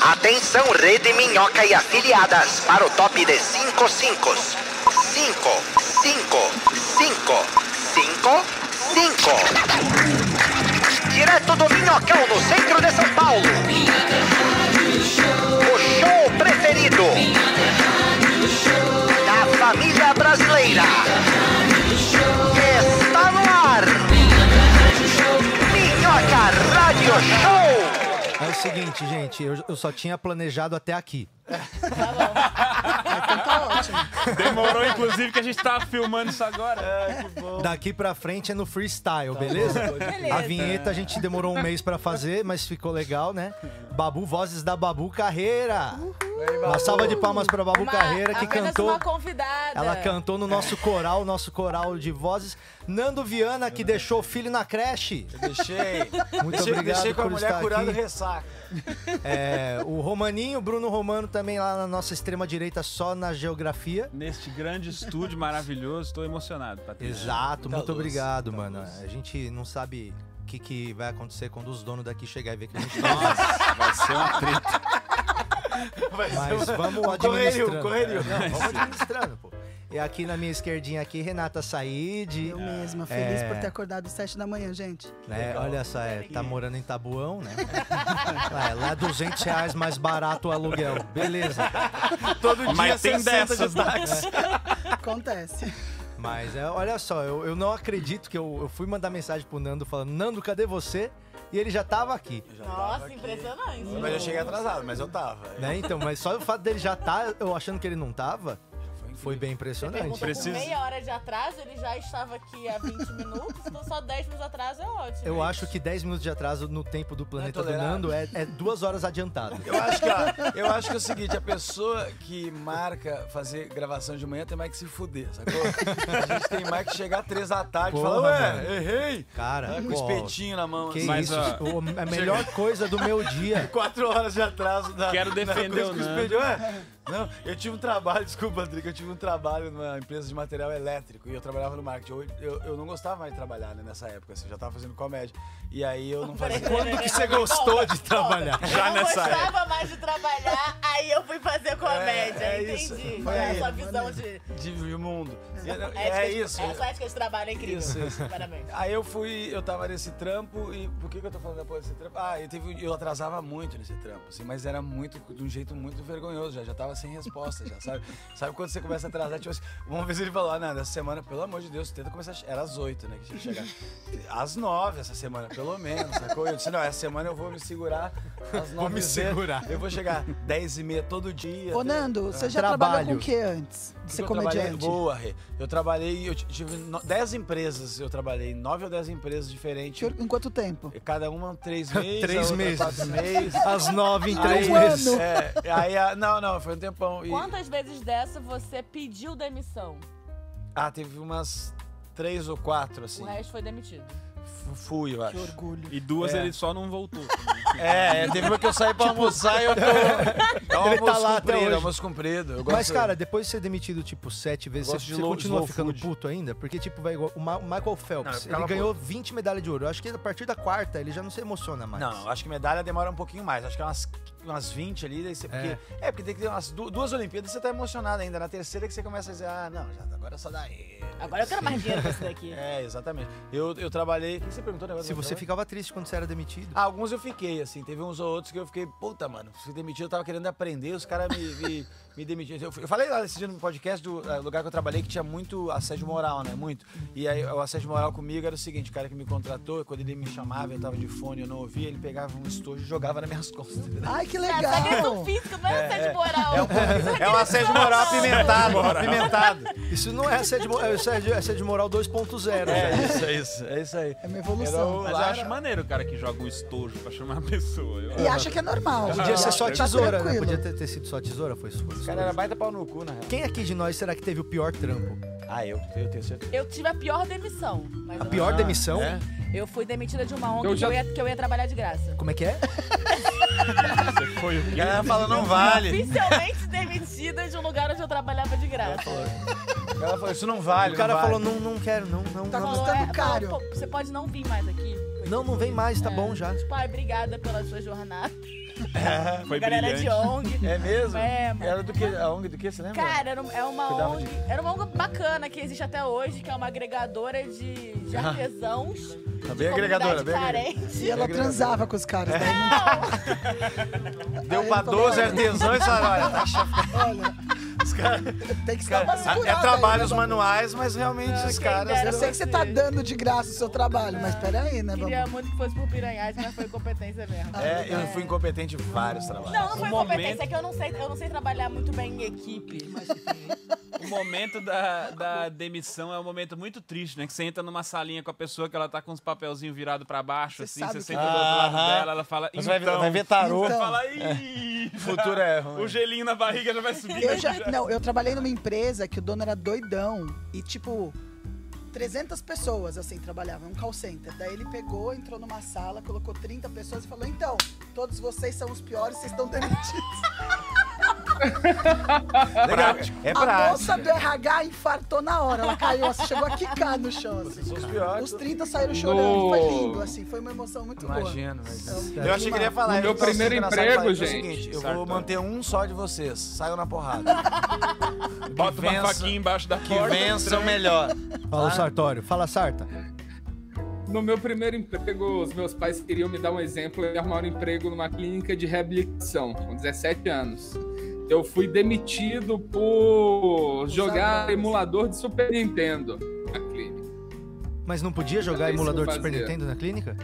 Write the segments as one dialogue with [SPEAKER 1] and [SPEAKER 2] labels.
[SPEAKER 1] Atenção, Rede Minhoca e afiliadas para o top de 5 5. 5, 5, 5, 5, 5. Direto do Minhocão, no centro de São Paulo. O show preferido da família brasileira. Está no ar. Minhoca Rádio Show.
[SPEAKER 2] É o seguinte, gente, eu, eu só tinha planejado até aqui.
[SPEAKER 3] Então tá
[SPEAKER 4] Demorou, inclusive, que a gente tava filmando isso agora. É, que bom.
[SPEAKER 2] Daqui pra frente é no
[SPEAKER 5] Tá
[SPEAKER 2] freestyle, beleza? A vinheta a gente demorou um mês pra fazer, mas ficou legal, né? Babu Vozes da Babu Carreira. Uma salva de palmas pra Babu
[SPEAKER 5] Uma-
[SPEAKER 2] Carreira que
[SPEAKER 5] apenas
[SPEAKER 2] cantou.
[SPEAKER 5] uma convidada.
[SPEAKER 2] Ela cantou no nosso coral, nosso coral de vozes. Nando Viana, que deixou o filho na creche.
[SPEAKER 6] Deixei.
[SPEAKER 2] Muito
[SPEAKER 6] deixei,
[SPEAKER 2] obrigado
[SPEAKER 6] deixei com a
[SPEAKER 2] por
[SPEAKER 6] mulher
[SPEAKER 2] estar
[SPEAKER 6] curando
[SPEAKER 2] aqui.
[SPEAKER 6] ressaca.
[SPEAKER 2] É, o Romaninho, Bruno Romano também lá na nossa extrema direita, só na geografia.
[SPEAKER 4] Neste grande estúdio maravilhoso, tô emocionado, Patrícia.
[SPEAKER 2] Exato,
[SPEAKER 6] Muita
[SPEAKER 3] Tá
[SPEAKER 4] Tá
[SPEAKER 2] muito
[SPEAKER 6] luz,
[SPEAKER 2] obrigado,
[SPEAKER 6] muita
[SPEAKER 2] mano.
[SPEAKER 6] luz.
[SPEAKER 2] A gente não sabe o que, que vai acontecer quando os donos daqui chegar e ver que a gente tá.
[SPEAKER 4] Nossa, vai ser uma treta.
[SPEAKER 2] Mas vamos
[SPEAKER 6] Um correrio, um
[SPEAKER 2] administrando.
[SPEAKER 6] correrio.
[SPEAKER 2] Não, vamos administrando, pô. E aqui na minha esquerdinha aqui, Renata Said.
[SPEAKER 3] Eu mesma, feliz
[SPEAKER 2] É.
[SPEAKER 3] por ter acordado às 7 da manhã, gente.
[SPEAKER 2] né? Olha só, é, tá morando em Tabuão, né? lá, é, lá 200 reais mais barato o aluguel. Beleza.
[SPEAKER 6] Todo dia
[SPEAKER 4] Mas tem
[SPEAKER 6] 60
[SPEAKER 4] dessas,
[SPEAKER 6] de táxi.
[SPEAKER 3] Acontece.
[SPEAKER 2] Mas é, olha só, eu, eu não acredito que eu, eu fui mandar mensagem pro Nando falando, Nando, cadê você? E ele já tava aqui.
[SPEAKER 5] Nossa, impressionante.
[SPEAKER 6] Mas eu cheguei atrasado, mas eu tava.
[SPEAKER 2] Né? Então, mas só o fato dele já tá, eu achando que ele não tava, foi bem impressionante.
[SPEAKER 5] Perguntou
[SPEAKER 4] Preciso-
[SPEAKER 5] com meia hora de atraso, ele já estava aqui há 20 minutos, então só 10 minutos atrás é ótimo.
[SPEAKER 2] Eu acho que 10 minutos de atraso no tempo do planeta do
[SPEAKER 6] tolerável.
[SPEAKER 2] Nando é, é duas horas adiantado.
[SPEAKER 6] Eu acho, que, ó, eu acho que é o seguinte, a pessoa que marca fazer gravação de manhã tem mais que se fuder, sacou? A gente tem mais que chegar às três da tarde e
[SPEAKER 2] Porra,
[SPEAKER 6] falar, ué,
[SPEAKER 2] mano.
[SPEAKER 6] errei!
[SPEAKER 2] Cara,
[SPEAKER 6] Vai com o
[SPEAKER 2] pô,
[SPEAKER 6] espetinho na mão,
[SPEAKER 2] que
[SPEAKER 6] assim.
[SPEAKER 4] Mas,
[SPEAKER 2] isso,
[SPEAKER 4] ó,
[SPEAKER 2] o- a melhor coisa do meu dia.
[SPEAKER 6] Quatro horas de atraso da.
[SPEAKER 4] Quero
[SPEAKER 6] da
[SPEAKER 4] defender
[SPEAKER 6] coisa
[SPEAKER 4] o
[SPEAKER 6] que
[SPEAKER 4] Nando.
[SPEAKER 6] espelho- Ué, Não, eu tive um trabalho, desculpa, Drica, eu tive um trabalho numa empresa de material elétrico e eu trabalhava no marketing. Eu, eu, eu não gostava mais de trabalhar né, nessa época, assim, eu já tava fazendo comédia. E aí eu não fazia.
[SPEAKER 5] Peraí, peraí,
[SPEAKER 6] Quando que você
[SPEAKER 5] peraí, peraí,
[SPEAKER 6] gostou
[SPEAKER 5] volta,
[SPEAKER 6] de trabalhar?
[SPEAKER 5] Eu não gostava mais de trabalhar, aí eu fui fazer comédia,
[SPEAKER 6] É, é isso.
[SPEAKER 5] entendi.
[SPEAKER 6] Foi
[SPEAKER 5] É a
[SPEAKER 6] aí.
[SPEAKER 5] sua visão de...
[SPEAKER 6] De mundo. E-
[SPEAKER 5] ética
[SPEAKER 6] É
[SPEAKER 5] de-
[SPEAKER 6] isso.
[SPEAKER 5] Essa ética de trabalho é incrível.
[SPEAKER 6] Isso,
[SPEAKER 5] Parabéns.
[SPEAKER 6] Aí eu fui, eu tava nesse trampo e por que, que eu tô falando depois desse trampo? Ah, eu, teve, eu atrasava muito nesse trampo, assim, mas era muito, de um jeito muito vergonhoso, já, já tava sem resposta, já, sabe? sabe quando você começa a atrasar, tipo assim, uma vez ele falou, ah, não, essa semana, pelo amor de Deus, tenta começar, a- era às oito, né, que tinha que chegar, às nove essa semana, pelo menos, sacou? Eu disse, não, essa semana eu vou me segurar às nove. Vou
[SPEAKER 2] me segurar.
[SPEAKER 6] Eu vou chegar dez e meia todo dia. entendeu?
[SPEAKER 3] Ô,
[SPEAKER 6] É.
[SPEAKER 3] Nando, você já
[SPEAKER 2] Trabalho.
[SPEAKER 3] trabalhou com o que antes de
[SPEAKER 6] Que
[SPEAKER 3] ser
[SPEAKER 6] eu trabalhei-
[SPEAKER 3] comediante?
[SPEAKER 6] um Boa, Rê. Eu trabalhei, eu t- tive no- 10 empresas, eu trabalhei, 9 ou 10 empresas diferentes.
[SPEAKER 3] Em quanto tempo?
[SPEAKER 6] E Cada uma três meses,
[SPEAKER 2] Três
[SPEAKER 6] a outra
[SPEAKER 2] meses.
[SPEAKER 6] quatro meses.
[SPEAKER 2] Às nove em três
[SPEAKER 6] Aí-
[SPEAKER 2] meses.
[SPEAKER 6] É, aí, a- não, não, foi um tempão. E,
[SPEAKER 5] Quantas vezes dessa você pediu demissão?
[SPEAKER 6] ah, teve umas três ou quatro, assim.
[SPEAKER 5] O resto foi demitido.
[SPEAKER 6] F- Fui, eu
[SPEAKER 3] Que
[SPEAKER 6] acho.
[SPEAKER 3] orgulho.
[SPEAKER 4] E duas
[SPEAKER 6] É.
[SPEAKER 4] ele só não voltou.
[SPEAKER 6] É, é, teve uma que eu saí pra almoçar e eu tô... É um
[SPEAKER 2] Tipo, Ele tá
[SPEAKER 6] almoço
[SPEAKER 2] lá até
[SPEAKER 6] comprido,
[SPEAKER 2] hoje.
[SPEAKER 6] é um almoço comprido. Eu gosto,
[SPEAKER 2] Mas, cara, depois de ser demitido, tipo, sete vezes,
[SPEAKER 6] Eu
[SPEAKER 2] você,
[SPEAKER 6] gosto de
[SPEAKER 2] você
[SPEAKER 6] low-
[SPEAKER 2] continua
[SPEAKER 6] slow
[SPEAKER 2] ficando
[SPEAKER 6] food.
[SPEAKER 2] puto ainda? Porque, tipo, vai igual o, Ma- o Michael
[SPEAKER 6] Não, eu
[SPEAKER 2] Phelps, ele
[SPEAKER 6] ficava
[SPEAKER 2] ganhou 20 medalhas de ouro. Eu acho que a partir da quarta ele já não se emociona mais.
[SPEAKER 6] Não, acho que medalha demora um pouquinho mais. Acho que é umas, umas 20 ali. Daí você, porque, é. porque tem que ter umas du- duas Olimpíadas e você tá emocionado ainda. Na terceira que você começa a dizer, ah, não, já, agora é só daí.
[SPEAKER 5] Agora eu quero mais dinheiro pra isso daqui.
[SPEAKER 6] É, exatamente. Eu, eu trabalhei. Quem você perguntou o negócio?
[SPEAKER 2] Se
[SPEAKER 6] do
[SPEAKER 2] você
[SPEAKER 6] trabalho?
[SPEAKER 2] ficava triste quando você era demitido.
[SPEAKER 6] Ah, alguns eu fiquei, assim. Teve uns ou outros que eu fiquei, puta, mano, fui demitido, eu tava querendo aprender, os caras me, me, me demitiram. Eu, fui- eu falei lá esse dia no podcast do eh, lugar que eu trabalhei que tinha muito assédio moral, né? Muito. E aí o assédio moral comigo era o seguinte: o cara que me contratou, quando ele me chamava, eu tava de fone, eu não ouvia, ele pegava um estojo e jogava nas minhas costas.
[SPEAKER 3] Ai, que
[SPEAKER 5] Essa é agressão
[SPEAKER 3] legal.
[SPEAKER 5] física
[SPEAKER 6] Tá
[SPEAKER 5] não é, assédio moral.
[SPEAKER 6] É um assédio moral apimentado, apimentado.
[SPEAKER 2] Isso não é assédio, mo- é assédio, é assédio moral 2.0.
[SPEAKER 6] É
[SPEAKER 2] já.
[SPEAKER 6] isso, é isso, é isso aí.
[SPEAKER 3] É uma evolução.
[SPEAKER 4] Mas eu acho maneiro o cara que joga o estojo pra chamar a pessoa. Eu-
[SPEAKER 3] E acha que é normal.
[SPEAKER 2] Podia ser só
[SPEAKER 3] Tá
[SPEAKER 2] tesoura, né?
[SPEAKER 3] tranquilo.
[SPEAKER 2] Podia ter, ter sido só tesoura, foi isso. foi isso.
[SPEAKER 6] O Ah, cara era baita pau no cu, na real.
[SPEAKER 2] Quem aqui de nós será que teve o pior trampo?
[SPEAKER 6] Ah, eu, eu tenho certeza.
[SPEAKER 5] Eu tive a pior demissão. Mas
[SPEAKER 2] A
[SPEAKER 5] eu-
[SPEAKER 2] pior demissão?
[SPEAKER 6] é?
[SPEAKER 5] Eu fui demitida de uma ONG
[SPEAKER 4] Eu
[SPEAKER 5] que,
[SPEAKER 4] já-
[SPEAKER 5] eu ia, que eu ia trabalhar de graça.
[SPEAKER 2] Como é que é?
[SPEAKER 4] Você foi o
[SPEAKER 6] A
[SPEAKER 4] quê?
[SPEAKER 6] galera fala, não vale.
[SPEAKER 5] Oficialmente demitida de um lugar onde eu trabalhava de
[SPEAKER 6] É,
[SPEAKER 5] graça.
[SPEAKER 6] O cara falou, isso não vale.
[SPEAKER 2] O cara
[SPEAKER 6] não
[SPEAKER 2] falou,
[SPEAKER 6] vale.
[SPEAKER 2] não, não quero, não, não,
[SPEAKER 3] Tá
[SPEAKER 2] não.
[SPEAKER 3] bom.
[SPEAKER 6] É,
[SPEAKER 3] custando
[SPEAKER 5] é, "Pô,
[SPEAKER 3] caro."
[SPEAKER 5] pô, você pode não vir mais aqui.
[SPEAKER 2] Não, não vem mais, tá
[SPEAKER 5] É,
[SPEAKER 2] bom já.
[SPEAKER 5] Tipo, ai, obrigada pela sua jornada.
[SPEAKER 4] Foi
[SPEAKER 5] galera
[SPEAKER 4] brilhante.
[SPEAKER 5] de ONG.
[SPEAKER 6] É mesmo?
[SPEAKER 5] É, mano.
[SPEAKER 6] Era do que? A ONG do que? Você lembra?
[SPEAKER 5] Cara, era, um- é uma
[SPEAKER 6] Cuidava
[SPEAKER 5] ONG, era uma ONG bacana que existe até hoje, que é uma agregadora de, de artesãos.
[SPEAKER 6] Ah. Tá
[SPEAKER 5] de
[SPEAKER 6] bem agregadora,
[SPEAKER 5] comunidade
[SPEAKER 6] bem agregadora.
[SPEAKER 5] carente.
[SPEAKER 3] E ela transava com os caras. daí não-
[SPEAKER 6] Deu
[SPEAKER 3] Aí
[SPEAKER 6] pra
[SPEAKER 3] ele falou,
[SPEAKER 6] 12
[SPEAKER 3] olha,
[SPEAKER 6] artesãos e falaram, olha, tá
[SPEAKER 3] Olha,
[SPEAKER 6] os caras...
[SPEAKER 3] tem que
[SPEAKER 6] Cara,
[SPEAKER 3] estar uma
[SPEAKER 6] é
[SPEAKER 3] segurada aí,
[SPEAKER 6] trabalhos
[SPEAKER 3] né?
[SPEAKER 6] manuais, mas realmente os
[SPEAKER 5] quem
[SPEAKER 6] caras.
[SPEAKER 5] dera.
[SPEAKER 3] Eu sei que você tá dando de graça o seu trabalho, mas peraí, né,
[SPEAKER 5] Queria
[SPEAKER 3] vamos.
[SPEAKER 5] muito que fosse por piranhais, mas foi competência mesmo.
[SPEAKER 6] É, eu fui incompetente em vários trabalhos.
[SPEAKER 5] Não, não foi
[SPEAKER 4] O momento-
[SPEAKER 5] competência, é que eu não sei, eu não sei trabalhar muito bem em equipe. Mas
[SPEAKER 4] O momento da, da demissão é um momento muito triste, né? Que você entra numa salinha com a pessoa que ela tá com os papelzinhos virados pra baixo,
[SPEAKER 3] Você
[SPEAKER 4] assim,
[SPEAKER 3] sabe
[SPEAKER 4] você
[SPEAKER 3] que-
[SPEAKER 4] senta do outro lado
[SPEAKER 6] Aham.
[SPEAKER 4] dela, ela fala.
[SPEAKER 6] Você
[SPEAKER 4] Então,
[SPEAKER 6] vai ver, vai ver tarô.
[SPEAKER 3] Então.
[SPEAKER 4] fala, "Ih,
[SPEAKER 6] Futuro é ruim."
[SPEAKER 4] O gelinho na barriga já vai subir.
[SPEAKER 3] Eu já, não, eu trabalhei numa empresa que o dono era doidão e tipo 300 pessoas assim trabalhavam, um call center. Daí ele pegou, entrou numa sala, colocou 30 pessoas e falou: "Então, todos vocês são os piores, vocês estão demitidos".
[SPEAKER 6] Legal. É
[SPEAKER 3] A
[SPEAKER 6] prático.
[SPEAKER 3] moça do RH infartou na hora, ela caiu, assim, chegou a quicar no chão. assim.
[SPEAKER 6] São os piores.
[SPEAKER 3] Os 30 saíram chorando, foi lindo assim, foi uma emoção muito boa.
[SPEAKER 6] Imagino, mas... é-
[SPEAKER 3] Então,
[SPEAKER 6] Eu achei que ele ia falar.
[SPEAKER 7] No meu
[SPEAKER 6] eu só
[SPEAKER 7] primeiro
[SPEAKER 6] sei que na sala
[SPEAKER 7] emprego,
[SPEAKER 6] eu falei, "É o
[SPEAKER 7] gente."
[SPEAKER 6] seguinte, eu vou
[SPEAKER 4] Sartori.
[SPEAKER 6] manter um só de vocês. Saiam na porrada.
[SPEAKER 4] Bota uma
[SPEAKER 6] vença-
[SPEAKER 4] faquinha embaixo da
[SPEAKER 6] Que
[SPEAKER 4] porta.
[SPEAKER 6] vençam melhor. Ah.
[SPEAKER 2] Fala o Sartório. Fala, Sarta.
[SPEAKER 7] No meu primeiro emprego, os meus pais queriam me dar um exemplo e arrumaram um emprego numa clínica de reabilitação, com 17 anos. Eu fui demitido por jogar
[SPEAKER 3] drogas.
[SPEAKER 7] emulador de Super Nintendo na clínica.
[SPEAKER 2] Mas não podia jogar
[SPEAKER 7] Isso
[SPEAKER 2] emulador de
[SPEAKER 7] fazia.
[SPEAKER 2] Super Nintendo na clínica?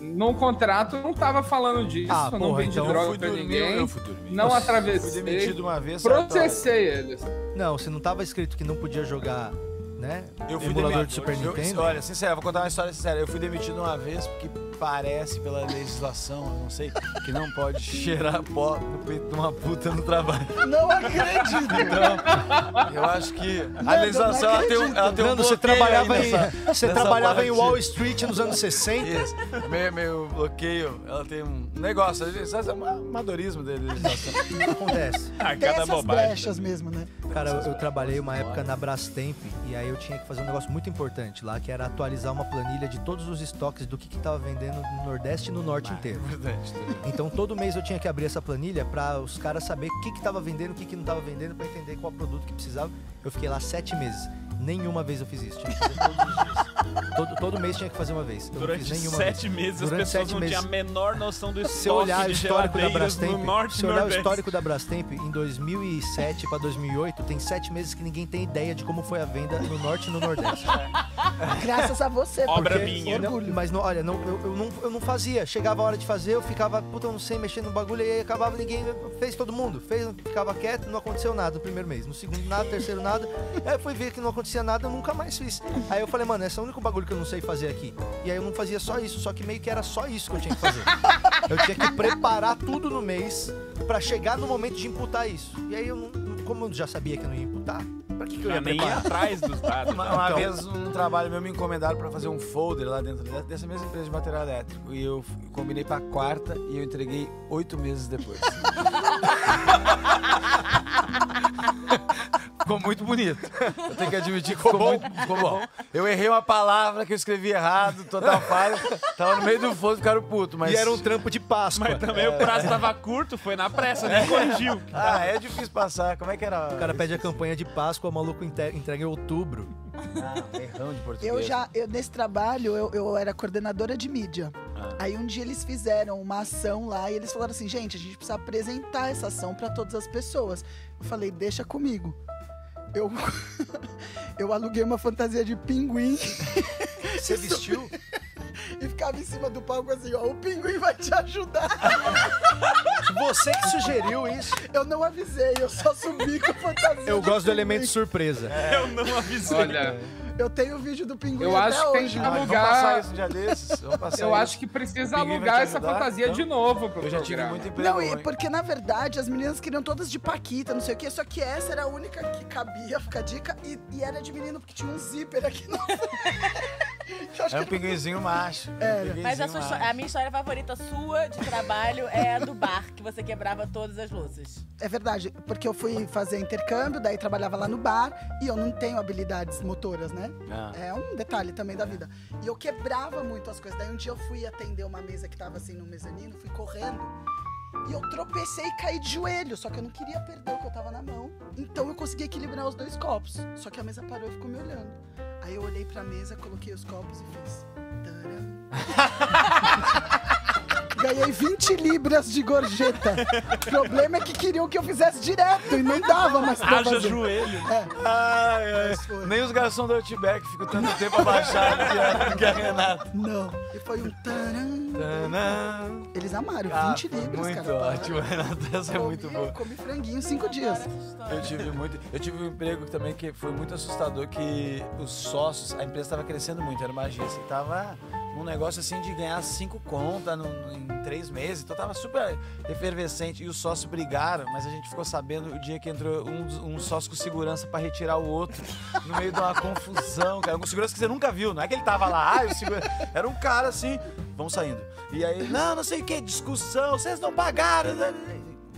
[SPEAKER 7] No contrato não tava falando disso,
[SPEAKER 2] Ah,
[SPEAKER 7] eu não
[SPEAKER 2] porra,
[SPEAKER 7] vendi
[SPEAKER 2] então eu
[SPEAKER 7] droga
[SPEAKER 6] fui
[SPEAKER 7] pra
[SPEAKER 6] dormir,
[SPEAKER 7] ninguém,
[SPEAKER 6] eu fui dormir.
[SPEAKER 7] não
[SPEAKER 6] Fui
[SPEAKER 7] atravessei,
[SPEAKER 6] demitido uma vez. Sartori.
[SPEAKER 7] processei eles.
[SPEAKER 2] Não, se não tava escrito que não podia jogar, né?
[SPEAKER 6] Eu fui
[SPEAKER 2] emulador
[SPEAKER 6] demitido.
[SPEAKER 2] de Super
[SPEAKER 6] Eu-
[SPEAKER 2] Nintendo.
[SPEAKER 6] olha, sincero, vou contar uma história sincera. Eu fui demitido uma vez porque parece pela legislação, eu não sei, que não pode cheirar pó no peito de uma puta no trabalho.
[SPEAKER 3] Não acredito.
[SPEAKER 6] Eu acho que a
[SPEAKER 3] Nando,
[SPEAKER 6] legislação
[SPEAKER 3] não
[SPEAKER 6] ela tem, um- ela tem um
[SPEAKER 2] Nando, você
[SPEAKER 6] bloqueio
[SPEAKER 2] trabalhava,
[SPEAKER 6] aí
[SPEAKER 2] em,
[SPEAKER 6] nessa-
[SPEAKER 2] você
[SPEAKER 6] nessa
[SPEAKER 2] trabalhava em
[SPEAKER 6] parte.
[SPEAKER 2] Wall Street nos anos 60?
[SPEAKER 6] Isso. Meu, meu bloqueio, ela tem um negócio. a legislação É um amadorismo dele.
[SPEAKER 2] O que acontece?
[SPEAKER 4] Ah,
[SPEAKER 3] Tem
[SPEAKER 4] cada
[SPEAKER 3] essas
[SPEAKER 4] bobagem.
[SPEAKER 3] brechas mesmo, né?
[SPEAKER 2] Cara, eu, eu trabalhei uma época na Brastemp e aí eu tinha que fazer um negócio muito importante lá, que era atualizar uma planilha de todos os estoques do que, que tava vendendo no Nordeste e no Norte inteiro.
[SPEAKER 6] Importante.
[SPEAKER 4] né?
[SPEAKER 2] Então todo mês eu tinha que abrir essa planilha pra os caras saber o que que tava vendendo, o que que não tava vendendo, pra entender qual produto que precisava. Eu fiquei lá sete meses. Nenhuma vez eu fiz isso. Tinha que fazer todos os dias. Todo, todo mês tinha que fazer uma vez. Eu não
[SPEAKER 4] Durante
[SPEAKER 2] Então, fiz nenhuma
[SPEAKER 4] sete
[SPEAKER 2] vez.
[SPEAKER 4] meses
[SPEAKER 2] Durante
[SPEAKER 4] as pessoas
[SPEAKER 2] sete
[SPEAKER 4] não
[SPEAKER 2] meses.
[SPEAKER 4] tinham a menor noção do
[SPEAKER 2] Se
[SPEAKER 4] estoque
[SPEAKER 2] olhar o
[SPEAKER 4] de
[SPEAKER 2] histórico da
[SPEAKER 4] geladeiras
[SPEAKER 2] Brastemp,
[SPEAKER 4] no norte
[SPEAKER 2] se
[SPEAKER 4] e
[SPEAKER 2] olhar o
[SPEAKER 4] nordeste.
[SPEAKER 2] histórico da Brastemp, em 2007 para 2008, tem sete meses que ninguém tem ideia de como foi a venda no norte e no nordeste.
[SPEAKER 3] Graças a você,
[SPEAKER 4] Obra
[SPEAKER 3] porque-
[SPEAKER 4] minha.
[SPEAKER 2] Não, mas não, olha, não, eu, eu não, eu não fazia. Chegava a hora de fazer, eu ficava, puta, eu não sei, mexendo no bagulho, e aí acabava ninguém. Fez todo mundo, fez, ficava quieto, não aconteceu nada no primeiro mês. No segundo nada, no terceiro nada. Aí eu fui ver que não acontecia nada, eu nunca mais fiz. Aí eu falei, mano, esse é o único bagulho que eu não sei fazer aqui. E aí eu não fazia só isso, só que meio que era só isso que eu tinha que fazer. Eu tinha que preparar tudo no mês pra chegar no momento de imputar isso. E aí eu não. Como eu já sabia que eu não ia imputar, pra que, que eu ia
[SPEAKER 4] Eu nem ia
[SPEAKER 2] preparar?
[SPEAKER 4] atrás dos dados.
[SPEAKER 6] Uma,
[SPEAKER 4] né?
[SPEAKER 6] uma
[SPEAKER 2] Então.
[SPEAKER 6] vez um trabalho meu me encomendaram pra fazer um folder lá dentro de- dessa mesma empresa de material elétrico. E eu f- combinei pra quarta e eu entreguei oito meses depois. ficou muito bonito. Eu tenho que admitir que ficou, muito ficou bom. Eu errei uma palavra que eu escrevi errado, total falha. Tava no meio do fogo, ficaram puto, mas. É.
[SPEAKER 2] E era um trampo de Páscoa.
[SPEAKER 4] Mas também o prazo tava curto, foi na pressa, nem corrigiu.
[SPEAKER 6] Ah, é difícil passar. Como é que era?
[SPEAKER 2] O cara pede a campanha de Páscoa, o maluco inte- entrega em outubro.
[SPEAKER 6] Ah, errão de português.
[SPEAKER 3] Eu já, eu, nesse trabalho, eu, eu era coordenadora de mídia.
[SPEAKER 2] Ah.
[SPEAKER 3] Aí um dia eles fizeram uma ação lá e eles falaram assim: gente, a gente precisa apresentar essa ação pra todas as pessoas. Eu falei: deixa comigo. Eu, eu aluguei uma fantasia de pinguim
[SPEAKER 2] Você vestiu?
[SPEAKER 3] e ficava em cima do palco assim: ó, o pinguim vai te ajudar.
[SPEAKER 2] Você que sugeriu isso.
[SPEAKER 3] Eu não avisei, eu só subi com a fantasia.
[SPEAKER 2] Eu
[SPEAKER 3] de
[SPEAKER 2] gosto do
[SPEAKER 3] pinguim.
[SPEAKER 2] elemento surpresa.
[SPEAKER 4] É. Eu não avisei.
[SPEAKER 7] Olha,
[SPEAKER 3] Eu tenho o vídeo do pinguim
[SPEAKER 7] Eu
[SPEAKER 3] até
[SPEAKER 7] acho que tem
[SPEAKER 3] hoje.
[SPEAKER 7] que
[SPEAKER 6] Ah, vamos
[SPEAKER 7] alugar-
[SPEAKER 6] passar isso um dia desses. Vamos passar
[SPEAKER 7] eu
[SPEAKER 6] isso.
[SPEAKER 7] acho que precisa
[SPEAKER 6] Ninguém vai te
[SPEAKER 7] alugar essa
[SPEAKER 6] ajudar,
[SPEAKER 7] fantasia
[SPEAKER 6] então?
[SPEAKER 7] de novo pro
[SPEAKER 6] Eu já tive
[SPEAKER 7] programa.
[SPEAKER 6] muito emprego.
[SPEAKER 3] Não, e
[SPEAKER 6] ruim.
[SPEAKER 3] porque na verdade as meninas queriam todas de Paquita, não sei o quê, só que essa era a única que cabia, fica a dica, e, e era de menino porque tinha um zíper aqui na frente. Eu acho
[SPEAKER 6] É um
[SPEAKER 3] que né?
[SPEAKER 6] pinguinzinho macho.
[SPEAKER 3] Era.
[SPEAKER 6] É um
[SPEAKER 5] Mas a,
[SPEAKER 6] pinguinzinho
[SPEAKER 5] sua histó-
[SPEAKER 6] macho.
[SPEAKER 5] a minha história favorita sua de trabalho é a do bar, que você quebrava todas as luzes.
[SPEAKER 3] é verdade, porque eu fui fazer intercâmbio, daí trabalhava lá no bar, e eu não tenho habilidades motoras, né?
[SPEAKER 6] Ah.
[SPEAKER 3] É um detalhe também da vida. E eu quebrava muito as coisas. Daí um dia eu fui atender uma mesa que tava assim no mezanino, fui correndo. E eu tropecei e caí de joelho, só que eu não queria perder o que eu tava na mão. Então eu consegui equilibrar os dois copos. Só que a mesa parou e ficou me olhando. Aí eu olhei pra mesa, coloquei os copos e fiz. Taram. Ganhei 20 libras de gorjeta. O problema é que queriam que eu fizesse direto e não dava mais pra
[SPEAKER 4] Haja
[SPEAKER 3] fazer. É.
[SPEAKER 4] joelho.
[SPEAKER 6] Ai, ai.
[SPEAKER 3] Mas foi.
[SPEAKER 6] Nem os garçons do Outback ficam tanto tempo abaixados que a- que a Renata.
[SPEAKER 3] Não. E foi um taran.
[SPEAKER 6] Tanã.
[SPEAKER 3] Eles amaram,
[SPEAKER 6] Ah,
[SPEAKER 3] 20 libras,
[SPEAKER 6] muito
[SPEAKER 3] cara.
[SPEAKER 6] ótimo, Renata. Essa é
[SPEAKER 3] Comi-
[SPEAKER 6] muito boa.
[SPEAKER 3] Comi franguinho em 5 dias.
[SPEAKER 6] Eu tive muito. Eu tive um emprego também que foi muito assustador, que os sócios, a empresa estava crescendo muito, era uma agência. E tava num negócio assim de ganhar cinco contas no- em três meses. Então tava super efervescente. E os sócios brigaram, mas a gente ficou sabendo o dia que entrou um, dos- um sócio com segurança para retirar o outro. No meio de uma confusão, cara. Um segurança que você nunca viu. Não é que ele tava lá, ah, o segurança. Era um cara assim, vão saindo. E aí, não, não sei o que, discussão, vocês não pagaram. né?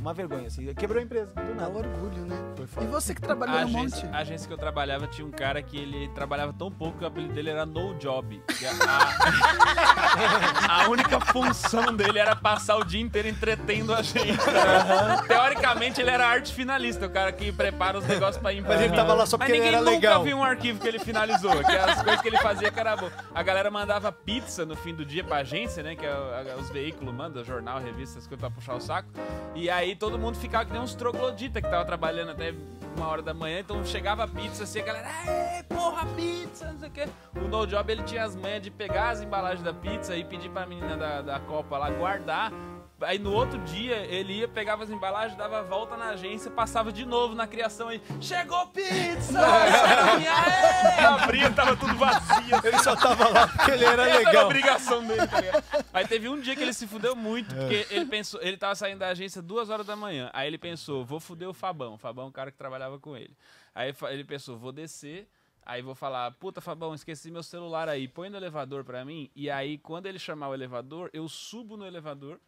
[SPEAKER 6] Uma vergonha, assim. Quebrou a empresa, do
[SPEAKER 3] Dá
[SPEAKER 6] nada.
[SPEAKER 3] o orgulho, né?
[SPEAKER 6] Foi
[SPEAKER 3] E
[SPEAKER 6] foda.
[SPEAKER 3] você que
[SPEAKER 4] A
[SPEAKER 3] trabalhou um monte.
[SPEAKER 4] agência, a agência que eu trabalhava tinha um cara que ele trabalhava tão pouco que o apelido dele era No Job. E a, a- a única função dele era passar o dia inteiro entretendo a gente. né? Teoricamente, ele era arte finalista, o cara que prepara os negócios pra empresa.
[SPEAKER 8] Mas ele tava lá só
[SPEAKER 4] Mas
[SPEAKER 8] porque ele
[SPEAKER 4] ninguém
[SPEAKER 8] era
[SPEAKER 4] nunca
[SPEAKER 8] legal.
[SPEAKER 4] viu um arquivo que ele finalizou, que é as coisas que ele fazia que era bom. A galera mandava pizza no fim do dia pra agência, né? Que é o- a- os veículos mandam, jornal, revista, as coisas pra puxar o saco. E aí todo mundo ficava que nem uns troglodita que tava trabalhando até uma hora da manhã, então chegava a pizza assim, a galera, "Aê, porra, pizza, não sei o quê. O No Job, ele tinha as manhas de pegar as embalagens da pizza e pedir pra menina da, da Copa lá guardar. Aí no outro dia ele ia, pegava as embalagens, dava a volta na agência, passava de novo na criação aí. Chegou pizza! Chegou, aê! Abria, tava tudo vazio.
[SPEAKER 8] Ele só tava lá porque ele era
[SPEAKER 4] Essa era a
[SPEAKER 8] legal.
[SPEAKER 4] obrigação dele, tá ligado? Aí teve um dia que ele se fudeu muito,
[SPEAKER 8] É.
[SPEAKER 4] porque ele pensou, ele tava saindo da agência duas horas da manhã. Aí ele pensou, vou fuder o Fabão. O Fabão é um cara que trabalhava com ele. Aí fa- ele pensou, vou descer. Aí vou falar, puta Fabão, esqueci meu celular aí, põe no elevador pra mim. E aí, quando ele chamar o elevador, eu subo no elevador.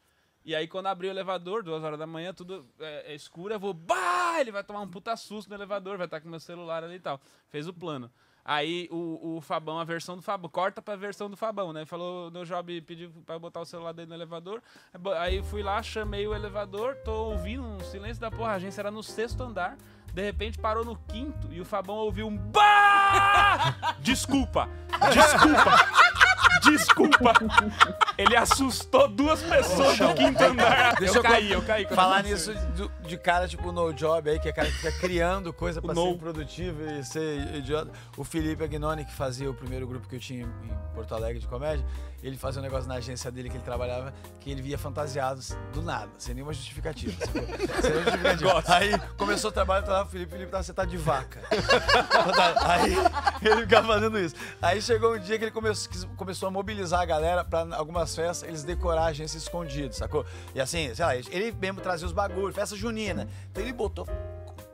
[SPEAKER 4] E aí, quando abrir o elevador, duas horas da manhã, tudo é, é escuro, eu vou, bah! Ele vai tomar um puta susto no elevador, vai estar com meu celular ali e tal. Fez o plano. Aí o, o Fabão, a versão do Fabão, corta pra versão do Fabão, né? Falou, no job pediu pra eu botar o celular dele no elevador. Bo- Aí fui lá, chamei o elevador, tô ouvindo um silêncio da porra, a agência era no sexto andar. De repente parou no quinto e o Fabão ouviu um bah! Desculpa! Desculpa! Desculpa! Ele assustou duas pessoas do quinto andar.
[SPEAKER 6] Deixa eu
[SPEAKER 4] eu, caí, eu caí. quando
[SPEAKER 6] Falar
[SPEAKER 4] aconteceu
[SPEAKER 6] nisso do- de cara tipo no job aí, que é cara que fica criando coisa pra
[SPEAKER 4] no.
[SPEAKER 6] ser produtivo e ser idiota. O Felipe Agnoni, que fazia o primeiro grupo que eu tinha em Porto Alegre de comédia, ele fazia um negócio na agência dele que ele trabalhava, que ele via fantasiados do nada, sem nenhuma justificativa. sacou? sem nenhuma justificativa. Aí começou o trabalho, tava o Felipe, o Felipe tava sentado de vaca. Aí ele ficava fazendo isso. Aí chegou um dia que ele começou, quis- começou a mobilizar a galera pra algumas festas, eles decorar a agência escondido, sacou? E assim, sei lá, ele mesmo trazia os bagulhos, festa junina. Então ele botou.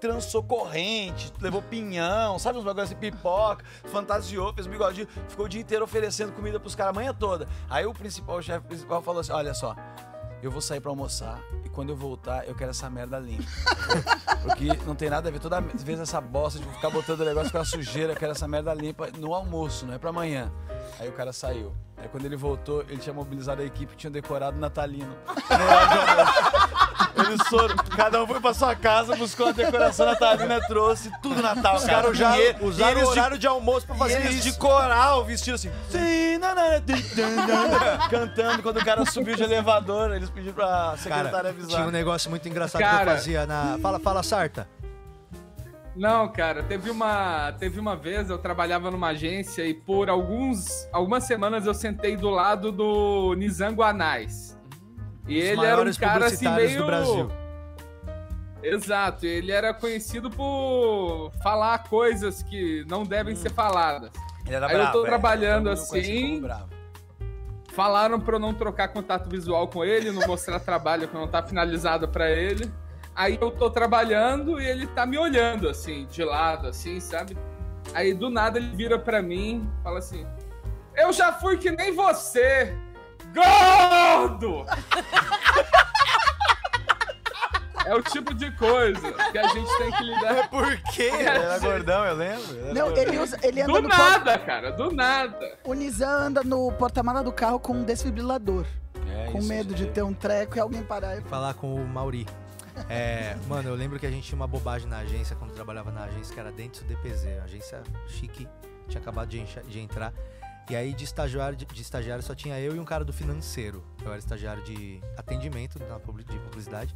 [SPEAKER 6] Trançou corrente, levou pinhão, sabe uns bagulhos assim, pipoca, fantasiou, fez um bigodinho, ficou o dia inteiro oferecendo comida pros caras a manhã toda. Aí o principal, o chefe principal falou assim: olha só, eu vou sair pra almoçar e quando eu voltar eu quero essa merda limpa. Porque não tem nada a ver. Toda vez essa bosta de ficar botando o negócio com a sujeira, eu quero essa merda limpa no almoço, não é pra amanhã. Aí o cara saiu. Aí quando ele voltou, ele tinha mobilizado a equipe, tinha decorado natalino. No horário de almoço. Eles foram, cada um foi pra sua casa, buscou a decoração natalina, trouxe tudo Natal. Os
[SPEAKER 8] Cara,
[SPEAKER 6] caras
[SPEAKER 8] já usaram o
[SPEAKER 6] de
[SPEAKER 8] horário de almoço pra
[SPEAKER 6] e
[SPEAKER 8] fazer
[SPEAKER 6] eles
[SPEAKER 8] isso.
[SPEAKER 6] de coral, vestido assim. "Sim, nanana, tum, tum, nanana", Cantando quando o cara subiu de elevador, eles pediram pra secretária
[SPEAKER 2] Cara,
[SPEAKER 6] avisar.
[SPEAKER 2] tinha um negócio muito engraçado que eu
[SPEAKER 7] Cara.
[SPEAKER 2] fazia na. Fala, fala, Sarta.
[SPEAKER 7] Não, cara, teve uma, teve uma vez eu trabalhava numa agência e por alguns, algumas semanas eu sentei do lado do Nizam Guanais. E
[SPEAKER 2] Os
[SPEAKER 7] ele era um
[SPEAKER 2] maiores
[SPEAKER 7] cara assim
[SPEAKER 2] publicitários
[SPEAKER 7] meio
[SPEAKER 2] do Brasil.
[SPEAKER 7] Exato, ele era conhecido por falar coisas que não devem ser faladas.
[SPEAKER 6] Hum. Ele era
[SPEAKER 7] Aí eu
[SPEAKER 6] bravo,
[SPEAKER 7] tô
[SPEAKER 6] é.
[SPEAKER 7] trabalhando
[SPEAKER 6] Todo mundo conhece
[SPEAKER 7] assim.
[SPEAKER 6] como bravo.
[SPEAKER 7] Falaram pra eu não trocar contato visual com ele, não mostrar trabalho que não tá finalizado pra ele. Aí eu tô trabalhando e ele tá me olhando assim, de lado, assim, sabe? Aí do nada ele vira pra mim, fala assim: Eu já fui que nem você! Gordo! é o tipo de coisa que a gente tem que lidar.
[SPEAKER 8] Por quê?
[SPEAKER 6] Ele era gordão, eu lembro. Ele era
[SPEAKER 3] Não,
[SPEAKER 6] gordão.
[SPEAKER 3] ele, usa, ele anda
[SPEAKER 7] Do
[SPEAKER 3] no
[SPEAKER 6] É
[SPEAKER 7] nada, cara, do nada.
[SPEAKER 3] porta- O Nizam anda no porta-mala do carro com um desfibrilador.
[SPEAKER 6] É,
[SPEAKER 3] com
[SPEAKER 6] isso,
[SPEAKER 3] medo de
[SPEAKER 6] gente.
[SPEAKER 3] ter um treco e alguém parar e falar.
[SPEAKER 2] falar com o Mauri. É, mano, eu lembro que a gente tinha uma bobagem na agência quando eu trabalhava na agência, que era dentro do DPZ. A agência chique, tinha acabado de, encha- de entrar. E aí, de estagiário, de, de estagiário, só tinha eu e um cara do financeiro. Eu era estagiário de atendimento na publi- de publicidade.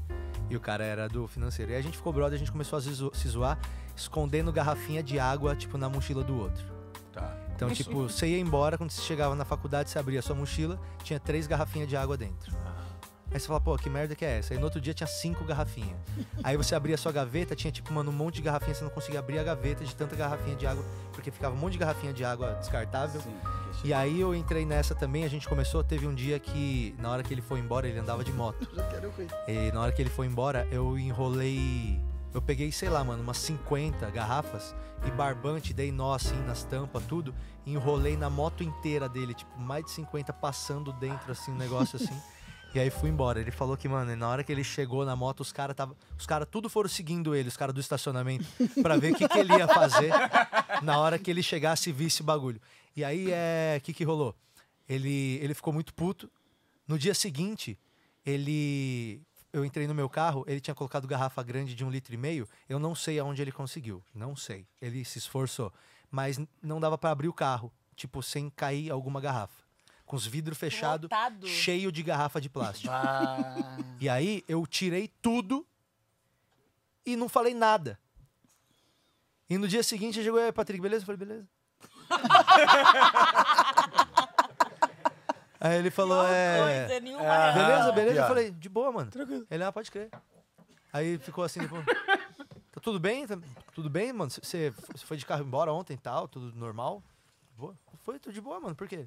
[SPEAKER 2] E o cara era do financeiro. E a gente ficou brother, a gente começou a se zo- se zoar, escondendo garrafinha de água, tipo, na mochila do outro.
[SPEAKER 6] Tá.
[SPEAKER 2] Então, tipo, você ia embora, quando você chegava na faculdade, você abria a sua mochila, tinha três garrafinhas de água dentro. Aí você fala, pô, que merda que é essa? Aí no outro dia tinha cinco garrafinhas. Aí você abria a sua gaveta, tinha, tipo, mano, um monte de garrafinha, você não conseguia abrir a gaveta de tanta garrafinha de água, porque ficava um monte de garrafinha de água descartável.
[SPEAKER 6] Sim.
[SPEAKER 2] E aí eu entrei nessa também, a gente começou, teve um dia que, na hora que ele foi embora, ele andava de moto.
[SPEAKER 3] Eu já quero ver.
[SPEAKER 2] E na hora que ele foi embora, eu enrolei. Eu peguei, sei lá, mano, umas 50 garrafas e barbante, dei nó assim nas tampas, tudo. E enrolei na moto inteira dele, tipo, mais de 50 passando dentro, assim, um negócio assim. E aí fui embora. Ele falou que, mano, na hora que ele chegou na moto, os caras tava. Os caras tudo foram seguindo ele, os caras do estacionamento, pra ver o que, que ele ia fazer na hora que ele chegasse e visse o bagulho. E aí é. O que, que rolou? Ele, ele ficou muito puto. No dia seguinte, ele. Eu entrei no meu carro, ele tinha colocado garrafa grande de um litro e meio. Eu não sei aonde ele conseguiu. Não sei. Ele se esforçou. Mas n- não dava pra abrir o carro, tipo, sem cair alguma garrafa. Com os vidros fechados,
[SPEAKER 5] Lotado.
[SPEAKER 2] cheio de garrafa de plástico.
[SPEAKER 6] Ah,
[SPEAKER 2] E aí eu tirei tudo e não falei nada. E no dia seguinte ele chegou, e aí, Patrick, beleza? Eu falei, beleza. aí ele falou, é.
[SPEAKER 5] Coisa nenhuma.
[SPEAKER 2] Beleza,
[SPEAKER 5] real.
[SPEAKER 2] beleza?
[SPEAKER 6] pior.
[SPEAKER 2] Eu falei, de boa, mano. Tranquilo. Ele, ah, pode crer. Aí ficou assim, tipo, tá tudo bem? Tá- Tudo bem, mano? Você foi de carro embora ontem e tal? Tudo normal? Boa. Foi tudo de boa, mano. Por quê?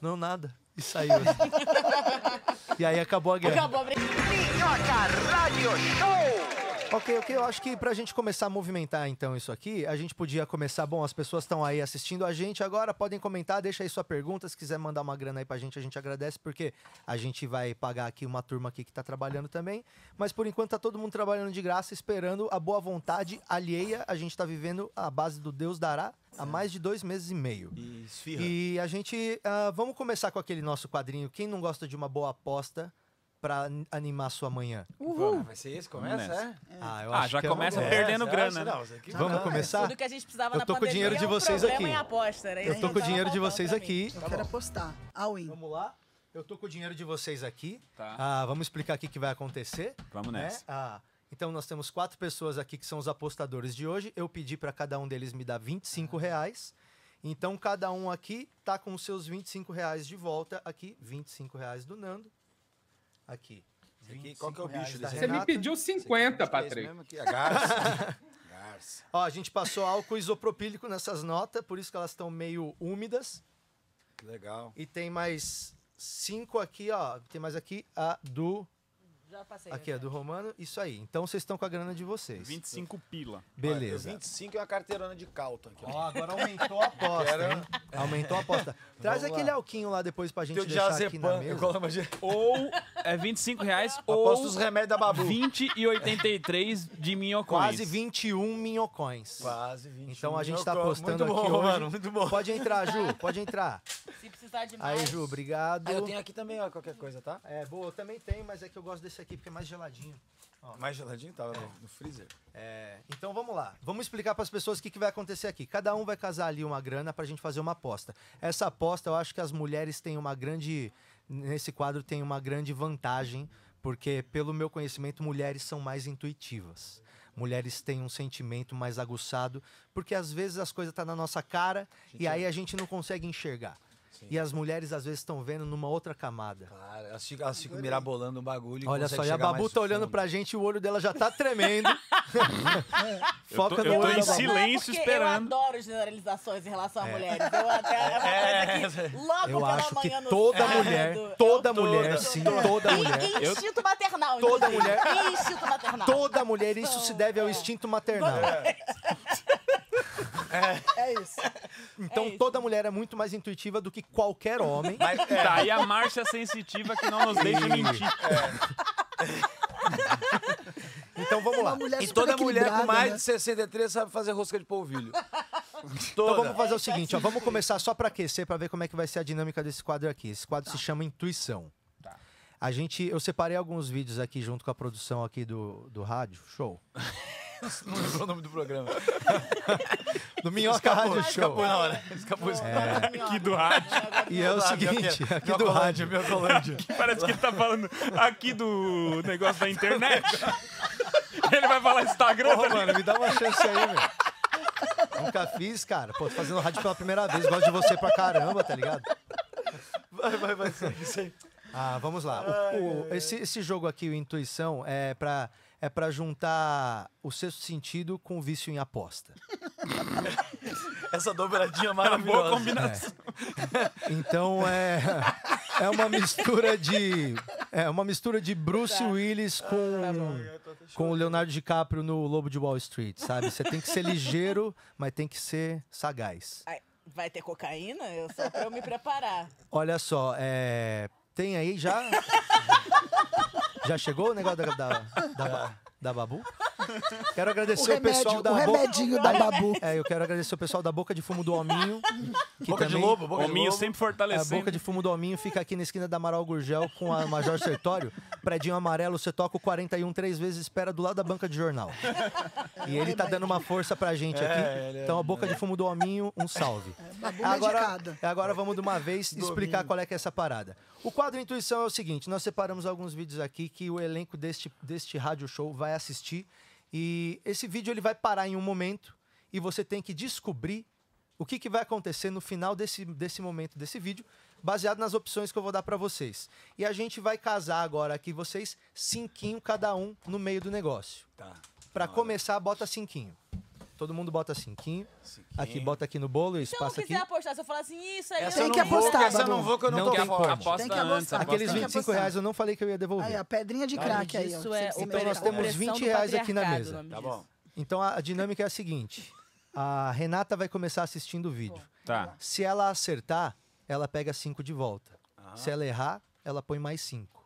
[SPEAKER 2] Não, nada. E saiu. assim. e aí acabou a guerra.
[SPEAKER 5] Acabou a brincadeira.
[SPEAKER 1] Minhoca Radio Show.
[SPEAKER 2] Ok, ok. Eu acho que pra gente começar a movimentar então isso aqui, a gente podia começar. Bom, as pessoas estão aí assistindo a gente agora, podem comentar, deixa aí sua pergunta. Se quiser mandar uma grana aí pra gente, a gente agradece, porque a gente vai pagar aqui uma turma aqui que tá trabalhando também. Mas por enquanto tá todo mundo trabalhando de graça, esperando a boa vontade alheia. A gente tá vivendo a base do Deus dará há mais de dois meses e meio.
[SPEAKER 8] E esfirra.
[SPEAKER 2] E a gente. ah, vamos começar com aquele nosso quadrinho. Quem não gosta de uma boa aposta pra an- animar sua manhã?
[SPEAKER 6] Pô, vai ser esse?
[SPEAKER 4] Vamos
[SPEAKER 6] Começa,
[SPEAKER 4] nessa.
[SPEAKER 6] é?
[SPEAKER 2] Ah, eu
[SPEAKER 4] Ah, já
[SPEAKER 2] que é uma
[SPEAKER 4] começa
[SPEAKER 2] boa.
[SPEAKER 4] perdendo grana, né?
[SPEAKER 8] Não, isso aqui
[SPEAKER 2] Vamos
[SPEAKER 8] não.
[SPEAKER 2] começar?
[SPEAKER 5] Tudo que a gente precisava
[SPEAKER 2] Eu
[SPEAKER 5] na
[SPEAKER 2] tô com o
[SPEAKER 5] pandemia
[SPEAKER 2] dinheiro de
[SPEAKER 5] é um
[SPEAKER 2] vocês
[SPEAKER 5] problema
[SPEAKER 2] aqui.
[SPEAKER 5] em aposta, era isso
[SPEAKER 2] Eu tô com
[SPEAKER 5] que
[SPEAKER 2] o
[SPEAKER 5] tava
[SPEAKER 2] dinheiro de
[SPEAKER 5] faltando
[SPEAKER 2] vocês
[SPEAKER 5] pra mim.
[SPEAKER 2] aqui.
[SPEAKER 3] Eu quero apostar. A win.
[SPEAKER 2] Vamos lá. Eu tô com o dinheiro de vocês aqui.
[SPEAKER 4] Tá.
[SPEAKER 2] Ah, vamos explicar aqui o que vai acontecer.
[SPEAKER 4] Vamos
[SPEAKER 2] né?
[SPEAKER 4] nessa.
[SPEAKER 2] Ah, então nós temos quatro pessoas aqui que são os apostadores de hoje. Eu pedi para cada um deles me dar
[SPEAKER 4] Ah.
[SPEAKER 2] 25 reais. Então cada um aqui tá com os seus 25 reais de volta aqui. 25 reais do Nando. Aqui.
[SPEAKER 6] aqui, qual que é o
[SPEAKER 2] 25 reais
[SPEAKER 6] bicho
[SPEAKER 2] da
[SPEAKER 6] desse
[SPEAKER 7] Você me
[SPEAKER 2] Renata.
[SPEAKER 7] pediu 50,
[SPEAKER 6] Esse é
[SPEAKER 7] Patrick.
[SPEAKER 6] mesmo aqui, a Garça. Garça.
[SPEAKER 2] Ó, a gente passou álcool isopropílico nessas notas, por isso que elas estão meio úmidas.
[SPEAKER 6] Que legal.
[SPEAKER 2] E tem mais cinco aqui, ó. Tem mais aqui a do.
[SPEAKER 5] Já tá- passei.
[SPEAKER 2] Aqui, a do Romano. Isso aí. Então vocês estão com a grana de vocês.
[SPEAKER 4] 25 pila.
[SPEAKER 2] Beleza.
[SPEAKER 8] Olha, 25 é uma carteirona de Calton aqui. ó.
[SPEAKER 2] Ó, agora aumentou a aposta, hein? Aumentou a aposta. Traz
[SPEAKER 6] Vamos
[SPEAKER 2] aquele
[SPEAKER 6] lá.
[SPEAKER 2] alquinho lá depois pra gente
[SPEAKER 6] Teu
[SPEAKER 2] deixar aqui na
[SPEAKER 6] diazepam. Eu
[SPEAKER 2] mesa.
[SPEAKER 6] coloco de...
[SPEAKER 4] Ou é 25 reais
[SPEAKER 8] Aposta
[SPEAKER 4] ou
[SPEAKER 8] os remédios da Babu.
[SPEAKER 4] 20 e 83 de minhocões.
[SPEAKER 2] Quase 21 minhocões.
[SPEAKER 6] Quase 20.
[SPEAKER 2] Então a gente tá apostando
[SPEAKER 6] muito bom,
[SPEAKER 2] aqui hoje.
[SPEAKER 6] Mano, muito bom.
[SPEAKER 2] Pode entrar, Ju. Pode entrar.
[SPEAKER 5] Se precisar de mais.
[SPEAKER 2] Aí, Ju, obrigado.
[SPEAKER 6] Ah, eu tenho aqui também, ó, qualquer coisa, tá?
[SPEAKER 2] É, boa, eu também tenho, mas é que eu gosto desse aqui porque é mais geladinho.
[SPEAKER 6] Mais geladinho tava no, no freezer.
[SPEAKER 2] É, então vamos lá. Vamos explicar para as pessoas o que, que vai acontecer aqui. Cada um vai casar ali uma grana para a gente fazer uma aposta. Essa aposta, eu acho que as mulheres têm uma grande. Nesse quadro tem uma grande vantagem, porque, pelo meu conhecimento, mulheres são mais intuitivas. Mulheres têm um sentimento mais aguçado, porque às vezes as coisas estão tá na nossa cara e aí a gente não consegue enxergar. E as mulheres às vezes estão vendo numa outra camada.
[SPEAKER 6] Claro, elas ficam, elas ficam mirabolando um bagulho.
[SPEAKER 2] Olha só, e a Babu tá olhando pra gente e o olho dela já tá tremendo. Foca
[SPEAKER 4] eu
[SPEAKER 2] no
[SPEAKER 4] tô
[SPEAKER 2] olho
[SPEAKER 4] em
[SPEAKER 2] da Babu.
[SPEAKER 4] silêncio.
[SPEAKER 5] é porque
[SPEAKER 4] esperando.
[SPEAKER 5] Eu adoro generalizações em relação a mulheres. Eu até é uma coisa que logo
[SPEAKER 2] Eu
[SPEAKER 5] pela
[SPEAKER 2] acho que
[SPEAKER 5] manhã Tá no
[SPEAKER 2] toda
[SPEAKER 5] sábado,
[SPEAKER 2] mulher,
[SPEAKER 5] eu-
[SPEAKER 2] toda mulher, sim, toda
[SPEAKER 5] E-
[SPEAKER 2] mulher,
[SPEAKER 5] e Instinto maternal.
[SPEAKER 2] Toda
[SPEAKER 5] inclusive.
[SPEAKER 2] mulher-
[SPEAKER 5] E Instinto maternal.
[SPEAKER 2] toda mulher, isso se deve ao instinto maternal. É.
[SPEAKER 3] É isso.
[SPEAKER 5] É
[SPEAKER 2] Então
[SPEAKER 5] isso.
[SPEAKER 2] toda mulher é muito mais intuitiva do que qualquer homem.
[SPEAKER 6] Mas, é,
[SPEAKER 4] Tá, e a Márcia sensitiva que não nos deixa mentir.
[SPEAKER 2] É. Então vamos lá.
[SPEAKER 3] Uma mulher
[SPEAKER 6] e
[SPEAKER 3] super
[SPEAKER 6] toda É mulher com
[SPEAKER 3] equilibrada,
[SPEAKER 6] mais
[SPEAKER 3] né?
[SPEAKER 6] de 63 sabe fazer rosca de polvilho.
[SPEAKER 2] Então
[SPEAKER 6] toda.
[SPEAKER 2] vamos fazer o
[SPEAKER 5] é
[SPEAKER 2] seguinte, ó, é
[SPEAKER 5] Tá.
[SPEAKER 6] Tá.
[SPEAKER 2] vamos começar só pra aquecer, pra ver como é que vai ser a dinâmica desse quadro aqui. Esse quadro se chama Intuição. A gente, eu separei alguns vídeos aqui junto com a produção aqui do, do rádio show.
[SPEAKER 6] Não lembrou o nome do programa.
[SPEAKER 2] Do Minhoca Rádio Show. É.
[SPEAKER 6] Escapou na hora. Escapou, escapou.
[SPEAKER 5] Aqui
[SPEAKER 4] do rádio.
[SPEAKER 2] E é o
[SPEAKER 6] Lá,
[SPEAKER 2] seguinte,
[SPEAKER 6] minhoca-
[SPEAKER 2] aqui do
[SPEAKER 6] minhocolândia,
[SPEAKER 2] rádio.
[SPEAKER 6] Minhocolândia.
[SPEAKER 4] Parece que ele tá falando aqui do negócio da internet. Ele vai falar Instagram,
[SPEAKER 2] Pô,
[SPEAKER 4] tá
[SPEAKER 2] mano, me dá uma chance aí, meu. Nunca fiz, cara. Pô, tô fazendo rádio pela primeira vez. Gosto de você pra caramba, tá ligado?
[SPEAKER 6] Vai, vai, vai. segue, segue.
[SPEAKER 2] Ah, vamos lá. O- o- esse, esse jogo aqui, o Intuição, é pra, é pra juntar o sexto sentido com o vício em aposta.
[SPEAKER 6] Essa dobradinha
[SPEAKER 4] Uma boa
[SPEAKER 6] maravilhosa.
[SPEAKER 4] combinação.
[SPEAKER 3] É.
[SPEAKER 2] Então é. É uma mistura de. É uma mistura de Bruce Willis com. Com o Leonardo DiCaprio no Lobo de Wall Street, sabe? Você tem que ser ligeiro, mas tem que ser sagaz.
[SPEAKER 5] Ai, Vai ter cocaína? Eu só pra eu me preparar.
[SPEAKER 2] Olha só, é. Tem aí já. Já chegou o negócio da, da, da, ba- da Babu? Quero
[SPEAKER 3] O
[SPEAKER 2] agradecer o,
[SPEAKER 3] remédio,
[SPEAKER 2] pessoal da
[SPEAKER 3] o
[SPEAKER 2] Boca.
[SPEAKER 3] remedinho da Babu.
[SPEAKER 2] É, eu quero agradecer o pessoal da Boca de Fumo do Hominho. Que
[SPEAKER 6] Boca de
[SPEAKER 2] também,
[SPEAKER 6] lobo, boca
[SPEAKER 4] O
[SPEAKER 6] de
[SPEAKER 4] Minho
[SPEAKER 6] lobo.
[SPEAKER 4] sempre
[SPEAKER 2] A
[SPEAKER 4] fortalecendo.
[SPEAKER 2] É, boca de fumo do Alminho fica aqui na esquina da Amaral Gurgel com a Major Sertório. Predinho amarelo, você toca o 41 três vezes, espera do lado da banca de jornal. E ele tá dando uma força pra gente aqui. Então, a boca de fumo do Alminho, um salve.
[SPEAKER 3] Babu é
[SPEAKER 2] Agora,
[SPEAKER 3] medicada.
[SPEAKER 2] agora vamos de uma vez explicar qual é que é essa parada. O quadro Intuição é o seguinte: nós separamos alguns vídeos aqui que o elenco deste, deste rádio show vai assistir. E esse vídeo ele vai parar em um momento e você tem que descobrir o que, que vai acontecer no final desse, desse momento desse vídeo, baseado nas opções que eu vou dar pra vocês. E a gente vai casar agora aqui vocês, cinquinho cada um no meio do negócio.
[SPEAKER 6] Tá.
[SPEAKER 2] Pra começar, bota cinquinho. Todo mundo bota cinquinho. Aqui, bota aqui no bolo,
[SPEAKER 5] Se eu não
[SPEAKER 2] espaço
[SPEAKER 5] quiser
[SPEAKER 2] aqui.
[SPEAKER 5] apostar, se eu falar assim, isso aí...
[SPEAKER 6] Essa
[SPEAKER 5] eu
[SPEAKER 6] eu
[SPEAKER 3] Tem
[SPEAKER 6] não
[SPEAKER 3] que
[SPEAKER 6] vou,
[SPEAKER 3] apostar,
[SPEAKER 6] essa eu
[SPEAKER 3] Babu.
[SPEAKER 6] não vou, que eu não,
[SPEAKER 4] Não
[SPEAKER 6] tô
[SPEAKER 4] tem
[SPEAKER 6] fora.
[SPEAKER 4] como. Aposta
[SPEAKER 3] Tem que
[SPEAKER 4] antes,
[SPEAKER 3] apostar.
[SPEAKER 4] aposta
[SPEAKER 2] Aqueles
[SPEAKER 3] Tem que
[SPEAKER 4] antes.
[SPEAKER 2] 25
[SPEAKER 3] apostar.
[SPEAKER 2] reais eu não falei que eu ia devolver.
[SPEAKER 3] Aí, ó, pedrinha de craque aí. ó,
[SPEAKER 5] Isso
[SPEAKER 3] que
[SPEAKER 5] é
[SPEAKER 3] vocês se
[SPEAKER 5] o
[SPEAKER 2] Então nós
[SPEAKER 3] merecem.
[SPEAKER 2] temos 20 reais aqui na mesa.
[SPEAKER 6] Tá bom.
[SPEAKER 2] Então a a dinâmica é a seguinte: a Renata vai começar assistindo o vídeo.
[SPEAKER 4] Tá.
[SPEAKER 2] Se ela acertar, ela pega 5 de volta. Se ela errar, ela põe mais 5.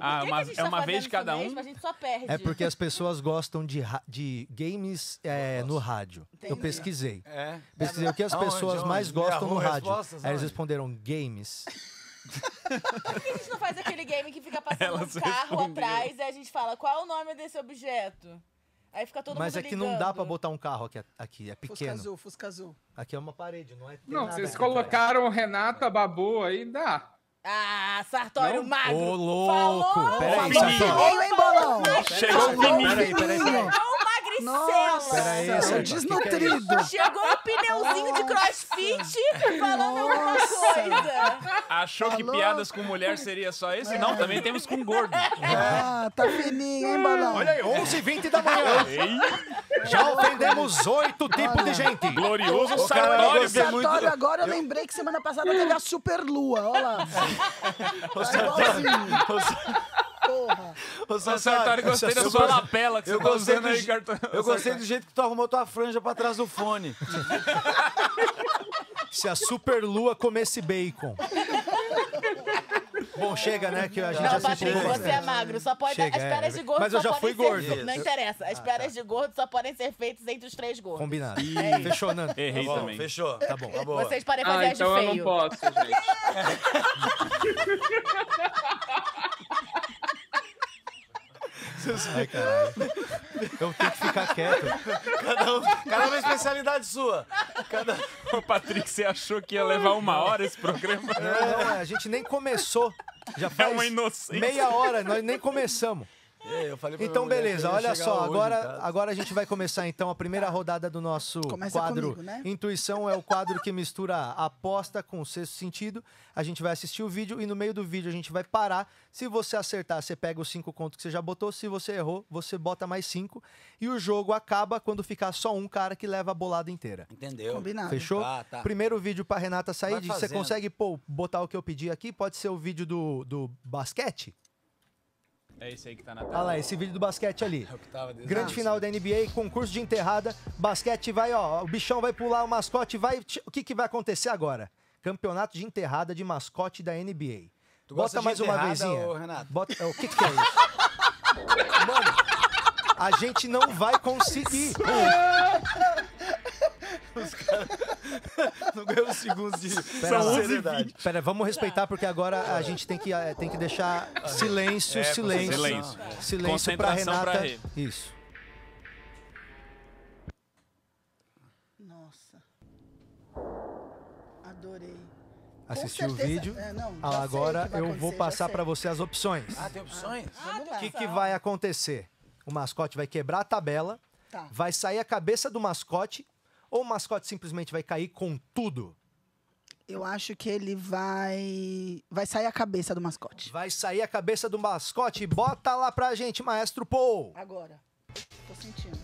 [SPEAKER 4] Ah, uma-
[SPEAKER 5] tá
[SPEAKER 4] é uma vez cada um?
[SPEAKER 5] A gente só perde.
[SPEAKER 2] É porque as pessoas gostam de, ra- de games é, no rádio. Eu
[SPEAKER 5] Entendi.
[SPEAKER 2] pesquisei.
[SPEAKER 6] É.
[SPEAKER 2] Pesquisei o que as
[SPEAKER 6] Aonde,
[SPEAKER 2] pessoas
[SPEAKER 6] aonde?
[SPEAKER 2] mais
[SPEAKER 6] Me
[SPEAKER 2] gostam no
[SPEAKER 6] arruma
[SPEAKER 2] rádio.
[SPEAKER 6] respostas,
[SPEAKER 2] Aí eles
[SPEAKER 6] aonde?
[SPEAKER 2] responderam games.
[SPEAKER 5] Por que a gente não faz aquele game que fica passando
[SPEAKER 4] Ela
[SPEAKER 5] um
[SPEAKER 4] se
[SPEAKER 5] carro
[SPEAKER 4] respondeu.
[SPEAKER 5] atrás e a gente fala qual é o nome desse objeto? Aí fica todo
[SPEAKER 2] Mas
[SPEAKER 5] mundo
[SPEAKER 2] aqui não dá pra
[SPEAKER 5] ligando.
[SPEAKER 2] botar um carro aqui, aqui é
[SPEAKER 3] Fusca
[SPEAKER 2] pequeno.
[SPEAKER 3] azul, Fusca azul. né?
[SPEAKER 2] Aqui é uma parede, não é. tem
[SPEAKER 7] Não,
[SPEAKER 2] nada
[SPEAKER 7] vocês
[SPEAKER 2] aqui.
[SPEAKER 7] colocaram Renata Babu aí, dá.
[SPEAKER 5] Ah, Sartório
[SPEAKER 7] Não?
[SPEAKER 5] magro.
[SPEAKER 2] Ô, louco!
[SPEAKER 5] Falou,
[SPEAKER 2] Pera aí,
[SPEAKER 5] falou,
[SPEAKER 2] Sartori.
[SPEAKER 3] Meio, hein, bolão?
[SPEAKER 4] Chegou o
[SPEAKER 2] Peraí,
[SPEAKER 4] Fininho.
[SPEAKER 2] peraí, peraí. peraí.
[SPEAKER 5] Chegou o magricela.
[SPEAKER 2] Peraí,
[SPEAKER 3] Nossa,
[SPEAKER 2] Sartori,
[SPEAKER 3] desnutrido.
[SPEAKER 5] Chegou o pneuzinho de crossfit falando alguma
[SPEAKER 3] Nossa.
[SPEAKER 5] coisa.
[SPEAKER 4] Achou que
[SPEAKER 3] Falou.
[SPEAKER 4] piadas com mulher seria só esse? Não, também temos com gordo.
[SPEAKER 3] Ah, tá fininho, hein, bolão?
[SPEAKER 2] Olha aí, 11h20
[SPEAKER 3] Tá
[SPEAKER 2] da manhã. Já ofendemos oito tipos de gente.
[SPEAKER 4] Glorioso
[SPEAKER 6] Ô, cara, eu
[SPEAKER 4] Sartório.
[SPEAKER 6] gostei
[SPEAKER 4] bicho.
[SPEAKER 6] muito.
[SPEAKER 3] Sartório, agora eu lembrei que semana passada teve a super lua, olha lá. Tá igualzinho. Porra.
[SPEAKER 6] Ô,
[SPEAKER 4] Ô, Sartório, tá gostei da sua lapela que
[SPEAKER 6] Eu
[SPEAKER 4] você tá
[SPEAKER 6] gostei,
[SPEAKER 4] usando
[SPEAKER 6] do,
[SPEAKER 4] aí,
[SPEAKER 6] je-
[SPEAKER 4] cartão.
[SPEAKER 6] eu gostei do jeito que tu arrumou tua franja pra trás do fone.
[SPEAKER 2] Se a super lua comesse bacon. Bom, chega, né? Que a gente
[SPEAKER 5] Não,
[SPEAKER 2] já se
[SPEAKER 5] Patrick,
[SPEAKER 2] empolgou
[SPEAKER 5] você é
[SPEAKER 2] bastante.
[SPEAKER 5] magro. Só pode,
[SPEAKER 2] Chega,
[SPEAKER 5] as peras
[SPEAKER 2] é.
[SPEAKER 5] de gordo
[SPEAKER 2] Mas
[SPEAKER 5] só
[SPEAKER 2] eu já
[SPEAKER 5] podem
[SPEAKER 2] fui
[SPEAKER 5] ser
[SPEAKER 2] gordo.
[SPEAKER 5] feitas- Não interessa. As peras de gordo só podem ser feitas entre os três gordos.
[SPEAKER 2] Combinado. Fechou, Nando.
[SPEAKER 4] Errei
[SPEAKER 6] Bom,
[SPEAKER 4] também.
[SPEAKER 6] Fechou. Tá bom. Tá boa.
[SPEAKER 5] Vocês podem fazer
[SPEAKER 7] Ah,
[SPEAKER 5] as de
[SPEAKER 7] então eu não
[SPEAKER 5] feio.
[SPEAKER 7] posso, gente.
[SPEAKER 2] Ai, caralho. Eu tenho que ficar quieto.
[SPEAKER 6] Cada, um, cada uma especialidade sua. Cada...
[SPEAKER 4] Ô, Patrick, você achou que ia levar uma hora esse programa?
[SPEAKER 2] Não, é, a gente nem começou. Já
[SPEAKER 4] É
[SPEAKER 2] faz
[SPEAKER 4] uma inocência.
[SPEAKER 2] meia hora, nós nem começamos.
[SPEAKER 6] É, eu falei pra minha
[SPEAKER 2] Então,
[SPEAKER 6] mulher que
[SPEAKER 2] beleza,
[SPEAKER 6] eu ia
[SPEAKER 2] olha
[SPEAKER 6] chegar
[SPEAKER 2] só,
[SPEAKER 6] hoje tá? em
[SPEAKER 2] agora,
[SPEAKER 6] casa.
[SPEAKER 2] agora a gente vai começar então a primeira rodada do nosso
[SPEAKER 3] Começa
[SPEAKER 2] quadro.
[SPEAKER 3] comigo, né?
[SPEAKER 2] Intuição é o quadro que mistura a aposta com o sexto sentido. A gente vai assistir o vídeo e no meio do vídeo a gente vai parar. Se você acertar, você pega os cinco contos que você já botou. Se você errou, você bota mais cinco. E o jogo acaba quando ficar só um cara que leva a bolada inteira.
[SPEAKER 6] Entendeu?
[SPEAKER 3] Combinado.
[SPEAKER 2] Fechou?
[SPEAKER 6] Tá, tá.
[SPEAKER 2] Primeiro vídeo pra Renata sair.
[SPEAKER 6] Vai
[SPEAKER 2] Você
[SPEAKER 6] fazendo.
[SPEAKER 2] consegue pô, botar o que eu pedi aqui? Pode ser o vídeo do, do basquete?
[SPEAKER 4] É esse aí que tá na
[SPEAKER 2] Olha
[SPEAKER 4] tela.
[SPEAKER 2] lá, esse vídeo do basquete ali.
[SPEAKER 6] É o que tava desde
[SPEAKER 2] Grande
[SPEAKER 6] o
[SPEAKER 2] final da NBA, concurso de enterrada, basquete vai, ó, o bichão vai pular, o mascote vai. O que, que vai acontecer agora? Campeonato de enterrada de mascote da NBA.
[SPEAKER 6] Tu
[SPEAKER 2] Bota
[SPEAKER 6] gosta de
[SPEAKER 2] mais uma
[SPEAKER 6] enterrada,
[SPEAKER 2] vezinha.
[SPEAKER 6] ô, Renato?
[SPEAKER 2] Bota, o que, que é isso? Mano, a gente não vai conseguir.
[SPEAKER 6] Não ganhou uns segundos de
[SPEAKER 2] Pera lá.
[SPEAKER 6] seriedade.
[SPEAKER 2] Pera, vamos respeitar, porque agora
[SPEAKER 6] É.
[SPEAKER 2] a gente tem que, eh, tem que deixar silêncio, silêncio.
[SPEAKER 4] silêncio.
[SPEAKER 2] Silêncio pra
[SPEAKER 4] Concentração pra
[SPEAKER 2] Renata.
[SPEAKER 4] Rê.
[SPEAKER 2] Isso.
[SPEAKER 3] Nossa. Adorei. Com
[SPEAKER 2] Assistiu o
[SPEAKER 3] certeza-
[SPEAKER 2] vídeo. Ah,
[SPEAKER 3] É, não, já sei o
[SPEAKER 2] Agora
[SPEAKER 3] que vai
[SPEAKER 2] eu
[SPEAKER 3] acontecer,
[SPEAKER 2] vou
[SPEAKER 3] já
[SPEAKER 2] passar
[SPEAKER 3] sei.
[SPEAKER 2] pra você as opções.
[SPEAKER 6] Ah, tem opções?
[SPEAKER 3] Vamos lá.
[SPEAKER 2] O que, que vai acontecer? O mascote vai quebrar a tabela,
[SPEAKER 3] Tá.
[SPEAKER 2] vai sair a cabeça do mascote, ou o mascote simplesmente vai cair com tudo?
[SPEAKER 3] Eu acho que ele vai. Vai sair a cabeça do mascote.
[SPEAKER 2] Vai sair a cabeça do mascote? Bota lá pra gente, maestro Paul!
[SPEAKER 3] Agora. Tô sentindo.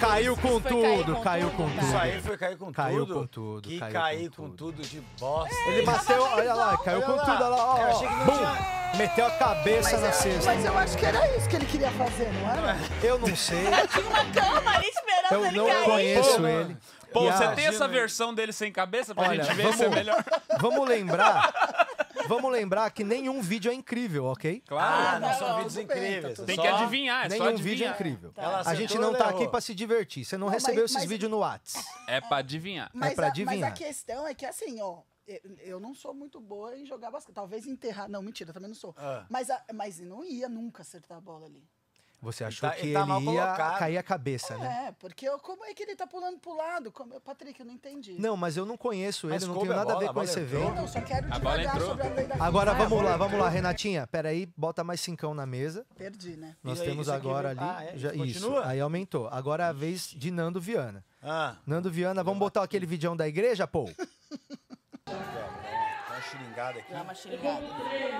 [SPEAKER 2] Caiu com
[SPEAKER 5] Isso foi cair
[SPEAKER 2] tudo,
[SPEAKER 5] com
[SPEAKER 2] caiu
[SPEAKER 5] tudo,
[SPEAKER 2] com
[SPEAKER 5] tá?
[SPEAKER 2] tudo.
[SPEAKER 6] Isso aí foi cair com
[SPEAKER 2] Caiu
[SPEAKER 6] tudo.
[SPEAKER 2] com tudo,
[SPEAKER 6] Que
[SPEAKER 2] caiu
[SPEAKER 6] cair
[SPEAKER 2] com
[SPEAKER 6] com tudo de bosta.
[SPEAKER 2] Ele bateu, olha lá, caiu
[SPEAKER 6] Olha
[SPEAKER 2] com
[SPEAKER 6] lá.
[SPEAKER 2] tudo, olha lá, ó,
[SPEAKER 6] Eu
[SPEAKER 2] ó,
[SPEAKER 6] achei que não
[SPEAKER 2] bum,
[SPEAKER 6] tinha-
[SPEAKER 2] Meteu a cabeça na
[SPEAKER 3] Mas, é,
[SPEAKER 2] cesta.
[SPEAKER 3] mas eu acho que era isso que ele queria fazer, não era?
[SPEAKER 2] Eu não sei,
[SPEAKER 5] Tinha uma cama ali esperando
[SPEAKER 2] eu
[SPEAKER 5] ele
[SPEAKER 2] não
[SPEAKER 5] cair.
[SPEAKER 2] conheço
[SPEAKER 6] Pô,
[SPEAKER 2] é ele.
[SPEAKER 4] Pô,
[SPEAKER 2] E a-
[SPEAKER 4] você tem essa versão dele sem cabeça pra
[SPEAKER 2] Olha,
[SPEAKER 4] gente ver se é
[SPEAKER 2] vamos-
[SPEAKER 4] melhor?
[SPEAKER 2] Vamos lembrar, vamos lembrar que nenhum vídeo é incrível, ok?
[SPEAKER 6] Claro,
[SPEAKER 5] tá
[SPEAKER 6] Ah, não são
[SPEAKER 5] bom.
[SPEAKER 6] vídeos
[SPEAKER 3] Tudo bem, tá
[SPEAKER 6] incríveis.
[SPEAKER 3] tudo
[SPEAKER 6] é
[SPEAKER 4] Tem
[SPEAKER 6] só-
[SPEAKER 4] que adivinhar, é só
[SPEAKER 2] Nenhum
[SPEAKER 4] adivinhar.
[SPEAKER 2] vício é incrível.
[SPEAKER 6] Ela
[SPEAKER 2] A
[SPEAKER 6] acertou,
[SPEAKER 2] gente não
[SPEAKER 6] ela
[SPEAKER 2] tá
[SPEAKER 6] errou.
[SPEAKER 2] aqui pra se divertir. Você não,
[SPEAKER 3] mas-
[SPEAKER 2] recebeu esses
[SPEAKER 3] mas-
[SPEAKER 2] vídeos no Whats.
[SPEAKER 4] É pra adivinhar.
[SPEAKER 3] Mas,
[SPEAKER 2] pra
[SPEAKER 3] a, mas a
[SPEAKER 2] adivinhar.
[SPEAKER 3] questão é que, assim, ó, eu- eu não sou muito boa em jogar basquete. Talvez enterrar. Não, mentira, também não sou.
[SPEAKER 6] Ah.
[SPEAKER 3] Mas, a- mas não ia nunca acertar a bola ali.
[SPEAKER 2] Você achou
[SPEAKER 6] tá-
[SPEAKER 2] que
[SPEAKER 6] ele tá mal
[SPEAKER 2] ele ia
[SPEAKER 6] colocado.
[SPEAKER 2] cair a cabeça, né?
[SPEAKER 3] É, porque eu- como é que ele tá pulando pro lado? Como, Patrick, eu não entendi.
[SPEAKER 2] Não, mas eu não conheço ele,
[SPEAKER 6] Mas
[SPEAKER 2] não
[SPEAKER 6] coube
[SPEAKER 2] tenho
[SPEAKER 6] a
[SPEAKER 2] nada a
[SPEAKER 6] bola,
[SPEAKER 2] ver
[SPEAKER 6] a
[SPEAKER 2] com
[SPEAKER 6] bola
[SPEAKER 2] esse
[SPEAKER 6] entrou.
[SPEAKER 2] evento.
[SPEAKER 3] Então, só quero
[SPEAKER 4] A bola
[SPEAKER 3] devagar
[SPEAKER 4] entrou.
[SPEAKER 3] sobre a lei da
[SPEAKER 2] Agora
[SPEAKER 3] física.
[SPEAKER 2] vamos lá, vamos lá, Renatinha. Peraí, bota mais cincão na mesa.
[SPEAKER 3] Perdi, né?
[SPEAKER 2] Nós
[SPEAKER 6] aí,
[SPEAKER 2] temos
[SPEAKER 6] isso aqui
[SPEAKER 2] agora ali.
[SPEAKER 6] vai- ah, é?
[SPEAKER 2] já- isso.
[SPEAKER 6] Continua?
[SPEAKER 2] Aí aumentou. Agora é a vez de Nando Viana.
[SPEAKER 6] Ah,
[SPEAKER 2] Nando Viana, vamos botar aquele vidão da igreja, pô?
[SPEAKER 6] tá uma xiringada aqui.
[SPEAKER 5] Dá uma xingada.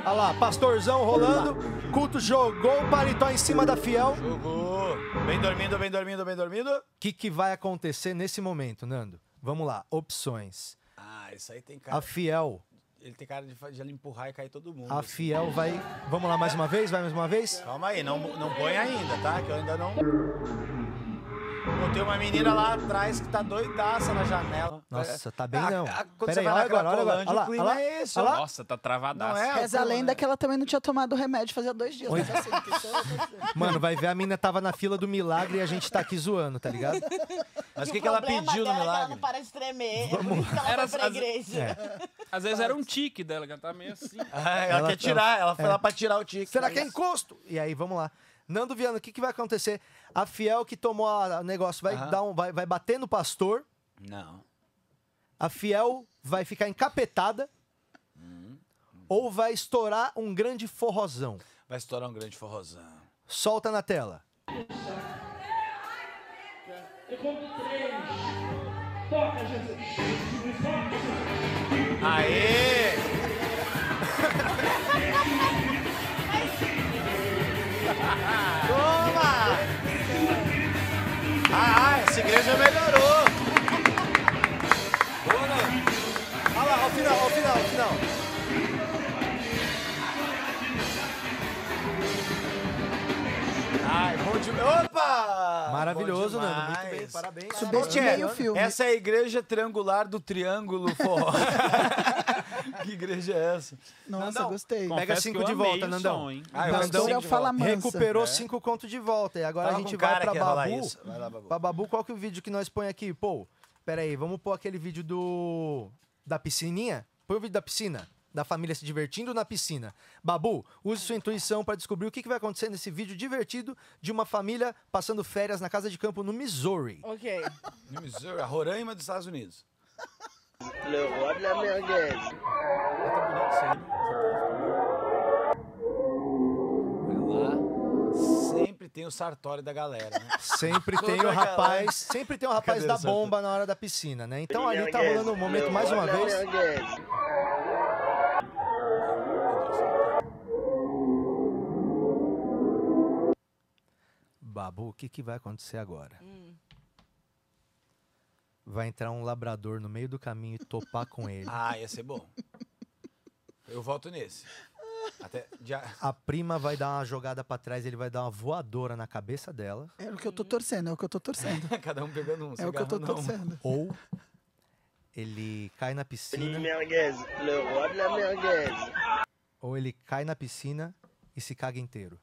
[SPEAKER 2] Olha lá, pastorzão rolando. Culto jogou o paletó em cima da fiel.
[SPEAKER 6] Jogou. Bem dormindo, bem dormindo, bem dormindo.
[SPEAKER 2] O que, que vai acontecer nesse momento, Nando? Vamos lá, opções.
[SPEAKER 6] Ah, isso aí tem cara.
[SPEAKER 2] A fiel
[SPEAKER 6] Ele tem cara de, fa- de ele empurrar e cair todo mundo.
[SPEAKER 2] A
[SPEAKER 6] assim.
[SPEAKER 2] Fiel vai. Vamos lá mais uma vez? Vai mais uma vez?
[SPEAKER 6] Calma aí, não, não põe ainda, tá? Que eu ainda não. Pô, tem uma menina lá atrás que tá doidaça na janela.
[SPEAKER 2] Nossa, tá bem
[SPEAKER 6] A-
[SPEAKER 2] não.
[SPEAKER 6] a- Ah, quando
[SPEAKER 2] Pera
[SPEAKER 6] você
[SPEAKER 2] aí,
[SPEAKER 6] vai
[SPEAKER 2] olha
[SPEAKER 6] na
[SPEAKER 2] agora, olha agora.
[SPEAKER 6] Cracolândia,
[SPEAKER 2] Olha lá,
[SPEAKER 6] o clima
[SPEAKER 2] olha lá,
[SPEAKER 6] é esse,
[SPEAKER 2] olha lá.
[SPEAKER 4] Nossa, tá travadaço.
[SPEAKER 6] Não é?
[SPEAKER 3] Reza a lenda que ela também não tinha tomado o remédio fazia dois dias.
[SPEAKER 2] Oi.
[SPEAKER 3] mas assim, que isso eu tô dizendo.
[SPEAKER 2] Mano, vai ver, a mina tava na fila do milagre e a gente tá aqui zoando, tá ligado?
[SPEAKER 6] Mas o
[SPEAKER 5] E
[SPEAKER 6] que, que ela
[SPEAKER 5] problema
[SPEAKER 6] pediu no
[SPEAKER 5] dela é que Ela
[SPEAKER 6] milagre? É.
[SPEAKER 5] não para de tremer. Por isso que ela
[SPEAKER 4] Era
[SPEAKER 5] foi pra
[SPEAKER 4] as-
[SPEAKER 5] igreja.
[SPEAKER 4] Às vezes era um tique dela, que ela tá meio assim.
[SPEAKER 6] Ah, ela,
[SPEAKER 2] Ela
[SPEAKER 6] quer
[SPEAKER 2] tá-
[SPEAKER 6] tirar, ela foi lá pra tirar o tique.
[SPEAKER 2] Será que é encosto? E aí, vamos lá. Nando Viana, o que, que vai acontecer? A Fiel que tomou a- o negócio vai,
[SPEAKER 6] Aham.
[SPEAKER 2] dar um, vai, vai bater no pastor,
[SPEAKER 6] Não.
[SPEAKER 2] a Fiel vai ficar encapetada
[SPEAKER 6] Hum.
[SPEAKER 2] ou vai estourar um grande forrozão.
[SPEAKER 6] Vai estourar um grande forrozão.
[SPEAKER 2] Solta na tela.
[SPEAKER 6] Aê! Toma! Ah, ah, essa igreja melhorou! Boa, Nando.
[SPEAKER 2] Olha lá, ao final, ao final, ao final.
[SPEAKER 6] Ai, bom demais. Opa!
[SPEAKER 2] Maravilhoso,
[SPEAKER 6] Bom
[SPEAKER 2] Nando. Muito
[SPEAKER 6] demais.
[SPEAKER 2] bem, parabéns.
[SPEAKER 3] Subestimei o filme.
[SPEAKER 6] Essa é a igreja triangular do Triângulo Forró. que igreja é essa?
[SPEAKER 3] Nossa, gostei.
[SPEAKER 4] Confesso
[SPEAKER 2] Pega
[SPEAKER 4] que
[SPEAKER 2] cinco
[SPEAKER 4] eu
[SPEAKER 2] de
[SPEAKER 4] amei
[SPEAKER 2] volta,
[SPEAKER 4] o
[SPEAKER 2] Nandão.
[SPEAKER 4] som, hein?
[SPEAKER 6] Ah, eu acho que
[SPEAKER 2] Nandão
[SPEAKER 6] sim,
[SPEAKER 3] Agora
[SPEAKER 6] de
[SPEAKER 3] é fala mansa. É.
[SPEAKER 2] Recuperou cinco conto de volta. E agora
[SPEAKER 6] Fala
[SPEAKER 2] a gente
[SPEAKER 6] com o
[SPEAKER 2] vai
[SPEAKER 6] cara
[SPEAKER 2] pra
[SPEAKER 6] que ia falar
[SPEAKER 2] Babu.
[SPEAKER 6] isso. Vai lá, Babu.
[SPEAKER 2] Pra Babu, qual que é o vídeo que nós põe aqui? Pô, pera aí, vamos pôr aquele vídeo do... Da piscininha? Põe o vídeo da piscina. Da família se divertindo na piscina. Babu, use sua intuição pra descobrir o que, que vai acontecer nesse vídeo divertido de uma família passando férias na casa de campo no Missouri.
[SPEAKER 5] Ok.
[SPEAKER 6] No Missouri, a Roraima dos Estados Unidos. Olha lá, sempre tem o Sartori da galera, né?
[SPEAKER 2] Sempre
[SPEAKER 6] Todo
[SPEAKER 2] tem o
[SPEAKER 6] aquela-
[SPEAKER 2] rapaz, sempre tem o rapaz
[SPEAKER 6] Cadê
[SPEAKER 2] da
[SPEAKER 6] essa-
[SPEAKER 2] bomba na hora da piscina, né? Então ali tá rolando um momento mais uma vez. Babu, o que, que vai acontecer agora? Vai entrar um labrador no meio do caminho e topar com ele.
[SPEAKER 6] Ah, ia ser bom. Eu voto nesse. Até já...
[SPEAKER 2] A prima vai dar uma jogada pra trás, ele vai dar uma voadora na cabeça dela.
[SPEAKER 3] É o que eu tô torcendo, é o que eu tô torcendo.
[SPEAKER 6] Cada um pegando um.
[SPEAKER 3] É o que eu tô
[SPEAKER 6] cigarro não.
[SPEAKER 3] torcendo.
[SPEAKER 2] Ou ele cai na piscina, ou ele cai na piscina e se caga inteiro.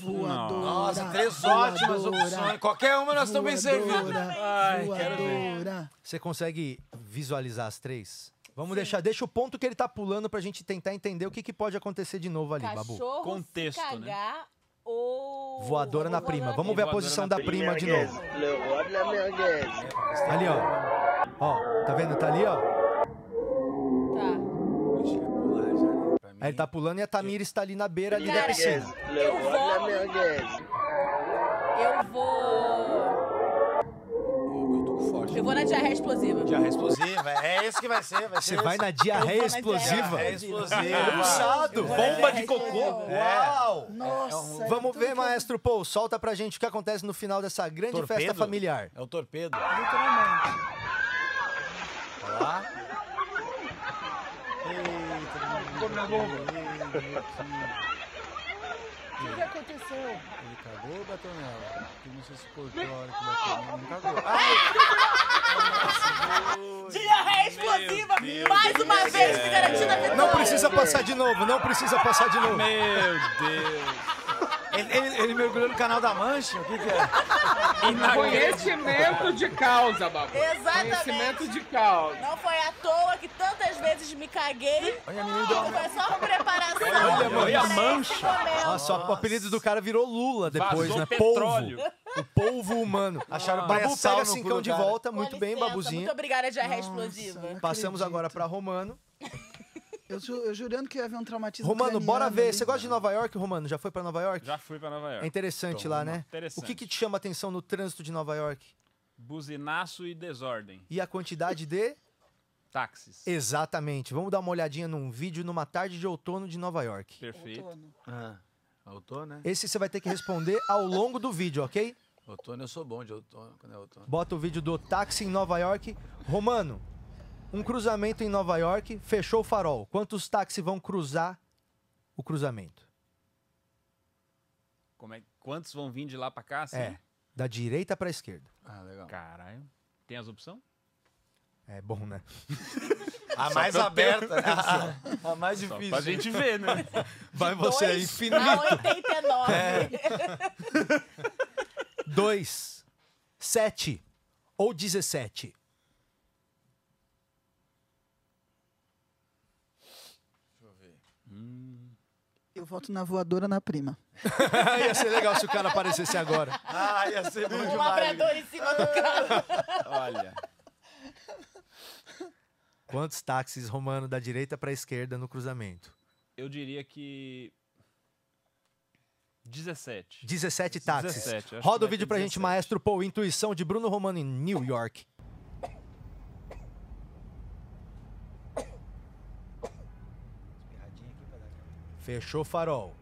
[SPEAKER 3] Voadora.
[SPEAKER 6] Nossa, três ótimas opções. Qualquer É uma nós estamos bem servidos.
[SPEAKER 3] Ai,
[SPEAKER 4] quero
[SPEAKER 3] voadora.
[SPEAKER 2] Você consegue visualizar as três? Vamos deixar, deixa o ponto que ele tá pulando pra gente tentar entender o que, que pode acontecer de novo ali, Babu.
[SPEAKER 5] Cachorro
[SPEAKER 4] Contexto,
[SPEAKER 5] se
[SPEAKER 4] né?
[SPEAKER 5] cagar ou...
[SPEAKER 2] Voadora na prima. Vamos ver a
[SPEAKER 4] Voadora
[SPEAKER 2] posição
[SPEAKER 4] na
[SPEAKER 2] da prima de novo. Ali, ó. Ó, tá vendo? Tá ali, ó.
[SPEAKER 5] Tá.
[SPEAKER 2] Aí ele tá pulando e a Tamires tá ali na beira ali da
[SPEAKER 5] Cara,
[SPEAKER 2] piscina.
[SPEAKER 5] eu vou... Eu vou...
[SPEAKER 6] Eu, eu tô com forte.
[SPEAKER 5] Eu vou na diarreia explosiva.
[SPEAKER 6] Diarreia explosiva. É esse que vai ser. Vai
[SPEAKER 2] Você
[SPEAKER 6] ser
[SPEAKER 2] vai
[SPEAKER 6] esse.
[SPEAKER 2] na diarreia É,
[SPEAKER 5] Eu vou na
[SPEAKER 2] explosiva?
[SPEAKER 6] Diarreia é explosiva.
[SPEAKER 2] Puxado! Bomba
[SPEAKER 6] É,
[SPEAKER 2] de cocô! É, um Uau!
[SPEAKER 3] Nossa. é era
[SPEAKER 2] Então, Vamos
[SPEAKER 3] tudo
[SPEAKER 2] ver,
[SPEAKER 3] que eu-
[SPEAKER 2] maestro Paul, solta pra gente o que acontece no final dessa grande
[SPEAKER 6] Torpedo?
[SPEAKER 2] festa familiar.
[SPEAKER 6] É o torpedo.
[SPEAKER 3] Literalmente.
[SPEAKER 6] Olha lá. Eita, Como é
[SPEAKER 3] O que aconteceu?
[SPEAKER 6] Ele cagou ou bateu nela? Eu não sei se cortou a hora que bateu. Ele não cagou. Ah,
[SPEAKER 5] Diarreia explosiva! Mais uma vez, que garantindo a vitória!
[SPEAKER 2] Não precisa passar de novo, não precisa passar de novo.
[SPEAKER 4] Meu Deus.
[SPEAKER 6] ele, ele- ele mergulhou no canal da Mancha? O que, que é?
[SPEAKER 7] Conhecimento de causa, Babu.
[SPEAKER 5] Exatamente.
[SPEAKER 7] Conhecimento de causa.
[SPEAKER 5] Não foi à toa que tantas vezes me caguei.
[SPEAKER 6] Olha, a menina deu uma.
[SPEAKER 5] Foi só uma preparação.
[SPEAKER 2] Olha, mano,
[SPEAKER 4] olha a
[SPEAKER 5] Parece
[SPEAKER 4] mancha.
[SPEAKER 5] cogumelo.
[SPEAKER 2] Nossa, o apelido do cara virou Lula depois,
[SPEAKER 4] Vazou
[SPEAKER 2] né?
[SPEAKER 4] Petróleo. Ah.
[SPEAKER 2] Polvo. O polvo humano.
[SPEAKER 6] Acharam
[SPEAKER 2] Babu
[SPEAKER 6] pré-sal
[SPEAKER 2] pega
[SPEAKER 6] no cu
[SPEAKER 2] cincão
[SPEAKER 6] do
[SPEAKER 2] de
[SPEAKER 6] cara.
[SPEAKER 2] volta,
[SPEAKER 5] Com
[SPEAKER 2] tá muito bem,
[SPEAKER 5] licença, Muito
[SPEAKER 2] babuzinho.
[SPEAKER 5] obrigada, diarreia
[SPEAKER 3] Nossa.
[SPEAKER 5] explosiva.
[SPEAKER 2] Passamos
[SPEAKER 3] Acredito.
[SPEAKER 2] agora pra Romano.
[SPEAKER 3] Eu, ju- eu jurando que eu ia haver um traumatismo.
[SPEAKER 2] Romano,
[SPEAKER 3] craniano
[SPEAKER 2] bora ver.
[SPEAKER 3] ali.
[SPEAKER 2] Você gosta de Nova York, Romano? Já foi pra Nova York?
[SPEAKER 4] Já fui pra Nova
[SPEAKER 2] É
[SPEAKER 4] York.
[SPEAKER 2] interessante lá, né?
[SPEAKER 4] Interessante.
[SPEAKER 2] O que, que te chama atenção no trânsito de Nova York?
[SPEAKER 4] Buzinaço e desordem.
[SPEAKER 2] E a quantidade de.
[SPEAKER 4] Táxis.
[SPEAKER 2] Exatamente. Vamos dar uma olhadinha num vídeo numa tarde de outono de Nova York.
[SPEAKER 4] Perfeito.
[SPEAKER 3] Outono.
[SPEAKER 6] Ah, outono, né?
[SPEAKER 2] Esse você vai ter que responder ao longo do vídeo, ok?
[SPEAKER 6] Outono eu sou bom de outono, quando é outono.
[SPEAKER 2] Bota o vídeo do táxi em Nova York. Romano, um cruzamento em Nova York, fechou o farol. Quantos táxis vão cruzar o cruzamento?
[SPEAKER 4] Como é, quantos vão vir de lá pra cá? Assim?
[SPEAKER 2] É, da direita pra esquerda.
[SPEAKER 6] Ah, legal.
[SPEAKER 4] Caralho. Tem as opções?
[SPEAKER 2] É bom, né?
[SPEAKER 6] A mais aberta, né? A, mais difícil.
[SPEAKER 4] Pra gente ver, né?
[SPEAKER 6] é
[SPEAKER 2] Vai
[SPEAKER 5] Dois Na 89.
[SPEAKER 2] É. Dois, sete ou dezessete.
[SPEAKER 3] Eu volto na voadora na prima.
[SPEAKER 2] É, Ia ser legal se o cara aparecesse agora.
[SPEAKER 6] Ah, ia ser bom
[SPEAKER 5] Um
[SPEAKER 6] demais.
[SPEAKER 5] labrador em cima do carro.
[SPEAKER 4] Olha.
[SPEAKER 2] Quantos táxis, Romano, da direita pra esquerda no cruzamento?
[SPEAKER 4] Eu diria que. 17.
[SPEAKER 2] 17 táxis.
[SPEAKER 4] 17, acho que é
[SPEAKER 2] Roda o
[SPEAKER 4] vai
[SPEAKER 2] vídeo
[SPEAKER 4] ter
[SPEAKER 2] pra gente,
[SPEAKER 4] 17.
[SPEAKER 2] Maestro Paul. Intuição de Bruno Romano em New York. Fechou o farol.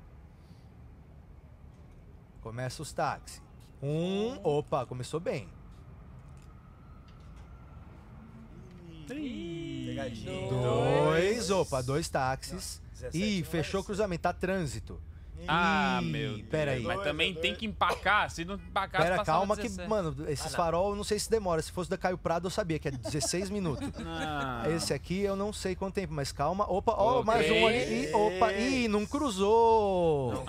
[SPEAKER 2] Começa os táxis. Um. Opa, começou bem.
[SPEAKER 6] Pegadinha.
[SPEAKER 2] Dois. Opa, dois táxis.
[SPEAKER 6] 17
[SPEAKER 2] Ih,
[SPEAKER 6] não é
[SPEAKER 2] fechou o cruzamento. Tá trânsito.
[SPEAKER 4] Ah,
[SPEAKER 2] Ih,
[SPEAKER 4] meu Deus.
[SPEAKER 2] pera aí.
[SPEAKER 4] Mas também tem que empacar. Se não empacar, tá você
[SPEAKER 2] Pera,
[SPEAKER 4] passava
[SPEAKER 2] calma que,
[SPEAKER 4] 17.
[SPEAKER 2] mano, esses farol eu não sei se demora. Se fosse da Caio Prado, eu sabia que é 16 minutos.
[SPEAKER 4] Ah,
[SPEAKER 2] Esse aqui eu não sei quanto tempo, mas calma. Opa, ó,
[SPEAKER 4] Ok.
[SPEAKER 2] mais um ali. Ih, opa, ih, não cruzou. Hum.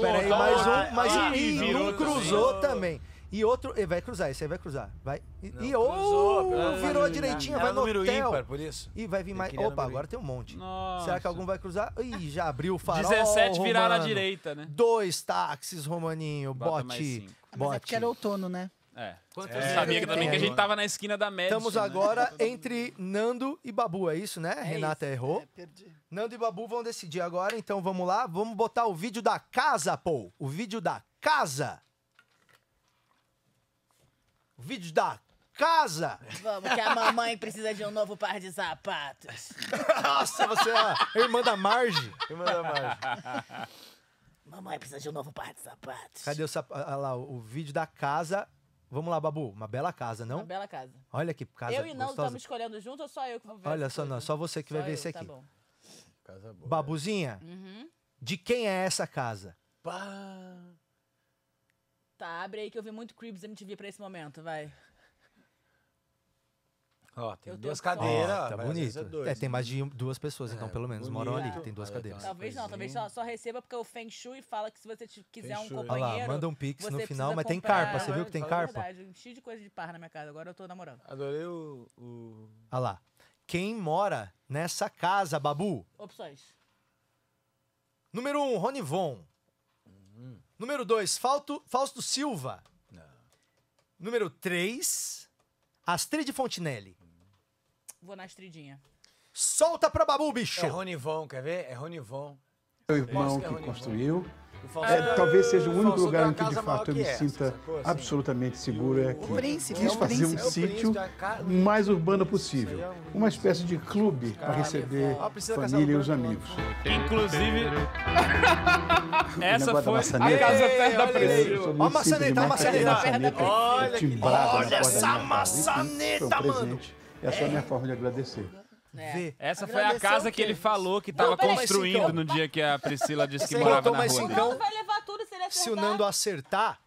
[SPEAKER 2] Pera aí, mais um, mais um.
[SPEAKER 4] Ih,
[SPEAKER 2] Ih,
[SPEAKER 4] virou
[SPEAKER 2] não cruzou também. E outro, e vai cruzar, esse aí vai cruzar. Vai. E, e oh, virou direitinho, vai
[SPEAKER 6] é um
[SPEAKER 2] no
[SPEAKER 6] número
[SPEAKER 2] hotel.
[SPEAKER 6] ímpar, por isso.
[SPEAKER 2] Ih, vai vir mais.
[SPEAKER 6] queria
[SPEAKER 2] Opa,
[SPEAKER 6] número
[SPEAKER 2] agora tem um monte.
[SPEAKER 4] Nossa.
[SPEAKER 2] Será que algum vai cruzar? Ih, já abriu o farol.
[SPEAKER 4] 17 viraram à
[SPEAKER 2] Romano.
[SPEAKER 4] direita, né?
[SPEAKER 2] Dois táxis, Romaninho.
[SPEAKER 4] Bota mais
[SPEAKER 2] Bote.
[SPEAKER 4] cinco.
[SPEAKER 3] Ah, Mas é
[SPEAKER 2] Bote.
[SPEAKER 3] porque era outono, né?
[SPEAKER 4] É.
[SPEAKER 6] Quantos
[SPEAKER 4] Eu sabia que
[SPEAKER 3] tem
[SPEAKER 4] também que a gente
[SPEAKER 6] agora?
[SPEAKER 4] tava na esquina da né? média.
[SPEAKER 2] Estamos
[SPEAKER 5] né?
[SPEAKER 2] agora entre Nando e Babu, é isso, né? Renata errou.
[SPEAKER 3] É, perdi.
[SPEAKER 2] Nando e Babu vão decidir agora, então vamos lá. Vamos botar o vídeo da casa, pô. O vídeo da casa. O vídeo da casa.
[SPEAKER 5] Vamos, que a mamãe precisa de um novo par de sapatos.
[SPEAKER 2] Nossa, você é a irmã da Marge.
[SPEAKER 6] Quem manda mais?
[SPEAKER 5] Mamãe precisa de um novo par de sapatos.
[SPEAKER 2] Cadê o sap... Olha lá, o vídeo da casa. Vamos lá, Babu. Uma bela casa,
[SPEAKER 5] Uma
[SPEAKER 2] não?
[SPEAKER 5] bela casa.
[SPEAKER 2] Olha que casa
[SPEAKER 5] eu e não
[SPEAKER 2] gostosa.
[SPEAKER 5] estamos escolhendo junto ou só eu que vou ver?
[SPEAKER 2] Olha
[SPEAKER 5] essa
[SPEAKER 2] só,
[SPEAKER 5] coisa?
[SPEAKER 2] não, só você que vai ver
[SPEAKER 5] eu,
[SPEAKER 2] esse
[SPEAKER 5] tá
[SPEAKER 2] aqui.
[SPEAKER 5] bom. Uhum.
[SPEAKER 6] Casa boa.
[SPEAKER 2] Babuzinha,
[SPEAKER 5] Hum.
[SPEAKER 2] de quem é essa casa?
[SPEAKER 6] Pá.
[SPEAKER 5] Tá, abre aí que eu vi muito Cribs MTV pra esse momento, vai.
[SPEAKER 6] Ó, tem
[SPEAKER 5] Eu
[SPEAKER 6] duas
[SPEAKER 5] tô com
[SPEAKER 6] cadeiras.
[SPEAKER 2] Ó, tá
[SPEAKER 6] vai, às vezes
[SPEAKER 2] bonito. É,
[SPEAKER 8] é dois,
[SPEAKER 9] né?
[SPEAKER 2] tem mais de duas pessoas, então, pelo menos, moram ali,
[SPEAKER 5] bonito.
[SPEAKER 2] tem duas
[SPEAKER 6] Olha,
[SPEAKER 2] cadeiras.
[SPEAKER 6] tá.
[SPEAKER 5] Talvez não, talvez só,
[SPEAKER 6] coisinha.
[SPEAKER 5] só receba porque o Feng Shui fala que se você te- quiser
[SPEAKER 6] Feng
[SPEAKER 5] um
[SPEAKER 6] Shui. Olha
[SPEAKER 2] Olha
[SPEAKER 5] companheiro.
[SPEAKER 2] lá, manda um pix
[SPEAKER 5] você
[SPEAKER 2] no
[SPEAKER 5] precisa
[SPEAKER 2] final, mas tem
[SPEAKER 5] comprar-
[SPEAKER 2] carpa, você viu que tem
[SPEAKER 5] Fala a
[SPEAKER 2] carpa?
[SPEAKER 5] Verdade, um cheio de coisa de parra na minha casa, agora eu tô namorando.
[SPEAKER 6] Adorei o. o-
[SPEAKER 2] Olha lá. Quem mora nessa casa, Babu?
[SPEAKER 5] Opções.
[SPEAKER 2] Número 1, um, Ronivon. Número 2, Fausto Silva. Número 3, Astrid Fontinelli.
[SPEAKER 5] Vou na estridinha.
[SPEAKER 2] Solta pra Babu, bicho!
[SPEAKER 6] É Ronivon, quer ver? É Ronivon.
[SPEAKER 9] Meu
[SPEAKER 6] Posso
[SPEAKER 9] irmão
[SPEAKER 6] que é
[SPEAKER 9] que um
[SPEAKER 6] Ronivon?
[SPEAKER 9] construiu.
[SPEAKER 6] O
[SPEAKER 9] É,
[SPEAKER 6] Falsão-
[SPEAKER 9] talvez seja o
[SPEAKER 6] o
[SPEAKER 9] único
[SPEAKER 6] Falsão tem
[SPEAKER 9] lugar
[SPEAKER 6] uma
[SPEAKER 9] em que de
[SPEAKER 6] casa maior
[SPEAKER 9] fato eu
[SPEAKER 6] que
[SPEAKER 9] me
[SPEAKER 6] essa,
[SPEAKER 9] sinta
[SPEAKER 6] sacou? Assim.
[SPEAKER 9] absolutamente seguro. É
[SPEAKER 3] O
[SPEAKER 9] que
[SPEAKER 3] príncipe,
[SPEAKER 9] quis
[SPEAKER 3] é o
[SPEAKER 9] fazer um
[SPEAKER 3] príncipe.
[SPEAKER 6] príncipe.
[SPEAKER 9] sítio
[SPEAKER 6] É o príncipe.
[SPEAKER 9] o mais urbano possível. Uma espécie de clube para receber
[SPEAKER 6] Ó, Priscila
[SPEAKER 9] família e os
[SPEAKER 6] Cassandra,
[SPEAKER 9] amigos.
[SPEAKER 4] Inclusive.
[SPEAKER 9] negócio
[SPEAKER 4] essa
[SPEAKER 9] da
[SPEAKER 4] foi
[SPEAKER 9] maçaneta.
[SPEAKER 7] A casa
[SPEAKER 6] Ei,
[SPEAKER 7] perto da
[SPEAKER 6] olha
[SPEAKER 7] Priscila.
[SPEAKER 9] Eu sou
[SPEAKER 2] Ó a
[SPEAKER 9] muito
[SPEAKER 2] maçaneta,
[SPEAKER 9] simples,
[SPEAKER 2] ó a
[SPEAKER 9] mas
[SPEAKER 2] maçaneta.
[SPEAKER 9] essa
[SPEAKER 6] Olha que
[SPEAKER 9] timbrada
[SPEAKER 6] lindo.
[SPEAKER 9] é na
[SPEAKER 2] Olha
[SPEAKER 9] porta da
[SPEAKER 2] essa
[SPEAKER 9] minha casa. Enfim,
[SPEAKER 2] maçaneta,
[SPEAKER 9] foi um
[SPEAKER 2] mano.
[SPEAKER 9] presente. Essa é a minha forma de agradecer.
[SPEAKER 5] É.
[SPEAKER 2] Vê.
[SPEAKER 4] Essa foi a
[SPEAKER 3] Agradecer
[SPEAKER 4] casa
[SPEAKER 3] o
[SPEAKER 4] que
[SPEAKER 3] quê?
[SPEAKER 4] ele falou que tava
[SPEAKER 5] peraí,
[SPEAKER 4] construindo
[SPEAKER 5] Chicão.
[SPEAKER 4] no dia que a Priscila disse que
[SPEAKER 2] Você
[SPEAKER 4] morava
[SPEAKER 2] botou
[SPEAKER 4] na
[SPEAKER 2] mais
[SPEAKER 4] rua. né?
[SPEAKER 2] cincão?
[SPEAKER 4] dele.
[SPEAKER 5] Então vai levar tudo se ele acertar.
[SPEAKER 2] Se o Nando acertar,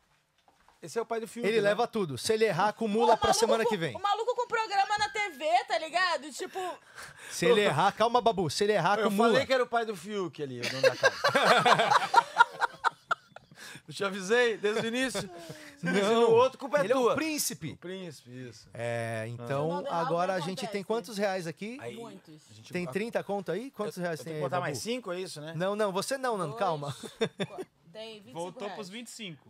[SPEAKER 6] Esse é o pai do filme.
[SPEAKER 5] né?
[SPEAKER 3] né?
[SPEAKER 2] ele leva tudo. Se ele errar, acumula pra semana que vem.
[SPEAKER 5] O maluco com programa na TV, tá ligado? Tipo,
[SPEAKER 2] Se ele errar, calma, Babu. Se ele errar,
[SPEAKER 6] Eu
[SPEAKER 2] acumula.
[SPEAKER 6] falei que era o pai do Fiuk ali, o dono da casa. Eu te avisei desde o início. Se
[SPEAKER 2] Não.
[SPEAKER 6] disse no outro, culpa é
[SPEAKER 2] Ele é
[SPEAKER 6] tua.
[SPEAKER 2] o príncipe.
[SPEAKER 6] príncipe, isso.
[SPEAKER 2] É, então
[SPEAKER 5] Nando errar,
[SPEAKER 2] agora
[SPEAKER 5] o
[SPEAKER 2] a
[SPEAKER 5] que
[SPEAKER 2] gente tem
[SPEAKER 5] acontece?
[SPEAKER 2] quantos reais aqui?
[SPEAKER 6] Aí,
[SPEAKER 5] muitos.
[SPEAKER 6] a gente-
[SPEAKER 2] Tem 30 conto aí? Quantos
[SPEAKER 6] Eu
[SPEAKER 2] reais
[SPEAKER 6] tenho
[SPEAKER 2] tem
[SPEAKER 6] que
[SPEAKER 2] aí,
[SPEAKER 6] botar
[SPEAKER 2] Babu?
[SPEAKER 6] mais cinco, é isso, né?
[SPEAKER 2] Não, não, você não, Nando,
[SPEAKER 5] Dois.
[SPEAKER 2] calma.
[SPEAKER 5] Tem 25
[SPEAKER 4] Voltou
[SPEAKER 5] reais.
[SPEAKER 4] pros 25.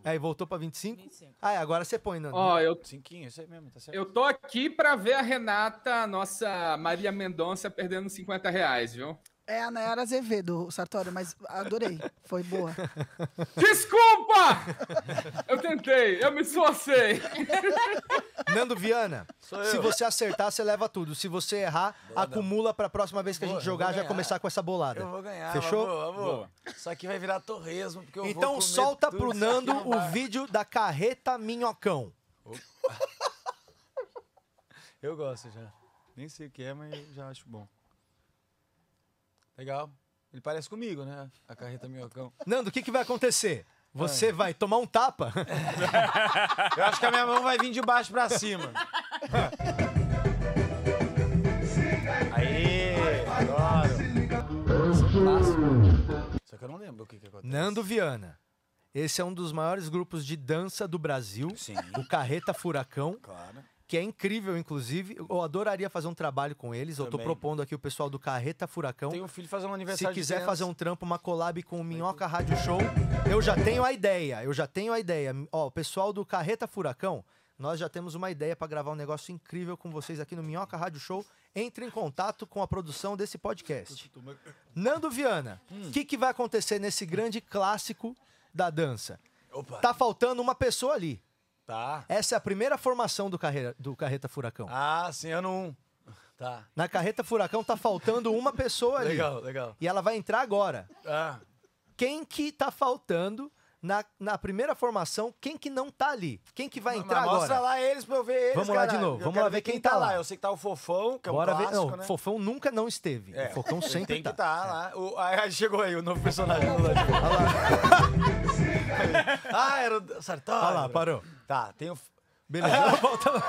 [SPEAKER 2] Aí voltou pra 25?
[SPEAKER 5] 25.
[SPEAKER 2] Ah, agora você põe, Nando.
[SPEAKER 7] Ó, eu,
[SPEAKER 6] Cinquinho, isso aí mesmo, tá certo.
[SPEAKER 7] eu tô aqui pra ver a Renata, a nossa Maria Mendonça, perdendo 50 reais, viu?
[SPEAKER 3] É a Nayara Azevedo, Sartório, mas adorei. Foi boa.
[SPEAKER 7] Desculpa! Eu tentei, eu me esforcei.
[SPEAKER 2] Ah, Nando Viana,
[SPEAKER 6] Sou
[SPEAKER 2] se
[SPEAKER 6] eu.
[SPEAKER 2] você acertar, você leva tudo. Se você errar, acumula pra próxima vez que a
[SPEAKER 6] Boa,
[SPEAKER 2] gente
[SPEAKER 6] eu vou
[SPEAKER 2] jogar já
[SPEAKER 6] ganhar.
[SPEAKER 2] começar com essa bolada.
[SPEAKER 6] Eu vou ganhar,
[SPEAKER 2] Fechou?
[SPEAKER 6] Amor, amor.
[SPEAKER 4] Boa.
[SPEAKER 6] Isso aqui vai virar torresmo, porque eu vou
[SPEAKER 2] Então
[SPEAKER 6] comer
[SPEAKER 2] solta
[SPEAKER 6] tudo
[SPEAKER 2] pro
[SPEAKER 6] isso aqui
[SPEAKER 2] Nando
[SPEAKER 6] no
[SPEAKER 2] o
[SPEAKER 6] bar.
[SPEAKER 2] vídeo da carreta minhocão.
[SPEAKER 6] Eu gosto já. Nem sei o que é, mas eu já acho bom. Legal. Ele parece comigo, né? A carreta minhocão.
[SPEAKER 2] Nando, o que, que vai acontecer? Você
[SPEAKER 6] Ah.
[SPEAKER 2] vai tomar um tapa?
[SPEAKER 6] Eu acho que a minha mão vai vir de baixo pra cima. Aí, adoro. Só que eu não lembro o que, que acontece.
[SPEAKER 2] Nando Viana. Esse é um dos maiores grupos de dança do Brasil,
[SPEAKER 6] Sim.
[SPEAKER 2] o Carreta Furacão,
[SPEAKER 6] Claro.
[SPEAKER 2] que é incrível, inclusive. Eu adoraria fazer um trabalho com eles. Eu tô
[SPEAKER 6] Também.
[SPEAKER 2] propondo aqui o pessoal do Carreta Furacão.
[SPEAKER 6] Tem um filho fazendo um
[SPEAKER 2] Se
[SPEAKER 6] aniversário de
[SPEAKER 2] quiser
[SPEAKER 6] criança.
[SPEAKER 2] fazer um trampo, uma collab com o Minhoca Rádio Show, eu já tenho a ideia. Eu já tenho a ideia. Ó, o pessoal do Carreta Furacão, nós já temos uma ideia pra gravar um negócio incrível com vocês aqui no Minhoca Rádio Show. Entre em contato com a produção desse podcast. Nando Viana,
[SPEAKER 6] Hum.
[SPEAKER 2] o que, que vai acontecer nesse grande clássico da dança?
[SPEAKER 6] Opa,
[SPEAKER 2] Tá faltando uma pessoa ali.
[SPEAKER 6] tá.
[SPEAKER 2] Essa é a primeira formação do, carreira, do Carreta Furacão.
[SPEAKER 6] Ah, sim, ano 1. Um. Tá.
[SPEAKER 2] Na Carreta Furacão tá faltando uma pessoa ali.
[SPEAKER 6] Legal, legal.
[SPEAKER 2] E ela vai entrar agora.
[SPEAKER 6] Ah,
[SPEAKER 2] quem que tá faltando na, na primeira formação, quem que não tá ali? Quem que vai
[SPEAKER 6] mas
[SPEAKER 2] entrar
[SPEAKER 6] mostra
[SPEAKER 2] agora?
[SPEAKER 6] lá eles pra eu ver eles,
[SPEAKER 2] Vamos lá de
[SPEAKER 6] caralho.
[SPEAKER 2] novo,
[SPEAKER 6] Eu
[SPEAKER 2] vamos
[SPEAKER 6] quero
[SPEAKER 2] lá ver quem tá lá.
[SPEAKER 6] Eu sei que tá o Fofão, que é um
[SPEAKER 2] Bora ver.
[SPEAKER 6] clássico,
[SPEAKER 2] Não,
[SPEAKER 6] né?
[SPEAKER 2] Fofão nunca não esteve.
[SPEAKER 6] É,
[SPEAKER 2] O Fofão
[SPEAKER 6] ele
[SPEAKER 2] sempre
[SPEAKER 6] tem
[SPEAKER 2] tá.
[SPEAKER 6] que tá lá. O, aí chegou aí o novo personagem do Ladinho. ah, era o Sartori.
[SPEAKER 2] Olha lá, parou.
[SPEAKER 6] Tá, tem o...
[SPEAKER 2] Beleza. Volta lá.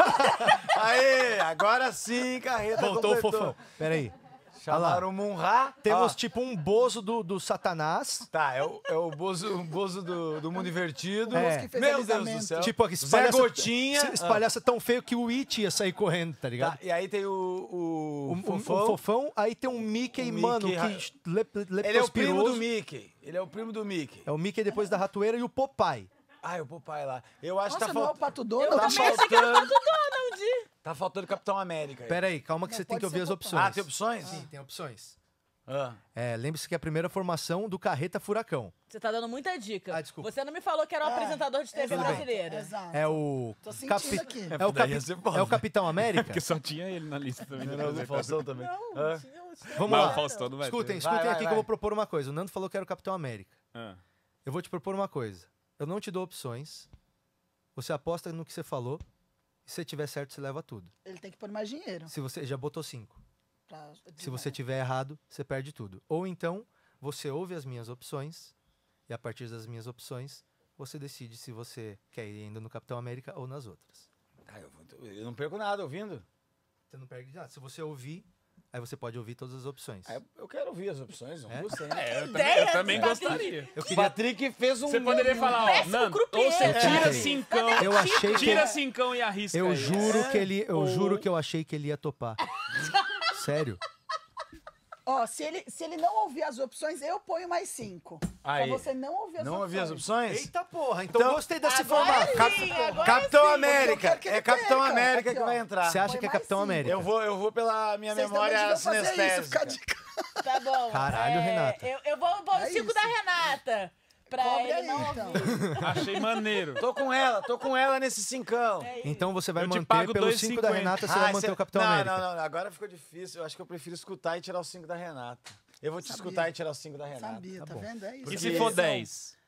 [SPEAKER 6] Aê, agora sim, carreta
[SPEAKER 2] Voltou o
[SPEAKER 6] completou.
[SPEAKER 2] Fofão. Peraí.
[SPEAKER 6] Chamaram o Munra.
[SPEAKER 2] Temos
[SPEAKER 6] Ó,
[SPEAKER 2] tipo um bozo do, do Satanás.
[SPEAKER 6] Tá, é o, é o Bozo, o bozo do, do Mundo Invertido.
[SPEAKER 2] É.
[SPEAKER 3] que fez
[SPEAKER 6] Meu Deus
[SPEAKER 3] alisamento.
[SPEAKER 6] do céu.
[SPEAKER 2] Tipo, esse
[SPEAKER 6] Zé
[SPEAKER 2] palhaço,
[SPEAKER 6] Gotinha.
[SPEAKER 2] Esse palhaço é tão feio que o It ia sair correndo, tá
[SPEAKER 6] Ah,
[SPEAKER 2] ligado?
[SPEAKER 6] tá, e aí tem o, o,
[SPEAKER 2] O, o-
[SPEAKER 6] Fofão.
[SPEAKER 2] o fofão, aí tem um Mickey,
[SPEAKER 6] O
[SPEAKER 2] mano,
[SPEAKER 6] Mickey,
[SPEAKER 2] que le, le,
[SPEAKER 6] Ele é o primo do
[SPEAKER 2] leprospiroso.
[SPEAKER 6] Mickey. Ele é o primo do Mickey.
[SPEAKER 2] É o Mickey depois da ratoeira e o Popeye.
[SPEAKER 6] Ah, é o Popeye lá. Eu acho
[SPEAKER 3] Nossa,
[SPEAKER 6] que tá
[SPEAKER 3] não é o
[SPEAKER 6] faltando...
[SPEAKER 3] Pato Donald?
[SPEAKER 6] Tá faltando...
[SPEAKER 3] Ah,
[SPEAKER 5] Donald!
[SPEAKER 6] Tá faltando Capitão América aí.
[SPEAKER 2] Pera aí, calma que
[SPEAKER 3] Não,
[SPEAKER 2] você tem
[SPEAKER 3] pode
[SPEAKER 2] que ouvir
[SPEAKER 3] ser
[SPEAKER 2] as
[SPEAKER 3] Popeye.
[SPEAKER 2] opções.
[SPEAKER 6] Ah, tem opções?
[SPEAKER 2] Sim, tem opções.
[SPEAKER 6] Ah.
[SPEAKER 2] É, lembre-se que é a primeira formação do Carreta Furacão.
[SPEAKER 5] Você tá dando muita dica.
[SPEAKER 2] Ah, desculpa.
[SPEAKER 5] Você não me falou que era um apresentador de TV
[SPEAKER 3] Exato,
[SPEAKER 5] brasileira.
[SPEAKER 3] Exato.
[SPEAKER 2] É o.
[SPEAKER 3] Tô sentindo
[SPEAKER 2] Capi-
[SPEAKER 3] aqui.
[SPEAKER 2] É,
[SPEAKER 6] daí
[SPEAKER 2] o
[SPEAKER 6] ia
[SPEAKER 2] capi-
[SPEAKER 6] ser foda.
[SPEAKER 2] é o Capitão América?
[SPEAKER 4] Porque só tinha ele na lista também. do
[SPEAKER 6] Era do
[SPEAKER 4] apresentador.
[SPEAKER 6] Faustão também.
[SPEAKER 5] Não,
[SPEAKER 6] Ah.
[SPEAKER 5] tinha uns-
[SPEAKER 2] Vamos
[SPEAKER 4] Mas o
[SPEAKER 2] lá.
[SPEAKER 4] Faustão não vai ter.
[SPEAKER 2] Escutem, escutem
[SPEAKER 6] Vai, vai,
[SPEAKER 2] aqui que
[SPEAKER 6] vai.
[SPEAKER 2] eu vou propor uma coisa. O Nando falou que era o Capitão América.
[SPEAKER 4] Ah.
[SPEAKER 2] Eu vou te propor uma coisa. Eu não te dou opções. Você aposta no que você falou. E se tiver certo, você leva tudo.
[SPEAKER 3] Ele tem que pôr mais dinheiro.
[SPEAKER 2] Se você já botou cinco.
[SPEAKER 3] pra-
[SPEAKER 2] Se você tiver errado, você perde tudo. Ou então, você ouve as minhas opções. E a partir das minhas opções, você decide se você quer ir ainda no Capitão América ou nas outras.
[SPEAKER 6] Ah, eu, vou- eu não perco nada ouvindo.
[SPEAKER 2] Você não perde nada. Se você ouvir, aí você pode ouvir todas as opções.
[SPEAKER 6] É, eu quero ouvir as opções,
[SPEAKER 2] É?
[SPEAKER 6] vamos é?
[SPEAKER 4] É, eu também,
[SPEAKER 5] Ideia
[SPEAKER 4] eu também
[SPEAKER 5] de
[SPEAKER 4] gostaria.
[SPEAKER 2] Eu
[SPEAKER 6] O
[SPEAKER 2] queria.
[SPEAKER 6] Patrick fez um.
[SPEAKER 4] Você poderia falar, ó,
[SPEAKER 5] péssimo
[SPEAKER 4] Nando,
[SPEAKER 5] croupier,
[SPEAKER 4] ou você
[SPEAKER 5] cara.
[SPEAKER 4] tira
[SPEAKER 2] É.
[SPEAKER 4] cincão,
[SPEAKER 2] Eu achei que.
[SPEAKER 4] tira cincão e arrisca
[SPEAKER 2] Eu
[SPEAKER 4] aí. É.
[SPEAKER 2] juro que ele. Eu juro que eu achei que ele ia topar. Sério.
[SPEAKER 3] Ó, se ele, se ele não ouvir as opções, eu ponho mais cinco.
[SPEAKER 6] Aí.
[SPEAKER 3] Pra você não ouvir as
[SPEAKER 6] Não
[SPEAKER 3] opções.
[SPEAKER 6] ouvi as opções?
[SPEAKER 2] Eita porra, então,
[SPEAKER 6] Então-
[SPEAKER 2] gostei desse
[SPEAKER 5] Agora
[SPEAKER 2] formato.
[SPEAKER 5] sim,
[SPEAKER 6] Capitão
[SPEAKER 5] agora sim.
[SPEAKER 3] porque eu
[SPEAKER 6] América.
[SPEAKER 3] quero que ele
[SPEAKER 6] É Capitão
[SPEAKER 3] perca.
[SPEAKER 6] América
[SPEAKER 3] Aqui,
[SPEAKER 6] que
[SPEAKER 3] ó.
[SPEAKER 6] vai entrar.
[SPEAKER 2] Você acha que é
[SPEAKER 3] mais
[SPEAKER 2] Capitão
[SPEAKER 3] cinco.
[SPEAKER 2] América?
[SPEAKER 6] Eu vou, eu vou pela minha
[SPEAKER 3] Vocês também
[SPEAKER 6] memória
[SPEAKER 3] deviam fazer isso, ficar
[SPEAKER 6] sinestésica.
[SPEAKER 3] de cara.
[SPEAKER 5] Tá bom.
[SPEAKER 2] Caralho,
[SPEAKER 5] É,
[SPEAKER 2] Renata.
[SPEAKER 5] Eu, eu vou pôr o
[SPEAKER 3] É
[SPEAKER 5] cinco
[SPEAKER 3] isso.
[SPEAKER 5] da Renata. Pra
[SPEAKER 3] Cobre
[SPEAKER 5] ele
[SPEAKER 3] aí,
[SPEAKER 5] não
[SPEAKER 3] então.
[SPEAKER 5] ouvir.
[SPEAKER 4] Achei maneiro.
[SPEAKER 6] Tô com ela, tô com ela nesse cincão.
[SPEAKER 5] É isso.
[SPEAKER 2] Então você vai
[SPEAKER 4] Eu te
[SPEAKER 2] manter
[SPEAKER 4] pago
[SPEAKER 2] pelo 5 da
[SPEAKER 4] 2,50.
[SPEAKER 2] Renata, você
[SPEAKER 6] Ah,
[SPEAKER 2] vai manter
[SPEAKER 6] cê-
[SPEAKER 2] o Capitão
[SPEAKER 6] não,
[SPEAKER 2] América.
[SPEAKER 6] Não, não, não, agora ficou difícil. Eu acho que eu prefiro escutar e tirar o 5 da Renata. Eu vou te
[SPEAKER 3] Sabia.
[SPEAKER 6] escutar e tirar o 5 da Renata.
[SPEAKER 3] Sabia, tá,
[SPEAKER 2] bom.
[SPEAKER 3] vendo? É isso.
[SPEAKER 4] E se for
[SPEAKER 6] Isso.
[SPEAKER 4] 10?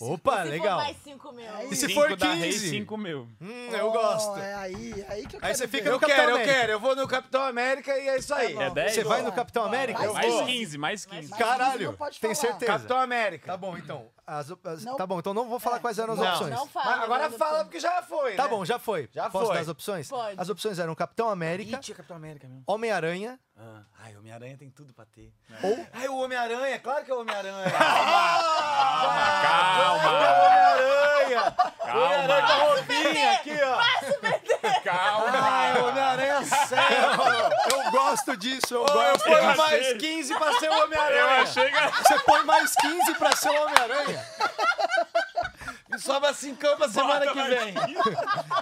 [SPEAKER 2] Opa,
[SPEAKER 5] Se for
[SPEAKER 2] legal.
[SPEAKER 5] mais cinco mil.
[SPEAKER 3] É
[SPEAKER 2] E se
[SPEAKER 3] isso.
[SPEAKER 2] for
[SPEAKER 4] 5 da Rei,
[SPEAKER 2] 15?
[SPEAKER 4] 5 mil.
[SPEAKER 2] Hum,
[SPEAKER 3] Ó, É aí, aí que
[SPEAKER 2] Aí
[SPEAKER 3] eu quero
[SPEAKER 2] você fica
[SPEAKER 3] ver.
[SPEAKER 2] no
[SPEAKER 6] Eu
[SPEAKER 2] Capitão
[SPEAKER 6] quero, eu
[SPEAKER 2] América.
[SPEAKER 6] quero. Eu vou no Capitão América e é isso aí.
[SPEAKER 4] É 10?
[SPEAKER 2] Você vai no Capitão América?
[SPEAKER 3] Eu
[SPEAKER 4] Mais
[SPEAKER 3] vou.
[SPEAKER 4] 15, mais 15.
[SPEAKER 3] Mas
[SPEAKER 2] Caralho,
[SPEAKER 3] não pode
[SPEAKER 2] tem
[SPEAKER 3] falar.
[SPEAKER 2] certeza.
[SPEAKER 6] Capitão América.
[SPEAKER 2] Tá bom, então. As op- as-
[SPEAKER 3] Não.
[SPEAKER 2] Tá bom, então não vou falar quais eram as
[SPEAKER 6] Não.
[SPEAKER 2] opções.
[SPEAKER 5] Não
[SPEAKER 6] Mas
[SPEAKER 5] fala.
[SPEAKER 6] agora
[SPEAKER 5] Renata.
[SPEAKER 6] fala porque já foi.
[SPEAKER 2] Tá
[SPEAKER 6] né?
[SPEAKER 2] bom, já foi.
[SPEAKER 6] Já
[SPEAKER 2] Posso
[SPEAKER 6] foi.
[SPEAKER 2] dar as opções?
[SPEAKER 5] Pode.
[SPEAKER 2] As opções eram Capitão América,
[SPEAKER 6] Ih, tinha Capitão América mesmo.
[SPEAKER 2] Homem-Aranha,
[SPEAKER 6] Ah, ai, o Homem-Aranha tem tudo pra ter. Ou... Ai, o Homem-Aranha, claro que é o Homem-Aranha. Ah, claro que é o Homem-Aranha. Homem-Aranha com a
[SPEAKER 4] Calma,
[SPEAKER 6] roupinha aqui, ó.
[SPEAKER 4] calma.
[SPEAKER 6] Ai, o Homem-Aranha céu.
[SPEAKER 2] eu gosto disso, eu
[SPEAKER 6] Eu
[SPEAKER 2] gosto.
[SPEAKER 6] ponho mais 15 pra ser o
[SPEAKER 4] Eu
[SPEAKER 6] Homem-Aranha.
[SPEAKER 4] achei que...
[SPEAKER 2] Você põe mais 15 pra ser o Homem-Aranha?
[SPEAKER 6] E sobra 5 pra assim, semana
[SPEAKER 4] Bota
[SPEAKER 6] que
[SPEAKER 4] mais
[SPEAKER 6] vem.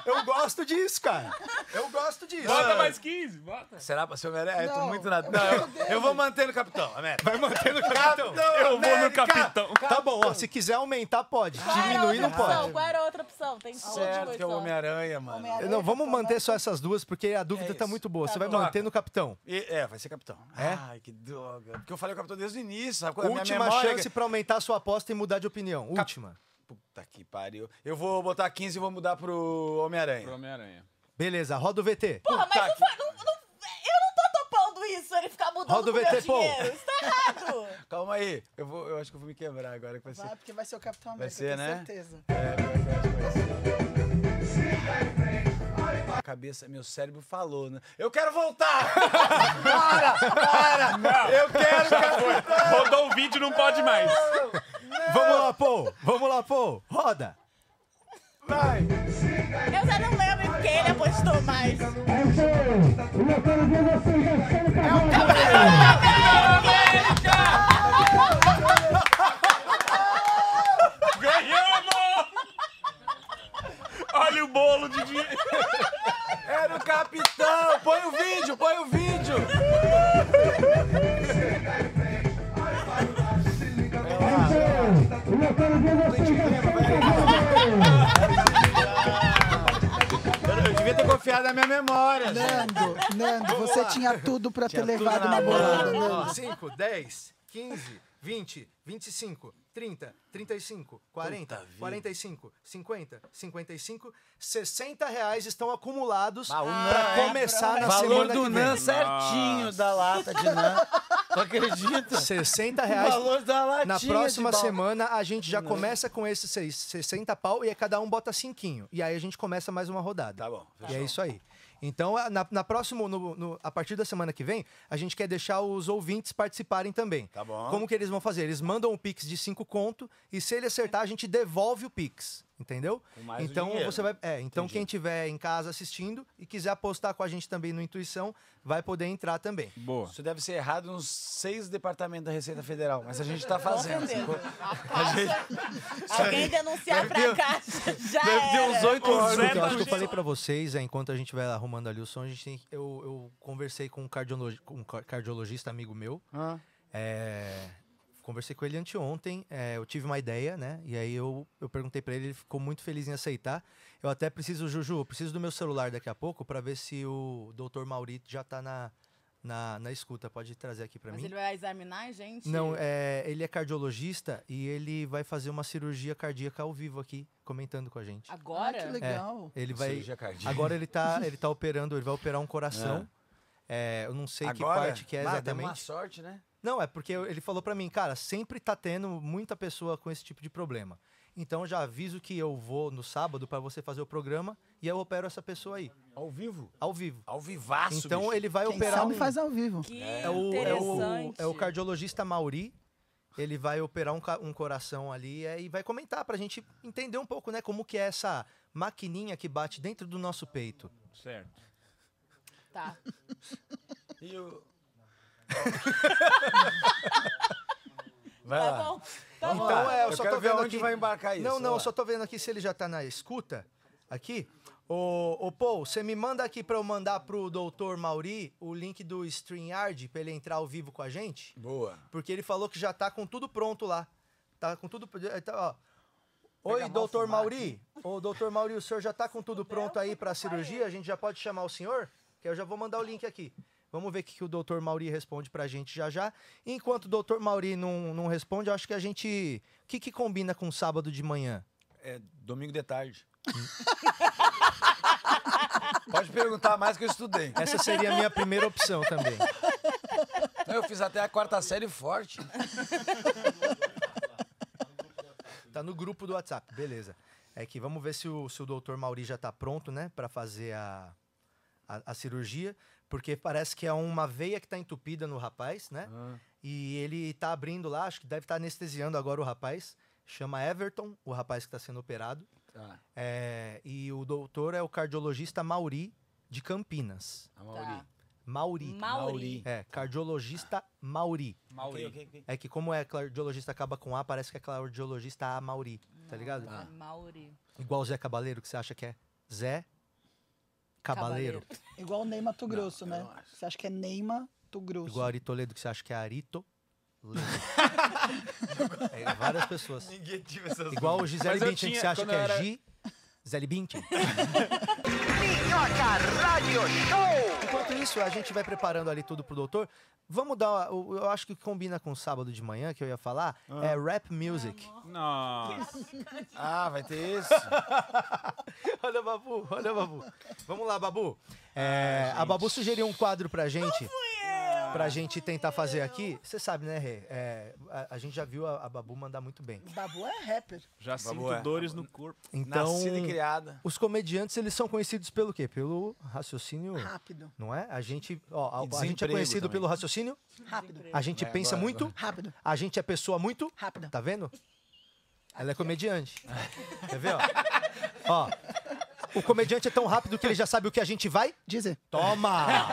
[SPEAKER 2] Eu gosto disso, cara. Eu gosto disso.
[SPEAKER 4] Bota mais 15, bota.
[SPEAKER 6] Será pra ser o Homem-Aranha? É, Eu tô
[SPEAKER 3] Não,
[SPEAKER 6] muito na...
[SPEAKER 3] eu
[SPEAKER 6] Não, eu,
[SPEAKER 3] quero ver.
[SPEAKER 6] eu vou manter no Capitão América.
[SPEAKER 2] Vai mantendo o Capitão.
[SPEAKER 4] Eu vou no capitão.
[SPEAKER 2] Tá bom, ó, se quiser aumentar, pode.
[SPEAKER 5] Qual era a
[SPEAKER 2] Diminuir, não
[SPEAKER 5] outra opção?
[SPEAKER 2] pode.
[SPEAKER 5] Qual é era a outra opção? Tem cinco
[SPEAKER 6] Certo que é o
[SPEAKER 5] opções só.
[SPEAKER 6] Homem-Aranha, mano.
[SPEAKER 3] Homem-Aranha,
[SPEAKER 2] Não, vamos
[SPEAKER 3] Capitão
[SPEAKER 2] manter só essas duas, porque a
[SPEAKER 6] É
[SPEAKER 2] dúvida tá
[SPEAKER 6] isso.
[SPEAKER 2] muito boa. Você vai
[SPEAKER 6] bom.
[SPEAKER 2] manter no Capitão.
[SPEAKER 6] E- é, vai ser Capitão. Ai, que droga. Porque eu falei o Capitão desde o início, sabe? A minha
[SPEAKER 2] Última
[SPEAKER 6] memória-
[SPEAKER 2] chance pra aumentar a sua aposta e mudar de opinião. Última.
[SPEAKER 6] Puta que pariu. Eu vou botar 15 e vou mudar pro
[SPEAKER 4] Pro
[SPEAKER 6] Homem-Aranha.
[SPEAKER 4] Homem-aranha.
[SPEAKER 2] Beleza, roda o VT.
[SPEAKER 5] Porra, mas não,
[SPEAKER 6] Puta
[SPEAKER 5] fa- não, não, eu não tô topando isso, ele ficar mudando
[SPEAKER 2] Roda o
[SPEAKER 5] com meu
[SPEAKER 2] VT, pô.
[SPEAKER 5] dinheiro. Isso tá errado.
[SPEAKER 6] Calma aí. Eu, vou, eu acho que eu vou me quebrar agora que vai ser.
[SPEAKER 3] Vai, porque vai ser o Capitão América,
[SPEAKER 6] ser,
[SPEAKER 3] eu
[SPEAKER 6] né?
[SPEAKER 3] tenho certeza.
[SPEAKER 6] A cabeça, meu cérebro falou, né? Eu quero voltar! para! Para! Eu quero Capitão!
[SPEAKER 4] Rodou o vídeo, não pode mais.
[SPEAKER 2] Vamos lá, pô. Vamos lá, pô. Roda.
[SPEAKER 6] Vai!
[SPEAKER 5] Eu já não lembro em quem ele apostou mais.
[SPEAKER 4] Ganhamos! Olha o bolo de dinheiro.
[SPEAKER 6] Era o Capitão! Põe o vídeo, põe o vídeo! Eu devia ter confiado na minha memória. gente.
[SPEAKER 3] Nando, Nando, você tinha tudo pra ter
[SPEAKER 6] Tinha tudo
[SPEAKER 3] levado
[SPEAKER 6] na
[SPEAKER 3] uma
[SPEAKER 6] mão.
[SPEAKER 3] bolada, Nando.
[SPEAKER 2] 5, 10, 15, 20, 25, 30, 35, 40, 45, 50, 55, 60 reais estão acumulados
[SPEAKER 6] Ah, o
[SPEAKER 2] pra
[SPEAKER 6] Nan, hein?
[SPEAKER 2] começar na
[SPEAKER 6] Valor
[SPEAKER 2] semana
[SPEAKER 6] do
[SPEAKER 2] que vem.
[SPEAKER 6] Nan certinho da lata de Nan. Tu acredita?
[SPEAKER 2] 60
[SPEAKER 6] O
[SPEAKER 2] reais.
[SPEAKER 6] valor da latinha
[SPEAKER 2] Na próxima
[SPEAKER 6] de bal-
[SPEAKER 2] semana a gente já começa com esses seis- 60 pau e aí cada um bota cinquinho. E aí a gente começa mais uma rodada.
[SPEAKER 6] Tá bom,
[SPEAKER 2] E é isso aí. Então, a- na, na próxima, no- no- a partir da semana que vem, a gente quer deixar os ouvintes participarem também.
[SPEAKER 6] Tá bom.
[SPEAKER 2] Como que eles vão fazer? Eles mandam um Pix de 5 conto e se ele acertar, a gente devolve o Pix. Entendeu?
[SPEAKER 6] Com mais o
[SPEAKER 2] então
[SPEAKER 6] dinheiro.
[SPEAKER 2] você vai. É, então quem tiver em casa assistindo e quiser apostar com a gente também no Intuição, vai poder entrar também.
[SPEAKER 4] Boa.
[SPEAKER 6] Isso deve ser errado nos seis departamentos da Receita Federal, mas a gente tá
[SPEAKER 5] Com
[SPEAKER 6] fazendo.
[SPEAKER 5] certeza.
[SPEAKER 6] sacou?
[SPEAKER 5] A caixa. Alguém denunciar pra caixa já
[SPEAKER 6] Deve ter uns
[SPEAKER 5] era.
[SPEAKER 6] oito
[SPEAKER 4] O
[SPEAKER 6] anos.
[SPEAKER 4] Zé
[SPEAKER 2] Porque eu
[SPEAKER 4] tá
[SPEAKER 2] acho que eu
[SPEAKER 4] no
[SPEAKER 2] falei pra vocês, é, enquanto a gente vai arrumando ali o som, a gente tem, eu, eu conversei com um, cardiologi- com um ca- cardiologista amigo meu.
[SPEAKER 6] Ah.
[SPEAKER 2] É, conversei com ele anteontem, é, eu tive uma ideia, né? E aí eu, eu perguntei pra ele, ele ficou muito feliz em aceitar. Eu até preciso, Juju, eu preciso do meu celular daqui a pouco pra ver se o doutor Maurito já tá na, na, na escuta. Pode trazer aqui pra
[SPEAKER 5] Mas
[SPEAKER 2] mim?
[SPEAKER 5] ele vai examinar a gente?
[SPEAKER 2] Não, é, ele é cardiologista e ele vai fazer uma cirurgia cardíaca ao vivo aqui, comentando com a gente. É,
[SPEAKER 3] Ah,
[SPEAKER 5] Agora?
[SPEAKER 3] que legal.
[SPEAKER 2] Ele vai,
[SPEAKER 6] Cirurgia cardíaca.
[SPEAKER 2] Agora ele tá, ele tá operando, ele vai operar um coração. É, eu não sei
[SPEAKER 6] Agora?
[SPEAKER 2] que parte que é
[SPEAKER 6] Ah, deu uma
[SPEAKER 2] exatamente.
[SPEAKER 6] sorte, né?
[SPEAKER 2] Não, é porque eu- ele falou pra mim, cara, sempre tá tendo muita pessoa com esse tipo de problema. Então já aviso que eu vou no sábado para você fazer o programa e eu opero essa pessoa aí.
[SPEAKER 6] Ao vivo?
[SPEAKER 2] Ao vivo.
[SPEAKER 6] Ao vivaço,
[SPEAKER 2] Então
[SPEAKER 6] bicho.
[SPEAKER 2] ele vai
[SPEAKER 3] Quem
[SPEAKER 2] operar.
[SPEAKER 3] sabe
[SPEAKER 2] um-
[SPEAKER 3] faz ao vivo.
[SPEAKER 5] Que
[SPEAKER 2] é o, é, o,
[SPEAKER 5] interessante.
[SPEAKER 2] é o cardiologista Mauri. Ele vai operar um, ca- um coração ali é, e vai comentar pra gente entender um pouco, né? Como que é essa maquininha que bate dentro do nosso peito.
[SPEAKER 4] Certo.
[SPEAKER 5] Tá.
[SPEAKER 6] E o... Vai
[SPEAKER 5] Tá
[SPEAKER 6] lá.
[SPEAKER 5] bom. Tá bom.
[SPEAKER 2] Então é, eu,
[SPEAKER 6] Eu
[SPEAKER 2] só
[SPEAKER 6] quero
[SPEAKER 2] tô
[SPEAKER 6] ver
[SPEAKER 2] vendo
[SPEAKER 6] onde
[SPEAKER 2] aqui.
[SPEAKER 6] vai embarcar isso,
[SPEAKER 2] Não,
[SPEAKER 6] vai
[SPEAKER 2] não, eu
[SPEAKER 6] lá.
[SPEAKER 2] só tô vendo aqui se ele já tá na escuta. Aqui. Ô, ô Paul, você me manda aqui pra eu mandar pro doutor Mauri o link do StreamYard pra ele entrar ao vivo com a gente?
[SPEAKER 6] Boa.
[SPEAKER 2] Porque ele falou que já tá com tudo pronto lá. Tá com tudo. eh, tá, ó. Oi,
[SPEAKER 6] mal
[SPEAKER 2] doutor
[SPEAKER 6] fumar
[SPEAKER 2] Mauri. Ô, doutor Mauri, o senhor já tá com tudo pronto aí pra cirurgia? A gente já pode chamar o senhor? Que eu já vou mandar o link aqui. Vamos ver o que que o doutor Mauri responde pra gente já já. Enquanto o doutor Mauri não, não responde, eu acho que a gente. O que, que combina com sábado de manhã?
[SPEAKER 6] É domingo de tarde. Pode perguntar mais que eu estudei.
[SPEAKER 2] Essa seria a minha primeira opção também.
[SPEAKER 6] Eu fiz até a quarta série forte.
[SPEAKER 2] Tá no grupo do WhatsApp, beleza. É que vamos ver se o, se o doutor Mauri já tá pronto, né, Pra fazer a, a, a cirurgia, porque parece que é uma veia que tá entupida no rapaz, né? E ele tá abrindo lá, acho que deve estar anestesiando agora o rapaz. Chama Everton, o rapaz que tá sendo operado.
[SPEAKER 6] Tá,
[SPEAKER 2] É, e o doutor é o cardiologista Mauri de Campinas.
[SPEAKER 6] a
[SPEAKER 5] Tá.
[SPEAKER 2] Mauri.
[SPEAKER 5] Mauri.
[SPEAKER 2] É, cardiologista Mauri.
[SPEAKER 4] Mauri.
[SPEAKER 2] É que como é cardiologista acaba com A, parece que é cardiologista A Mauri, tá ligado?
[SPEAKER 6] Ah.
[SPEAKER 5] Mauri.
[SPEAKER 2] Igual o Zé Cabaleiro, que você acha que é Zé Cabaleiro.
[SPEAKER 3] Igual o Ney Mato Grosso, né? Você acha que é Ney Mato Grosso?
[SPEAKER 2] Igual Ari Toledo, que você acha que é Arito. Ledo. é, várias pessoas.
[SPEAKER 6] Ninguém tive essas
[SPEAKER 2] Igual o Gisele
[SPEAKER 4] Mas eu
[SPEAKER 2] Bündchen, que
[SPEAKER 4] tinha-
[SPEAKER 2] você acha
[SPEAKER 4] quando
[SPEAKER 2] que
[SPEAKER 4] eu
[SPEAKER 2] é
[SPEAKER 4] era-
[SPEAKER 2] Gi. Gisele Bündchen.
[SPEAKER 1] Minhoca Radio Show.
[SPEAKER 2] Enquanto isso, a gente vai preparando ali tudo pro doutor. Vamos dar. o- Eu acho que combina com sábado de manhã, que eu ia falar.
[SPEAKER 4] Ah.
[SPEAKER 2] É rap music.
[SPEAKER 4] Nossa.
[SPEAKER 6] Ah, vai ter esse.
[SPEAKER 2] olha, Babu, olha, Babu. Vamos lá, Babu. É, a Babu sugeriu um quadro pra gente. Pra gente tentar fazer aqui. Você sabe, né, Rê? É, a, a gente já viu a, a Babu mandar muito bem.
[SPEAKER 3] Babu é rapper.
[SPEAKER 4] Já sinto
[SPEAKER 6] é.
[SPEAKER 4] dores no corpo.
[SPEAKER 2] Então,
[SPEAKER 6] Nascida e criada.
[SPEAKER 2] os comediantes, eles são conhecidos pelo quê? Pelo raciocínio,
[SPEAKER 3] Rápido.
[SPEAKER 2] não é? A gente,
[SPEAKER 6] E
[SPEAKER 2] ó, a- a, gente é
[SPEAKER 6] desemprego
[SPEAKER 2] conhecido
[SPEAKER 6] também.
[SPEAKER 2] pelo raciocínio,
[SPEAKER 3] Rápido.
[SPEAKER 2] a
[SPEAKER 10] É,
[SPEAKER 2] gente
[SPEAKER 6] Vai,
[SPEAKER 2] pensa
[SPEAKER 6] agora,
[SPEAKER 2] muito,
[SPEAKER 3] Rápido.
[SPEAKER 2] a gente é pessoa muito...
[SPEAKER 3] Rápido.
[SPEAKER 2] Tá vendo? Ela é comediante. Quer ver, ó? ó? O comediante é tão rápido que ele já sabe o que a gente vai...
[SPEAKER 3] Dizer.
[SPEAKER 2] Toma!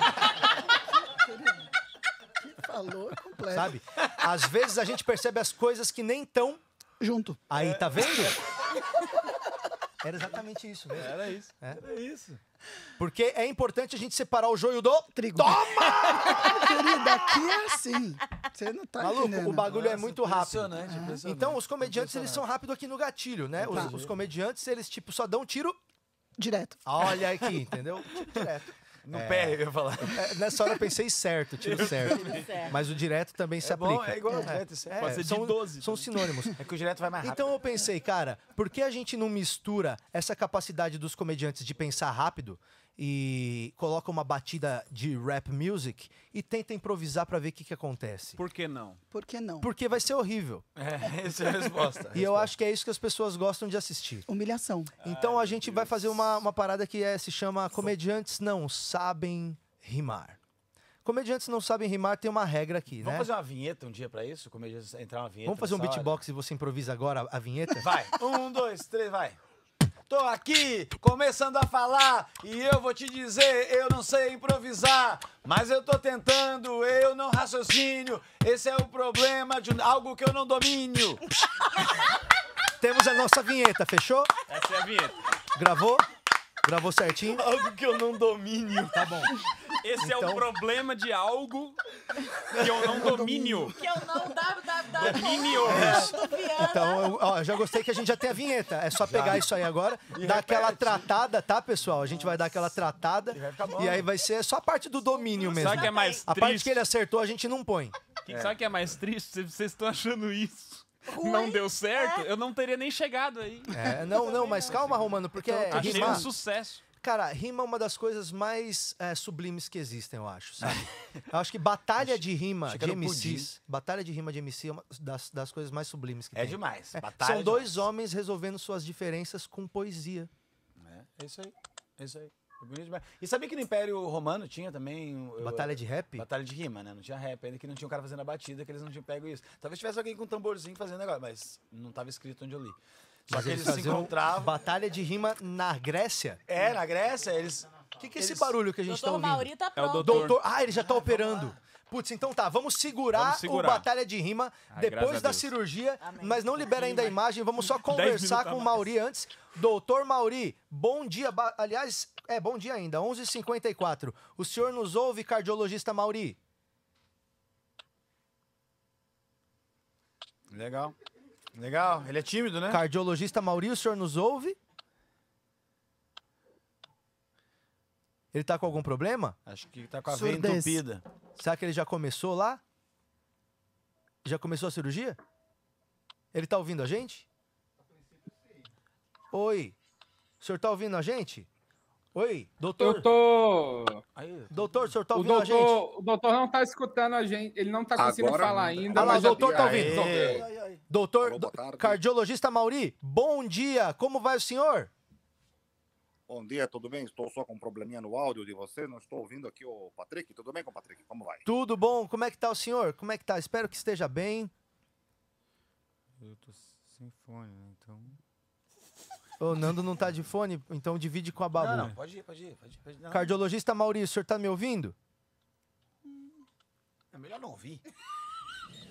[SPEAKER 3] Falou completo.
[SPEAKER 2] Sabe? Às vezes a gente percebe as coisas que nem tão...
[SPEAKER 3] Junto. É.
[SPEAKER 2] Aí, tá vendo? Era exatamente isso mesmo.
[SPEAKER 6] Era isso.
[SPEAKER 2] É.
[SPEAKER 6] Era isso.
[SPEAKER 2] Porque é importante a gente separar o joio do...
[SPEAKER 3] Trigo. Toma! Querida, aqui é assim. Você não tá
[SPEAKER 2] Maluco,
[SPEAKER 3] entendendo.
[SPEAKER 2] o bagulho é
[SPEAKER 6] Nossa,
[SPEAKER 2] muito rápido.
[SPEAKER 6] Impressionante, impressionante.
[SPEAKER 2] Então, os comediantes, eles são rápidos aqui no gatilho, né? Os, os comediantes, eles, tipo, só dão um tiro...
[SPEAKER 3] Direto.
[SPEAKER 2] Olha aqui, entendeu? Tipo, direto.
[SPEAKER 6] No pé, eu ia falar.
[SPEAKER 2] É, nessa hora eu pensei certo, tiro certo.
[SPEAKER 5] certo.
[SPEAKER 2] Mas o direto também se
[SPEAKER 6] É bom,
[SPEAKER 2] aplica.
[SPEAKER 6] é igual ao direto, isso é-
[SPEAKER 2] É,
[SPEAKER 4] Pode ser de
[SPEAKER 2] são,
[SPEAKER 4] 12
[SPEAKER 2] são sinônimos.
[SPEAKER 6] É que o direto vai mais rápido.
[SPEAKER 2] Então eu pensei, cara, por que a gente não mistura essa capacidade dos comediantes de pensar rápido e coloca uma batida de rap music e tenta improvisar pra ver o que, que acontece?
[SPEAKER 4] Por que não?
[SPEAKER 3] Por que não?
[SPEAKER 2] Porque vai ser horrível.
[SPEAKER 6] É, essa é a resposta.
[SPEAKER 2] E eu acho que é isso que as pessoas gostam de assistir.
[SPEAKER 3] Humilhação.
[SPEAKER 2] Então a gente vai fazer uma, uma parada que é- se chama Comediantes Não Sabem Rimar. Comediantes Não Sabem Rimar tem uma regra aqui,
[SPEAKER 6] Vamos
[SPEAKER 2] né?
[SPEAKER 6] fazer uma vinheta um dia pra isso? Como eu já- entrar uma vinheta.
[SPEAKER 2] Vamos fazer um
[SPEAKER 6] nessa hora?
[SPEAKER 2] beatbox e você improvisa agora a- a vinheta?
[SPEAKER 6] Vai. Um, dois, três, vai. Tô aqui, começando a falar, e eu vou te dizer, eu não sei improvisar, mas eu tô tentando, eu não raciocínio, esse é o problema de algo que eu não domínio.
[SPEAKER 2] Temos a nossa vinheta, fechou?
[SPEAKER 4] Essa é a vinheta.
[SPEAKER 2] Gravou? Gravou certinho?
[SPEAKER 6] Algo que eu não domínio.
[SPEAKER 2] Tá bom.
[SPEAKER 4] Esse é
[SPEAKER 2] Então-
[SPEAKER 4] o problema de algo que eu não domínio.
[SPEAKER 5] Que eu não
[SPEAKER 4] Domínio.
[SPEAKER 2] Então, eu, ó, eu já gostei que a gente já tem a vinheta. É só pegar isso aí agora, dar aquela tratada, tá, pessoal? A gente vai dar aquela tratada.
[SPEAKER 6] vai ficar bom.
[SPEAKER 2] E aí vai ser só a parte do domínio mesmo.
[SPEAKER 4] Sabe o que é mais
[SPEAKER 2] A parte que
[SPEAKER 4] triste?
[SPEAKER 2] ele acertou, a gente não põe.
[SPEAKER 4] Que- Sabe o que é mais triste? Se Vocês estão achando isso. Não deu certo? Eu não teria nem chegado aí.
[SPEAKER 2] É, não, não, mas calma, Romano, porque é
[SPEAKER 4] Achei um
[SPEAKER 2] rimar.
[SPEAKER 4] sucesso.
[SPEAKER 2] Cara, rima é uma das coisas mais é, sublimes que existem, eu acho. sabe? eu acho que batalha de rima
[SPEAKER 6] achei
[SPEAKER 2] de
[SPEAKER 6] que era um
[SPEAKER 2] MCs. Batalha de rima de MC é uma das, das coisas mais sublimes que
[SPEAKER 6] É
[SPEAKER 2] tem.
[SPEAKER 6] demais.
[SPEAKER 2] É,
[SPEAKER 6] Batalha
[SPEAKER 2] São
[SPEAKER 6] é
[SPEAKER 2] dois
[SPEAKER 6] demais.
[SPEAKER 2] homens resolvendo suas diferenças com poesia.
[SPEAKER 6] É, é isso aí. É isso aí. É bonito demais. E sabia que no Império Romano tinha também. o-
[SPEAKER 2] Batalha de rap?
[SPEAKER 6] Batalha de rima, né? Não tinha rap, ainda que não tinha um cara fazendo a batida, que eles não tinham pego isso. Talvez tivesse alguém com um tamborzinho fazendo negócio, mas não estava escrito onde eu li. Só que eles, se
[SPEAKER 2] faziam
[SPEAKER 6] encontravam.
[SPEAKER 2] Batalha de rima na Grécia?
[SPEAKER 6] É, na Grécia, eles.
[SPEAKER 2] O que, que é esse barulho que a gente tá
[SPEAKER 5] Doutor
[SPEAKER 2] ouvindo?
[SPEAKER 5] Mauri tá
[SPEAKER 4] É o
[SPEAKER 5] pronto.
[SPEAKER 4] doutor.
[SPEAKER 2] Doutor, ah, ele já tá operando. Putz, então tá, vamos segurar,
[SPEAKER 4] Vamos segurar.
[SPEAKER 2] o Batalha de Rima
[SPEAKER 4] Ah, graças
[SPEAKER 2] depois
[SPEAKER 4] a
[SPEAKER 2] da
[SPEAKER 4] Deus.
[SPEAKER 2] cirurgia, mas não libera ainda a imagem, vamos só
[SPEAKER 4] minutos
[SPEAKER 2] conversar
[SPEAKER 4] a
[SPEAKER 2] com o
[SPEAKER 4] mais.
[SPEAKER 2] Mauri antes. Doutor Mauri, bom dia, ba- aliás, é bom dia ainda, 11h54. O senhor nos ouve, cardiologista Mauri?
[SPEAKER 6] Legal. Legal. Ele é tímido, né?
[SPEAKER 2] Cardiologista Mauri, o senhor nos ouve? Ele tá com algum problema?
[SPEAKER 6] Acho que tá com a veia
[SPEAKER 3] Surdez.
[SPEAKER 6] entupida.
[SPEAKER 2] Será que ele já começou lá? Já começou a cirurgia? Ele tá ouvindo a gente? Oi. O senhor tá ouvindo a gente? Oi, doutor.
[SPEAKER 7] Eu tô.
[SPEAKER 6] Aí,
[SPEAKER 2] Doutor, o senhor tá
[SPEAKER 7] O
[SPEAKER 2] ouvindo a gente?
[SPEAKER 7] doutor, o doutor não tá escutando a gente, ele não tá conseguindo
[SPEAKER 11] Agora
[SPEAKER 7] falar
[SPEAKER 11] não.
[SPEAKER 7] ainda.
[SPEAKER 2] Ah lá,
[SPEAKER 7] mas
[SPEAKER 2] o doutor
[SPEAKER 7] já-
[SPEAKER 2] tá
[SPEAKER 7] Aê.
[SPEAKER 2] ouvindo.
[SPEAKER 6] Ei.
[SPEAKER 3] Ai, ai.
[SPEAKER 2] Doutor,
[SPEAKER 11] Alô, boa
[SPEAKER 2] do-
[SPEAKER 11] tarde.
[SPEAKER 2] cardiologista Mauri, bom dia. Como vai o senhor?
[SPEAKER 11] Bom dia, tudo bem? Estou só com um probleminha no áudio de você, não estou ouvindo aqui o Patrick. Tudo bem com o Patrick? Como vai?
[SPEAKER 2] Tudo bom? Como é que tá o senhor? Como é que tá? Espero que esteja bem.
[SPEAKER 12] Eu tô sem fone, né? Então.
[SPEAKER 2] O Nando não tá de fone, então divide com a Babu.
[SPEAKER 6] Não, não, pode ir, pode ir. Pode ir, pode ir. Não,
[SPEAKER 2] Cardiologista Mauri, o senhor tá me ouvindo?
[SPEAKER 6] É melhor não ouvir.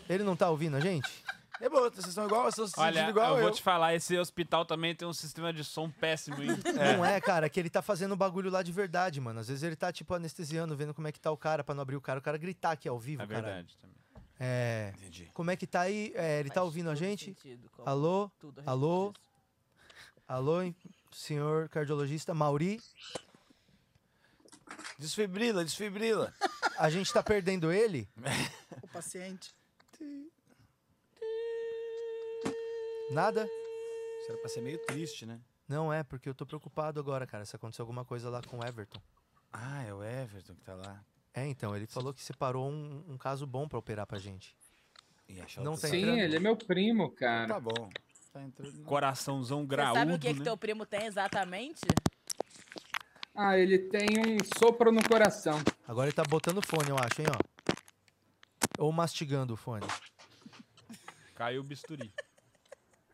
[SPEAKER 2] Ele não tá ouvindo a gente?
[SPEAKER 6] É bom, vocês são igual, vocês estão se
[SPEAKER 4] Olha,
[SPEAKER 6] sentindo
[SPEAKER 4] eu,
[SPEAKER 6] igual eu.
[SPEAKER 4] vou te falar, esse hospital também tem um sistema de som péssimo, hein?
[SPEAKER 2] Não é, cara, que ele tá fazendo bagulho lá de verdade, mano. Às vezes ele tá, tipo, anestesiando, vendo como é que tá o cara, pra não abrir o cara, o cara gritar aqui ao vivo,
[SPEAKER 4] É
[SPEAKER 2] cara.
[SPEAKER 4] verdade também.
[SPEAKER 2] É.
[SPEAKER 6] Entendi.
[SPEAKER 2] Como é que tá aí? É, ele tá
[SPEAKER 5] Faz
[SPEAKER 2] ouvindo a
[SPEAKER 5] todo
[SPEAKER 2] gente?
[SPEAKER 5] sentido, como
[SPEAKER 2] Alô?
[SPEAKER 5] tudo a respeito
[SPEAKER 2] Alô?
[SPEAKER 5] disso.
[SPEAKER 2] Alô, hein? senhor cardiologista Mauri?
[SPEAKER 6] Desfibrila, desfibrila.
[SPEAKER 2] A gente tá perdendo ele?
[SPEAKER 3] O paciente.
[SPEAKER 2] Nada?
[SPEAKER 6] Isso era pra ser meio triste, né?
[SPEAKER 2] Não é, porque eu tô preocupado agora, cara, se aconteceu alguma coisa lá com o Everton.
[SPEAKER 6] Ah, é o Everton que tá lá.
[SPEAKER 2] É, então, ele falou que separou um, um caso bom pra operar pra gente.
[SPEAKER 6] E tá achar
[SPEAKER 2] Não
[SPEAKER 6] outro
[SPEAKER 2] tem.
[SPEAKER 7] Sim,
[SPEAKER 6] cara.
[SPEAKER 2] entrando.
[SPEAKER 7] ele é meu primo, cara.
[SPEAKER 6] Tá bom. Tá entrando.
[SPEAKER 4] Coraçãozão
[SPEAKER 5] Você
[SPEAKER 4] graúdo,
[SPEAKER 5] sabe o que, é que
[SPEAKER 4] né?
[SPEAKER 5] teu primo tem exatamente?
[SPEAKER 7] Ah, ele tem um sopro no coração.
[SPEAKER 2] Agora ele tá botando fone, eu acho, hein, ó. Ou mastigando o fone.
[SPEAKER 4] Caiu o bisturi.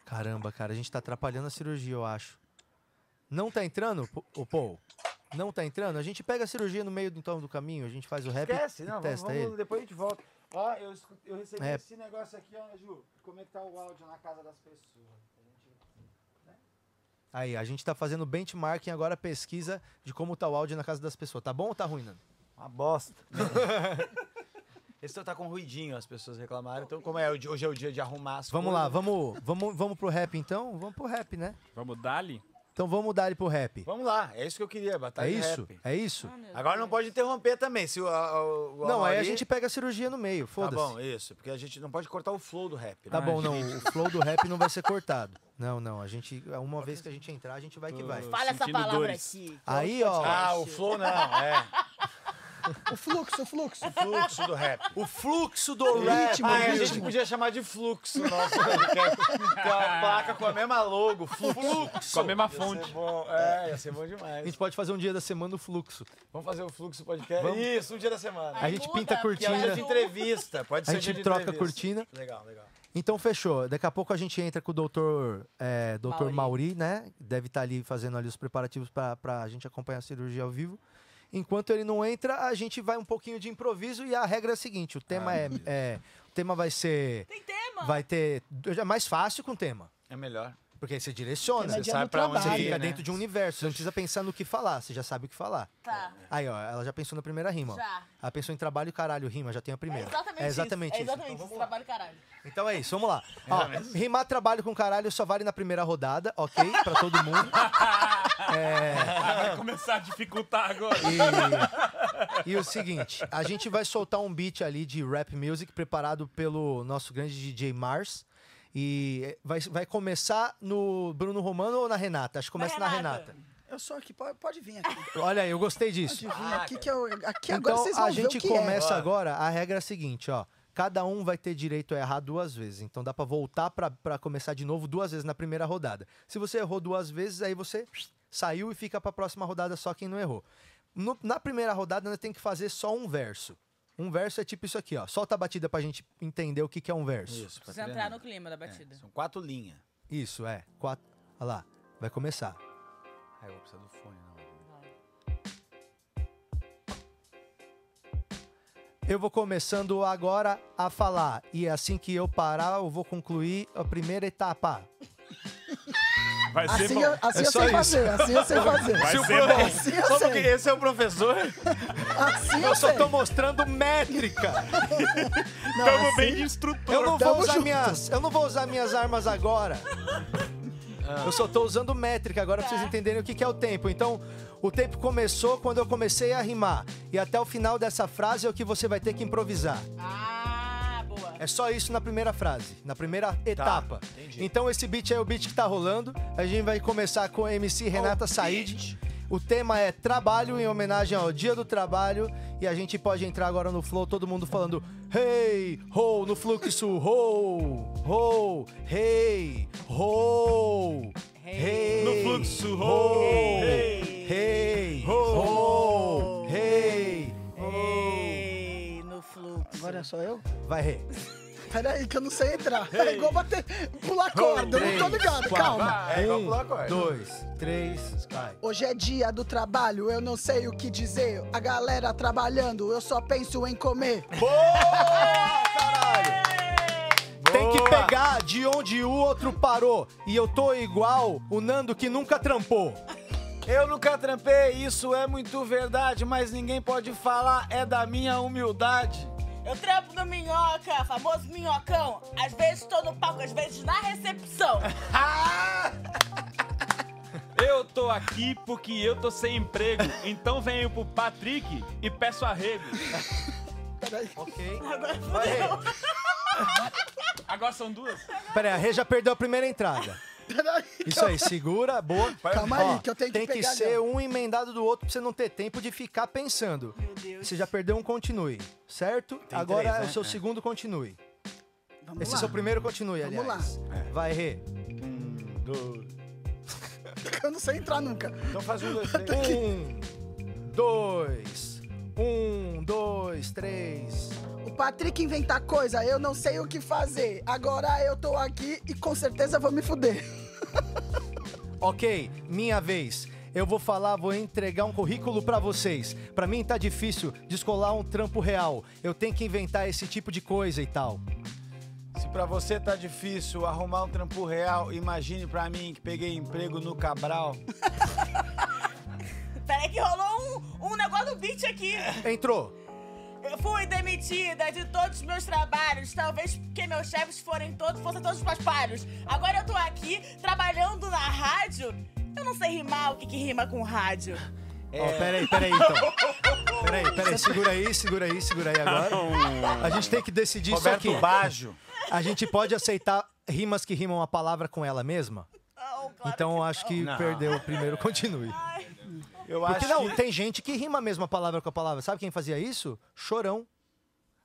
[SPEAKER 2] Caramba, cara, a gente tá atrapalhando a cirurgia, eu acho. Não tá entrando, P- o Paul? Não tá entrando? A gente pega a cirurgia no meio do, então, do caminho, a gente faz o rap
[SPEAKER 6] Esquece,
[SPEAKER 2] e
[SPEAKER 6] não, vamos,
[SPEAKER 2] testa
[SPEAKER 6] vamos,
[SPEAKER 2] ele.
[SPEAKER 6] depois a gente volta.
[SPEAKER 8] Ó, eu, escu- eu recebi
[SPEAKER 2] É.
[SPEAKER 8] esse negócio aqui, ó, Ju. Como é que tá o áudio na casa das pessoas? A gente- né?
[SPEAKER 2] Aí, a gente tá fazendo benchmarking agora, pesquisa de como tá o áudio na casa das pessoas. Tá bom ou tá ruim, Nando?
[SPEAKER 6] Uma bosta. Esse teu tá com ruidinho, as pessoas reclamaram. Então, como é, hoje é o dia de arrumar as
[SPEAKER 2] Vamos lá,
[SPEAKER 6] coisas.
[SPEAKER 2] vamos, vamos, vamos pro rap então? Vamos pro rap, né?
[SPEAKER 4] Vamos dali?
[SPEAKER 2] Então vamos mudar ele pro rap.
[SPEAKER 6] Vamos lá, é isso que eu queria, batalha
[SPEAKER 2] É
[SPEAKER 6] de
[SPEAKER 2] isso?
[SPEAKER 6] rap.
[SPEAKER 2] É isso?
[SPEAKER 5] Ah,
[SPEAKER 6] Agora não pode interromper também, se o, a- o- o
[SPEAKER 2] Não, aí a
[SPEAKER 6] Amaury-
[SPEAKER 2] gente pega a cirurgia no meio,
[SPEAKER 6] Tá
[SPEAKER 2] foda-se.
[SPEAKER 6] bom, isso, porque a gente não pode cortar o flow do rap. né?
[SPEAKER 2] Tá
[SPEAKER 4] Ai,
[SPEAKER 2] bom, não. O flow do rap não vai ser cortado. Não, não. A gente. Uma vez que a gente entrar, a gente vai que vai.
[SPEAKER 4] Tô
[SPEAKER 5] Fala essa
[SPEAKER 4] sentindo
[SPEAKER 5] palavra
[SPEAKER 4] dores.
[SPEAKER 5] aqui. que
[SPEAKER 2] Aí,
[SPEAKER 5] é outro
[SPEAKER 2] ó.
[SPEAKER 6] Ah, o
[SPEAKER 5] podcast.
[SPEAKER 6] flow não, é.
[SPEAKER 3] O fluxo, o fluxo.
[SPEAKER 6] O fluxo do rap.
[SPEAKER 2] O fluxo do
[SPEAKER 3] ritmo,
[SPEAKER 6] Ah, a
[SPEAKER 3] ritmo.
[SPEAKER 6] gente podia chamar de fluxo o nosso
[SPEAKER 2] tá
[SPEAKER 6] podcast. com a placa com a mesma logo, fluxo.
[SPEAKER 4] Com a mesma
[SPEAKER 6] Ia ser
[SPEAKER 4] fonte.
[SPEAKER 6] bom, é, ia ser bom
[SPEAKER 2] A
[SPEAKER 6] demais.
[SPEAKER 2] gente pode fazer um dia da semana o fluxo.
[SPEAKER 6] Vamos fazer o fluxo podcast?
[SPEAKER 2] Vamos.
[SPEAKER 6] Isso, um dia da semana.
[SPEAKER 2] A gente pinta a
[SPEAKER 6] E é um dia
[SPEAKER 2] cortina.
[SPEAKER 6] de entrevista, pode
[SPEAKER 2] A
[SPEAKER 6] ser um dia
[SPEAKER 2] gente
[SPEAKER 6] de
[SPEAKER 2] troca a
[SPEAKER 6] entrevista.
[SPEAKER 2] cortina.
[SPEAKER 6] Legal, legal.
[SPEAKER 2] Então fechou. Daqui a pouco a gente entra com o doutor, é, doutor Mauri.
[SPEAKER 5] Mauri.
[SPEAKER 2] né? Deve estar ali fazendo ali os preparativos pra, pra gente acompanhar a cirurgia ao vivo. Enquanto ele não entra, a gente vai um pouquinho de improviso e a regra é a seguinte: o
[SPEAKER 6] Ah,
[SPEAKER 2] tema é, é- O tema vai ser.
[SPEAKER 5] Tem tema.
[SPEAKER 2] Vai ter. É mais fácil com o tema.
[SPEAKER 6] É melhor.
[SPEAKER 2] Porque aí você direciona.
[SPEAKER 3] Tema
[SPEAKER 6] Você
[SPEAKER 3] de ano
[SPEAKER 6] sabe pra onde
[SPEAKER 2] Você
[SPEAKER 3] trabalho.
[SPEAKER 6] ir,
[SPEAKER 2] fica
[SPEAKER 6] né?
[SPEAKER 2] dentro de um universo, você não precisa pensar no que falar, você já sabe o que falar.
[SPEAKER 5] Tá.
[SPEAKER 2] Aí, ó, ela já pensou na primeira rima. ó.
[SPEAKER 5] Já.
[SPEAKER 2] Ela pensou em trabalho, caralho, rima, já tem a
[SPEAKER 5] É
[SPEAKER 2] primeira.
[SPEAKER 5] exatamente,
[SPEAKER 2] é exatamente
[SPEAKER 5] isso.
[SPEAKER 2] isso.
[SPEAKER 5] É
[SPEAKER 4] Então
[SPEAKER 5] exatamente isso. Trabalho caralho.
[SPEAKER 2] Então é isso, vamos lá. Ó, rimar trabalho com caralho só vale na primeira rodada, ok? Pra todo mundo. É.
[SPEAKER 4] Ah, vai começar a dificultar agora.
[SPEAKER 2] E o seguinte, a gente vai soltar um beat ali de rap music preparado pelo nosso grande DJ Mars. E vai, vai começar no Bruno Romano ou na Renata? Acho que
[SPEAKER 5] Na
[SPEAKER 2] começa na Renata.
[SPEAKER 5] Renata.
[SPEAKER 3] Eu sou aqui, pode, pode vir aqui.
[SPEAKER 2] Olha aí, eu gostei disso.
[SPEAKER 3] Pode vir aqui que eu, aqui agora
[SPEAKER 2] então
[SPEAKER 3] vocês vão
[SPEAKER 2] a
[SPEAKER 3] ver o
[SPEAKER 2] gente
[SPEAKER 3] que
[SPEAKER 2] começa
[SPEAKER 3] é.
[SPEAKER 2] agora, a regra é a seguinte, ó. Cada um vai ter direito a errar duas vezes. Então dá pra voltar pra- pra começar de novo duas vezes na primeira rodada. Se você errou duas vezes, aí você saiu e fica pra próxima rodada só quem não errou. No- na primeira rodada, nós tem que fazer só um verso. Um verso é tipo isso aqui, ó. Solta a batida pra gente entender o que, que é um verso.
[SPEAKER 6] Isso,
[SPEAKER 4] Tá
[SPEAKER 5] Precisa entrar no clima da
[SPEAKER 4] É,
[SPEAKER 5] batida.
[SPEAKER 6] São quatro linhas.
[SPEAKER 2] Isso, é. Quatro. Olha lá, vai começar.
[SPEAKER 6] Ah, eu vou precisar do fone, não.
[SPEAKER 2] Eu vou começando agora a falar. E assim que eu parar, eu vou concluir a primeira etapa.
[SPEAKER 4] Vai
[SPEAKER 3] ser Assim bom. eu- assim É eu só sei isso. fazer, assim eu sei fazer. Vai
[SPEAKER 2] eu
[SPEAKER 3] ser
[SPEAKER 2] for-
[SPEAKER 3] bom. Assim eu sei.
[SPEAKER 2] esse é o professor?
[SPEAKER 3] Assim
[SPEAKER 2] eu
[SPEAKER 3] eu
[SPEAKER 2] só
[SPEAKER 3] sei.
[SPEAKER 2] tô mostrando métrica.
[SPEAKER 3] Não, Tamo assim- bem de
[SPEAKER 2] instrutor. Eu não, vou
[SPEAKER 3] Tamo
[SPEAKER 2] usar
[SPEAKER 3] junto.
[SPEAKER 2] minhas, eu não vou usar minhas armas agora. Eu só tô usando métrica agora pra vocês entenderem o que que é o tempo. Então, o tempo começou quando eu comecei a rimar. E até o final dessa frase é o que você vai ter que improvisar.
[SPEAKER 5] Ah, boa.
[SPEAKER 2] É só isso na primeira frase, na primeira etapa.
[SPEAKER 5] entendi.
[SPEAKER 2] então esse beat é o beat que tá rolando. A gente vai começar com a MC Renata Said. O tema é trabalho em homenagem ao Dia do Trabalho e a gente pode entrar agora no flow todo mundo falando hey, ho no fluxo ho, ho, hey, ho, hey, no fluxo ho, hey, hey, ho, hey.
[SPEAKER 3] Ei, no fluxo. Agora sou eu?
[SPEAKER 2] Vai, hey.
[SPEAKER 3] Peraí, que eu não sei entrar. É igual bater, pular corda, eu não tô ligado, calma.
[SPEAKER 2] um, Dois, três, vai.
[SPEAKER 3] Hoje é dia do trabalho, eu não sei o que dizer. A galera trabalhando, eu só penso em comer.
[SPEAKER 2] Tem que pegar de onde o outro parou. E eu tô igual o Nando que nunca trampou.
[SPEAKER 6] Eu nunca trampei, isso é muito verdade, mas ninguém pode falar, é da minha humildade.
[SPEAKER 5] Eu trampo no Minhoca, famoso Minhocão. Às vezes tô no palco, às vezes na recepção.
[SPEAKER 4] Eu tô aqui porque eu tô sem emprego, então venho pro Patrick e peço arrego.
[SPEAKER 2] Ok.
[SPEAKER 4] Agora são duas?
[SPEAKER 2] Pera aí, a Rê já perdeu a primeira entrada. Isso aí, segura, boa.
[SPEAKER 3] Calma
[SPEAKER 2] Ó,
[SPEAKER 3] aí, que eu tenho que
[SPEAKER 2] Tem que
[SPEAKER 3] pegar
[SPEAKER 2] ser
[SPEAKER 3] ali, ó.
[SPEAKER 2] um emendado do outro pra você não ter tempo de ficar pensando. Meu Deus. Você já perdeu um, continue, certo?
[SPEAKER 6] Tem
[SPEAKER 2] Agora
[SPEAKER 6] três,
[SPEAKER 2] é o
[SPEAKER 6] né?
[SPEAKER 2] seu
[SPEAKER 6] É.
[SPEAKER 2] segundo, continue.
[SPEAKER 3] Vamos
[SPEAKER 2] Esse
[SPEAKER 3] lá.
[SPEAKER 2] é seu primeiro, continue,
[SPEAKER 3] Vamos
[SPEAKER 2] aliás. Vai, Rê. Um, dois...
[SPEAKER 3] Eu não sei entrar nunca.
[SPEAKER 6] Então faz um, dois,
[SPEAKER 3] três.
[SPEAKER 2] Um, dois, um, dois, três.
[SPEAKER 3] O Patrick inventar coisa, eu não sei o que fazer. Agora eu tô aqui e com certeza vou me fuder.
[SPEAKER 2] Ok, minha vez. Eu vou falar, vou entregar um currículo pra vocês. Pra mim tá difícil descolar um trampo real. Eu tenho que inventar esse tipo de coisa e tal.
[SPEAKER 6] Se pra você tá difícil arrumar um trampo real, imagine pra mim que peguei emprego no Cabral.
[SPEAKER 5] Peraí que rolou um, um negócio do beat aqui.
[SPEAKER 2] Entrou.
[SPEAKER 5] Eu fui demitida de todos os meus trabalhos, talvez porque meus chefes forem todos, fossem todos paspalhos. Agora eu tô aqui, trabalhando na rádio. Eu não sei rimar o que, que rima com rádio.
[SPEAKER 6] É.
[SPEAKER 2] Ó, peraí, peraí, então. Peraí, peraí, segura aí, segura aí, segura aí agora.
[SPEAKER 6] Não.
[SPEAKER 2] A gente tem que decidir
[SPEAKER 6] Roberto
[SPEAKER 2] isso aqui.
[SPEAKER 6] Baggio.
[SPEAKER 2] A gente pode aceitar rimas que rimam a palavra com ela mesma? então eu acho que
[SPEAKER 6] não.
[SPEAKER 2] perdeu o primeiro, continue.
[SPEAKER 6] Eu
[SPEAKER 2] Porque
[SPEAKER 6] acho
[SPEAKER 2] não,
[SPEAKER 6] que...
[SPEAKER 2] tem gente que rima a mesma palavra com a palavra. Sabe quem fazia isso? Chorão.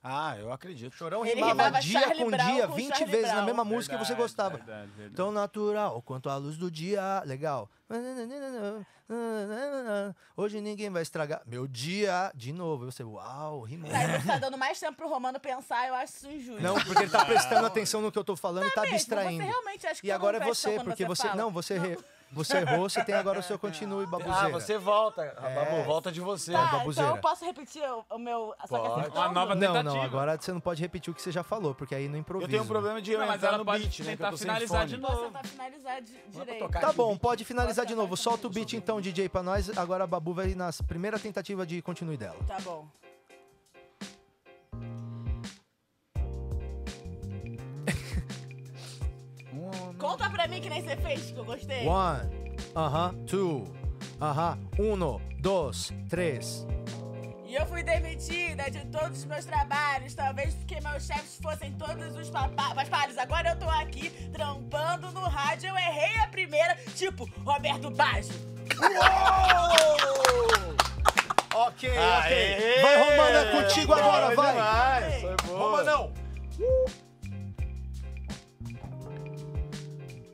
[SPEAKER 6] Ah, eu acredito.
[SPEAKER 2] Chorão
[SPEAKER 6] Ele
[SPEAKER 2] Então, rimava,
[SPEAKER 6] rimava
[SPEAKER 2] dia
[SPEAKER 6] Charlie
[SPEAKER 2] com
[SPEAKER 6] Brown
[SPEAKER 2] dia,
[SPEAKER 6] com
[SPEAKER 2] 20
[SPEAKER 6] Charlie
[SPEAKER 2] vezes na
[SPEAKER 6] Brown.
[SPEAKER 2] mesma música que você
[SPEAKER 6] Verdade,
[SPEAKER 2] gostava.
[SPEAKER 6] verdade, verdade.
[SPEAKER 2] Tão natural quanto a luz do dia. Legal. Hoje ninguém vai estragar meu dia de novo. Aí Você, uau, rimou.
[SPEAKER 5] Tá, então você tá dando mais tempo pro Romano pensar, eu acho isso injusto.
[SPEAKER 2] Não, porque ele tá prestando atenção no que eu tô falando e tá
[SPEAKER 5] mesmo,
[SPEAKER 2] distraindo.
[SPEAKER 5] você realmente acha que
[SPEAKER 2] e
[SPEAKER 5] eu
[SPEAKER 2] agora é
[SPEAKER 5] não presto
[SPEAKER 2] você,
[SPEAKER 5] quando
[SPEAKER 2] porque
[SPEAKER 5] você
[SPEAKER 2] você.
[SPEAKER 5] fala?
[SPEAKER 2] Não, você, re- você errou, você tem agora o seu continue,
[SPEAKER 6] Ah,
[SPEAKER 2] babuzeira.
[SPEAKER 6] você volta.
[SPEAKER 2] É.
[SPEAKER 6] Babu, volta de você.
[SPEAKER 2] Tá,
[SPEAKER 5] Ah, então eu posso repetir o, o meu... a sua
[SPEAKER 6] Pode.
[SPEAKER 5] questão?
[SPEAKER 6] Uma nova
[SPEAKER 2] Não, não,
[SPEAKER 6] tentativa.
[SPEAKER 2] agora você não pode repetir o que você já falou, porque aí não improvisa.
[SPEAKER 6] Eu tenho um problema de eu
[SPEAKER 5] Não, mas
[SPEAKER 6] entrar
[SPEAKER 5] ela
[SPEAKER 6] no
[SPEAKER 5] pode
[SPEAKER 6] beat, né? que eu
[SPEAKER 4] tentar
[SPEAKER 6] tô sem
[SPEAKER 4] finalizar
[SPEAKER 6] fone.
[SPEAKER 4] de
[SPEAKER 5] Posso tentar finalizar di- direito.
[SPEAKER 2] Tá bom, pode finalizar de novo. Solta o beat então, DJ, pra nós. Agora a Babu vai na primeira tentativa de continue dela.
[SPEAKER 5] Tá bom. Conta pra mim que nem você fez, que eu gostei.
[SPEAKER 2] One, aham, two, aham, uno, dos, três.
[SPEAKER 5] E eu fui demitida de todos os meus trabalhos, talvez porque meus chefes fossem todos os papa- paspalhos. Agora eu tô aqui, trampando no rádio, eu errei a primeira, tipo Roberto Baggio.
[SPEAKER 2] Ok,
[SPEAKER 6] Ah,
[SPEAKER 2] ok. Vai, Romano, é contigo agora, vai.
[SPEAKER 4] Romanão.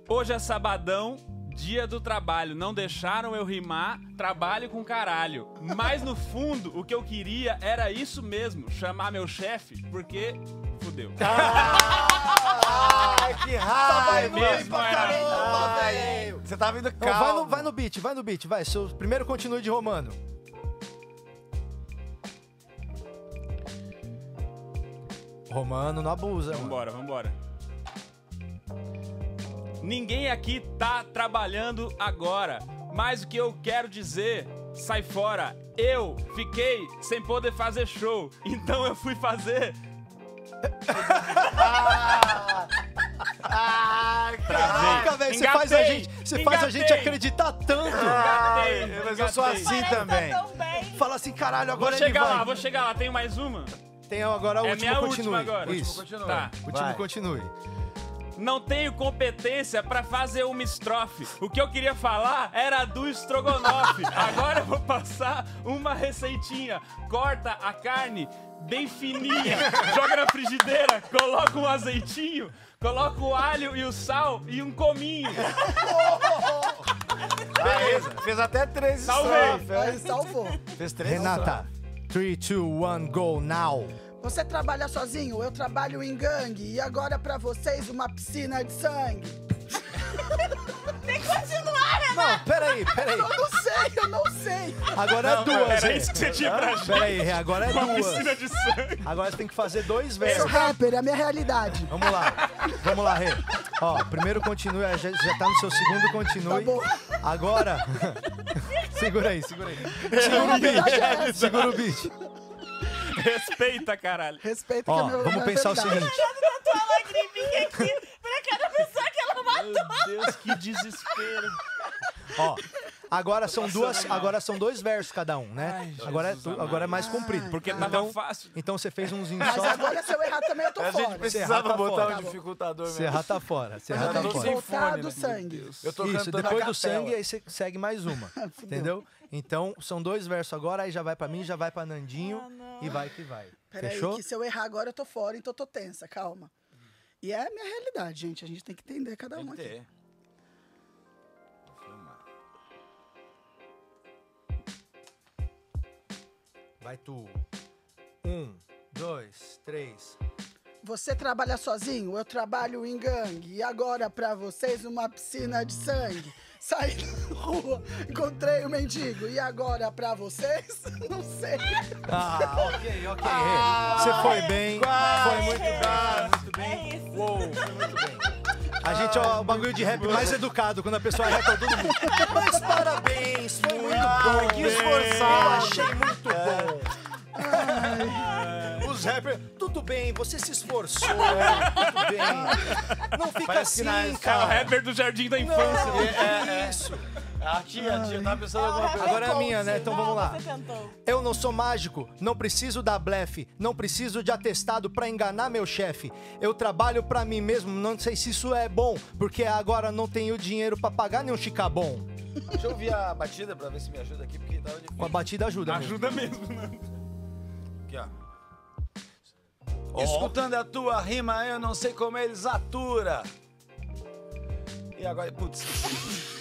[SPEAKER 4] Hoje é sabadão, dia do trabalho. Não deixaram eu rimar, trabalho com caralho. Mas no fundo, o que eu queria era isso mesmo: chamar meu chefe, porque fudeu.
[SPEAKER 6] Ai, que raiva!
[SPEAKER 4] Mesmo era-
[SPEAKER 6] velho. Você tava indo
[SPEAKER 2] Então, vai, no,
[SPEAKER 6] calmo.
[SPEAKER 2] vai no beat, vai no beat, vai. Seu primeiro continue de Romano. Romano não abusa, mano.
[SPEAKER 4] Vambora, vambora. Ninguém aqui tá trabalhando agora, mas o que eu quero dizer, sai fora. Eu fiquei sem poder fazer show, então eu fui fazer
[SPEAKER 2] Caraca, velho, você faz a
[SPEAKER 4] Engatei,
[SPEAKER 2] gente, você faz a gente
[SPEAKER 4] engatei.
[SPEAKER 2] acreditar tanto. Ah,
[SPEAKER 4] Engatei,
[SPEAKER 6] Ai, mas eu sou
[SPEAKER 4] engatei.
[SPEAKER 6] assim
[SPEAKER 2] tá
[SPEAKER 6] também.
[SPEAKER 2] Fala assim, caralho,
[SPEAKER 4] Vou
[SPEAKER 2] agora ele
[SPEAKER 4] chegar
[SPEAKER 2] vai.
[SPEAKER 4] lá, vou chegar lá. Tem mais uma?
[SPEAKER 2] Tem agora a
[SPEAKER 4] É
[SPEAKER 2] última,
[SPEAKER 4] minha última
[SPEAKER 2] continue.
[SPEAKER 4] agora.
[SPEAKER 2] Isso.
[SPEAKER 4] Última, continue. Tá.
[SPEAKER 2] Último
[SPEAKER 4] Vai.
[SPEAKER 2] continue.
[SPEAKER 4] Não tenho competência pra fazer uma estrofe. O que eu queria falar era do estrogonofe. Agora eu vou passar uma receitinha. Corta a carne bem fininha, joga na frigideira, coloca um azeitinho, coloca o alho e o sal e um cominho.
[SPEAKER 2] Ah,
[SPEAKER 6] Beleza. Fez até três
[SPEAKER 4] Salvei.
[SPEAKER 6] estrofes.
[SPEAKER 3] Salvou.
[SPEAKER 6] Fez três
[SPEAKER 2] Renata. 3, 2, 1, go now.
[SPEAKER 3] Você trabalha sozinho, eu trabalho em gangue. E agora pra vocês uma piscina de sangue.
[SPEAKER 5] Tem que continuar,
[SPEAKER 2] Não, peraí, peraí.
[SPEAKER 3] Eu não sei, eu não sei.
[SPEAKER 2] Agora é duas,
[SPEAKER 4] Era
[SPEAKER 2] hein?
[SPEAKER 4] isso que você tinha pra gente.
[SPEAKER 2] Peraí, agora é
[SPEAKER 4] Uma
[SPEAKER 2] duas.
[SPEAKER 4] piscina de sangue.
[SPEAKER 2] Agora você tem que fazer dois
[SPEAKER 3] Eu sou
[SPEAKER 2] versos.
[SPEAKER 3] rapper, é a minha realidade.
[SPEAKER 2] Vamos lá. Vamos lá, Rê. Ó, primeiro continue, já, já tá no seu segundo
[SPEAKER 3] Tá
[SPEAKER 2] continue.
[SPEAKER 3] bom.
[SPEAKER 2] Agora. segura aí, segura aí.
[SPEAKER 3] Segura a verdade é essa.
[SPEAKER 2] Segura o beat.
[SPEAKER 4] Respeita, caralho.
[SPEAKER 3] Respeita que
[SPEAKER 2] Ó,
[SPEAKER 3] é meu
[SPEAKER 2] vamos
[SPEAKER 3] é
[SPEAKER 2] pensar o
[SPEAKER 3] verdade.
[SPEAKER 2] seguinte.
[SPEAKER 5] Olhando na tua lagriminha aqui pra cada pessoa que ela matou.
[SPEAKER 4] Deus, que desespero.
[SPEAKER 2] Ó. Agora são duas, agora são dois versos cada um, né? Agora é, tu- agora é mais comprido.
[SPEAKER 4] Porque tava fácil.
[SPEAKER 2] Então você fez uns
[SPEAKER 3] Mas
[SPEAKER 2] só.
[SPEAKER 3] agora se eu errar também eu tô
[SPEAKER 6] A gente
[SPEAKER 3] fora.
[SPEAKER 6] precisava
[SPEAKER 2] Serra tá
[SPEAKER 6] botar
[SPEAKER 2] fora.
[SPEAKER 6] um dificultador
[SPEAKER 2] Se
[SPEAKER 6] mesmo.
[SPEAKER 2] errar tá fora. Se errar
[SPEAKER 6] Mas eu
[SPEAKER 2] tá
[SPEAKER 6] tô
[SPEAKER 2] fora.
[SPEAKER 6] sem
[SPEAKER 3] Voltar
[SPEAKER 6] fone,
[SPEAKER 3] do
[SPEAKER 6] né?
[SPEAKER 3] sangue.
[SPEAKER 6] Eu tô
[SPEAKER 2] Isso,
[SPEAKER 6] cantando a
[SPEAKER 2] depois
[SPEAKER 6] capela.
[SPEAKER 2] do sangue, aí você segue mais uma. entendeu? Então, são dois versos agora, aí já vai pra mim, já vai pra Nandinho e vai que vai.
[SPEAKER 3] Ah, Peraí,
[SPEAKER 2] Fechou?
[SPEAKER 3] que se eu errar agora eu tô fora, então eu tô tensa, calma. E é a minha realidade, gente. A gente tem que entender cada um aqui.
[SPEAKER 6] Tem.
[SPEAKER 2] Vai tu. Um, dois, três.
[SPEAKER 3] Você trabalha sozinho, eu trabalho em gangue. E agora pra vocês uma piscina de sangue. Saí na rua, encontrei o mendigo. E agora pra vocês? Não sei.
[SPEAKER 2] Ah, ok, ok. Você foi bem. Foi
[SPEAKER 6] é
[SPEAKER 2] muito bem. Muito bem.
[SPEAKER 5] É isso.
[SPEAKER 2] Uou, foi muito bem. A gente, ó, o bagulho de rap mais educado quando a pessoa reta todo mundo. Mas parabéns, foi muito bom. Que esforçado. Eu achei muito bom. Os rappers, tudo bem, você se esforçou, tudo bem. Não fica
[SPEAKER 6] Parece que na
[SPEAKER 2] assim,
[SPEAKER 4] É o
[SPEAKER 2] cara.
[SPEAKER 4] rapper do Jardim da Infância.
[SPEAKER 2] Não, que isso.
[SPEAKER 6] é, A tia, a tia, eu tava pensando em alguma coisa.
[SPEAKER 2] Agora é a minha, né? Então
[SPEAKER 5] Não,
[SPEAKER 2] vamos lá.
[SPEAKER 5] Você tentou.
[SPEAKER 2] Eu não sou mágico, não preciso dar blefe, não preciso de atestado pra enganar meu chefe. Eu trabalho pra mim mesmo, não sei se isso é bom, porque agora não tenho dinheiro pra pagar nenhum chicabom.
[SPEAKER 6] Deixa eu ouvir a batida pra ver se me ajuda aqui, porque tava difícil.
[SPEAKER 2] Uma batida ajuda. mesmo.
[SPEAKER 4] Ajuda mesmo, né?
[SPEAKER 6] Aqui, ó. Escutando a tua rima, eu não sei como eles atura. E agora, putz.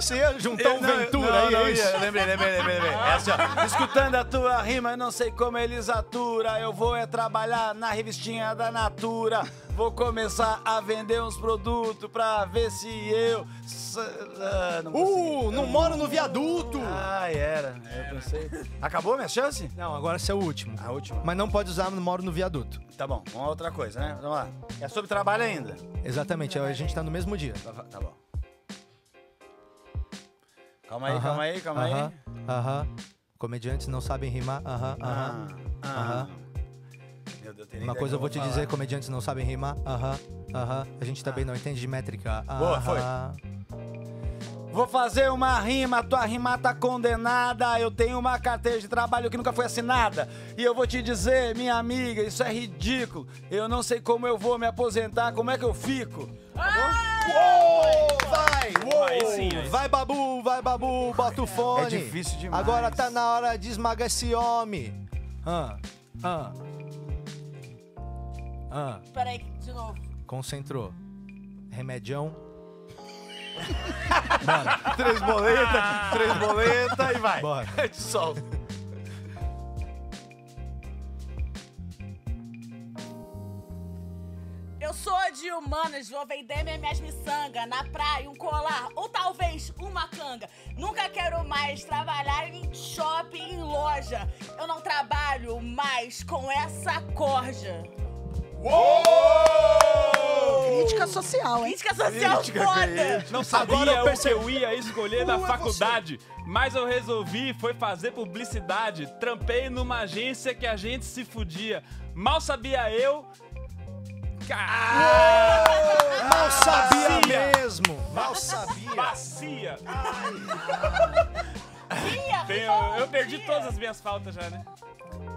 [SPEAKER 2] Você ia juntar um
[SPEAKER 6] Não,
[SPEAKER 2] Ventura
[SPEAKER 6] não,
[SPEAKER 2] aí,
[SPEAKER 6] não,
[SPEAKER 2] é isso?
[SPEAKER 6] ia. Lembrei, lembrei, lembrei, lembrei. É assim, ó. Escutando a tua rima, eu não sei como eles atura. Eu vou é trabalhar na revistinha da Natura. Vou começar a vender uns produtos pra ver se eu. s- ah, não consegui.
[SPEAKER 2] Uh, não moro no viaduto!
[SPEAKER 6] Ai, Ah, era. né? Eu pensei. Acabou minha chance? Ah,
[SPEAKER 2] Não, agora esse é o último.
[SPEAKER 6] A última.
[SPEAKER 2] Mas não pode usar não moro no viaduto.
[SPEAKER 6] Tá bom, uma outra coisa, né? Vamos lá. É sobre trabalho ainda.
[SPEAKER 2] Exatamente, a gente tá no mesmo dia.
[SPEAKER 6] Tá, tá bom. Calma aí, calma aí, calma aí.
[SPEAKER 2] Aham, aham. Comediantes não sabem rimar, aham, aham.
[SPEAKER 6] Ah,
[SPEAKER 2] Aham.
[SPEAKER 6] Meu Deus, tem
[SPEAKER 2] Uma coisa eu vou te dizer, comediantes não sabem rimar. Aham, aham. A gente também não entende de métrica.
[SPEAKER 6] Ah. Boa,
[SPEAKER 2] aham.
[SPEAKER 6] Vou fazer uma rima, tua rima tá condenada. Eu tenho uma carteira de trabalho que nunca foi assinada. E eu vou te dizer, minha amiga, isso é ridículo. Eu não sei como eu vou me aposentar, como é que eu fico. Tá bom?
[SPEAKER 2] Vai, vai!
[SPEAKER 4] Uou, aí sim, aí sim.
[SPEAKER 2] Vai, Babu, vai, Babu, bota o fone.
[SPEAKER 6] É difícil demais.
[SPEAKER 2] Agora tá na hora de esmagar esse homem. Ah, ah, ah.
[SPEAKER 5] Peraí, de novo.
[SPEAKER 2] Concentrou. Remedião.
[SPEAKER 6] Três boletas, três boletas e vai.
[SPEAKER 2] Bora.
[SPEAKER 6] Te solto.
[SPEAKER 5] Eu sou de humanas, vou vender minhas miçanga na praia, um colar ou talvez uma canga. Nunca quero mais trabalhar em shopping, em loja. Eu não trabalho mais com essa corja.
[SPEAKER 3] Crítica social, hein?
[SPEAKER 5] Crítica social foda!
[SPEAKER 4] Não sabia
[SPEAKER 2] Agora eu percebi. é
[SPEAKER 4] o que eu ia escolher na faculdade, mas eu resolvi, foi fazer publicidade. Trampei numa agência que a gente se fudia. Mal sabia eu... Caralho!
[SPEAKER 2] Mal sabia
[SPEAKER 4] Bacia.
[SPEAKER 2] mesmo. Mal sabia.
[SPEAKER 4] Bacia!
[SPEAKER 5] Minha
[SPEAKER 4] Tem-
[SPEAKER 5] bom
[SPEAKER 4] eu perdi
[SPEAKER 5] dia.
[SPEAKER 4] todas as minhas faltas já, né?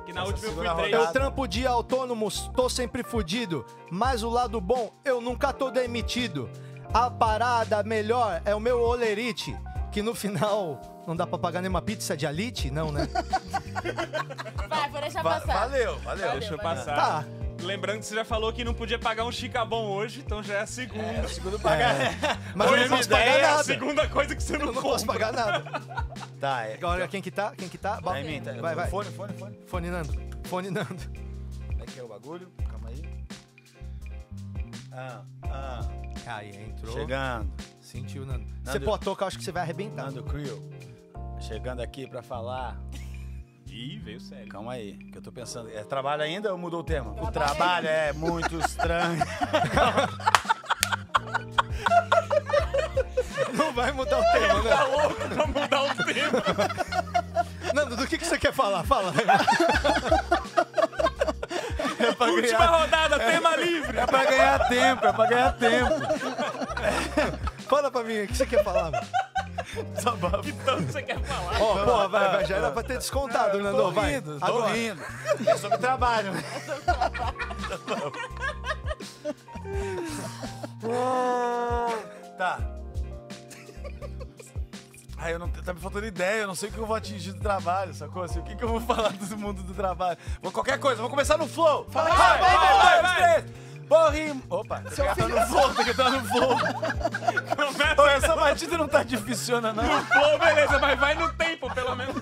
[SPEAKER 4] Que na última eu
[SPEAKER 6] segunda
[SPEAKER 4] fui três.
[SPEAKER 2] Eu trampo de autônomo, tô sempre fudido. Mas o lado bom, eu nunca tô demitido. A parada melhor é o meu olerite, que no final não dá pra pagar nenhuma pizza de alite, não, né?
[SPEAKER 5] Vai, vou deixar
[SPEAKER 6] Va-
[SPEAKER 5] passar.
[SPEAKER 6] valeu, valeu.
[SPEAKER 5] tá Valeu.
[SPEAKER 4] Deixa eu passar.
[SPEAKER 2] Tá.
[SPEAKER 4] Lembrando que você já falou que não podia pagar um chicabon hoje, então já é a segunda. É.
[SPEAKER 6] Segundo pagar.
[SPEAKER 2] Mas eu
[SPEAKER 4] Hoje
[SPEAKER 2] não posso
[SPEAKER 4] ideia
[SPEAKER 2] pagar
[SPEAKER 4] é a
[SPEAKER 2] nada.
[SPEAKER 4] segunda coisa que você não,
[SPEAKER 2] Eu não posso
[SPEAKER 4] compra.
[SPEAKER 2] pagar nada.
[SPEAKER 6] Tá, é.
[SPEAKER 2] Agora quem que tá? Quem que tá? Bota-
[SPEAKER 6] Tá em mim, tá?
[SPEAKER 2] Vai, vai.
[SPEAKER 6] Fone, fone, fone.
[SPEAKER 2] Fone Nando. Fone Nando.
[SPEAKER 6] Aqui é o bagulho. Calma aí. Ah, ah.
[SPEAKER 2] Aí, entrou.
[SPEAKER 6] Chegando.
[SPEAKER 2] Sentiu, Nando. Você
[SPEAKER 6] Nando-
[SPEAKER 2] botou que eu acho que você vai arrebentar.
[SPEAKER 6] Nando Creel. Chegando aqui pra falar.
[SPEAKER 4] Ih, veio sério.
[SPEAKER 6] Calma aí, que eu tô pensando. É trabalho ainda ou mudou o tema? O trabalho é muito estranho.
[SPEAKER 2] Não vai mudar o tema, né?
[SPEAKER 4] Tá
[SPEAKER 2] Nando.
[SPEAKER 4] louco pra mudar o tema.
[SPEAKER 2] Nando, do que, que você quer falar? Fala. né?
[SPEAKER 6] É pra
[SPEAKER 4] Última
[SPEAKER 6] ganhar,
[SPEAKER 4] rodada, tema livre.
[SPEAKER 6] é pra ganhar tempo, é pra ganhar tempo.
[SPEAKER 2] Fala pra mim o que você quer falar, mano.
[SPEAKER 6] Desabafo.
[SPEAKER 4] Que tanto você quer falar?
[SPEAKER 2] Ó, porra, vai, vai, já era pra ter descontado, Nando.
[SPEAKER 6] Tô
[SPEAKER 2] vai.
[SPEAKER 6] rindo, tô
[SPEAKER 2] Agora.
[SPEAKER 6] rindo. É sobre trabalho. tá. Ai, eu não, tá me faltando ideia, eu não sei o que eu vou atingir do trabalho, sacou? Assim, o que, que eu vou falar do mundo do trabalho? Vou qualquer coisa, vou começar no flow. Fala aí,
[SPEAKER 4] Vai, vai, vai, vai.
[SPEAKER 6] Vou rir. Opa, tem que tá no flow, tem que tá no flow.
[SPEAKER 4] Começa
[SPEAKER 6] Ô, Essa batida não tá difícil, não.
[SPEAKER 4] no flow, beleza, mas vai no tempo, pelo menos.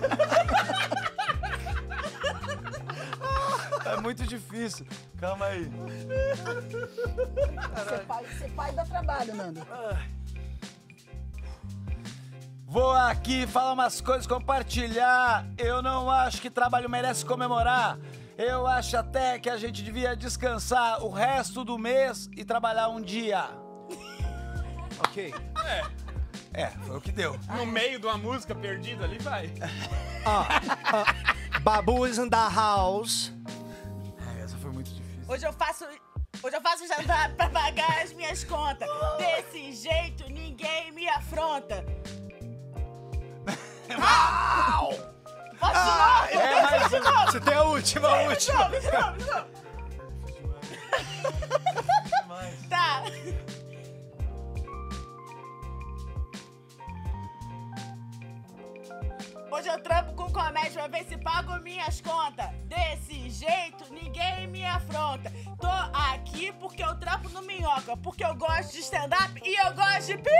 [SPEAKER 6] Tá muito difícil. Calma aí.
[SPEAKER 3] Ser pai, ser pai dá trabalho, Nando.
[SPEAKER 6] Ah, Vou aqui falar umas coisas, compartilhar. Eu não acho que trabalho merece comemorar. Eu acho até que a gente devia descansar o resto do mês e trabalhar um dia.
[SPEAKER 2] Ok.
[SPEAKER 6] É, foi o que deu.
[SPEAKER 4] No meio de uma música perdida ali, vai.
[SPEAKER 2] Ah, Babu is in the house.
[SPEAKER 6] É, essa foi muito difícil.
[SPEAKER 5] Hoje eu faço. Hoje eu faço jantar pra pagar as minhas contas. Desse jeito ninguém me afronta. Posso de um novo?
[SPEAKER 6] É, mas você tem a última, a
[SPEAKER 5] De novo, de novo, de novo. Tá. Hoje eu trampo com comédia pra ver se pago minhas contas. Desse jeito, ninguém me afronta. Tô aqui porque eu trampo no Minhoca, porque eu gosto de stand-up e eu gosto de pi.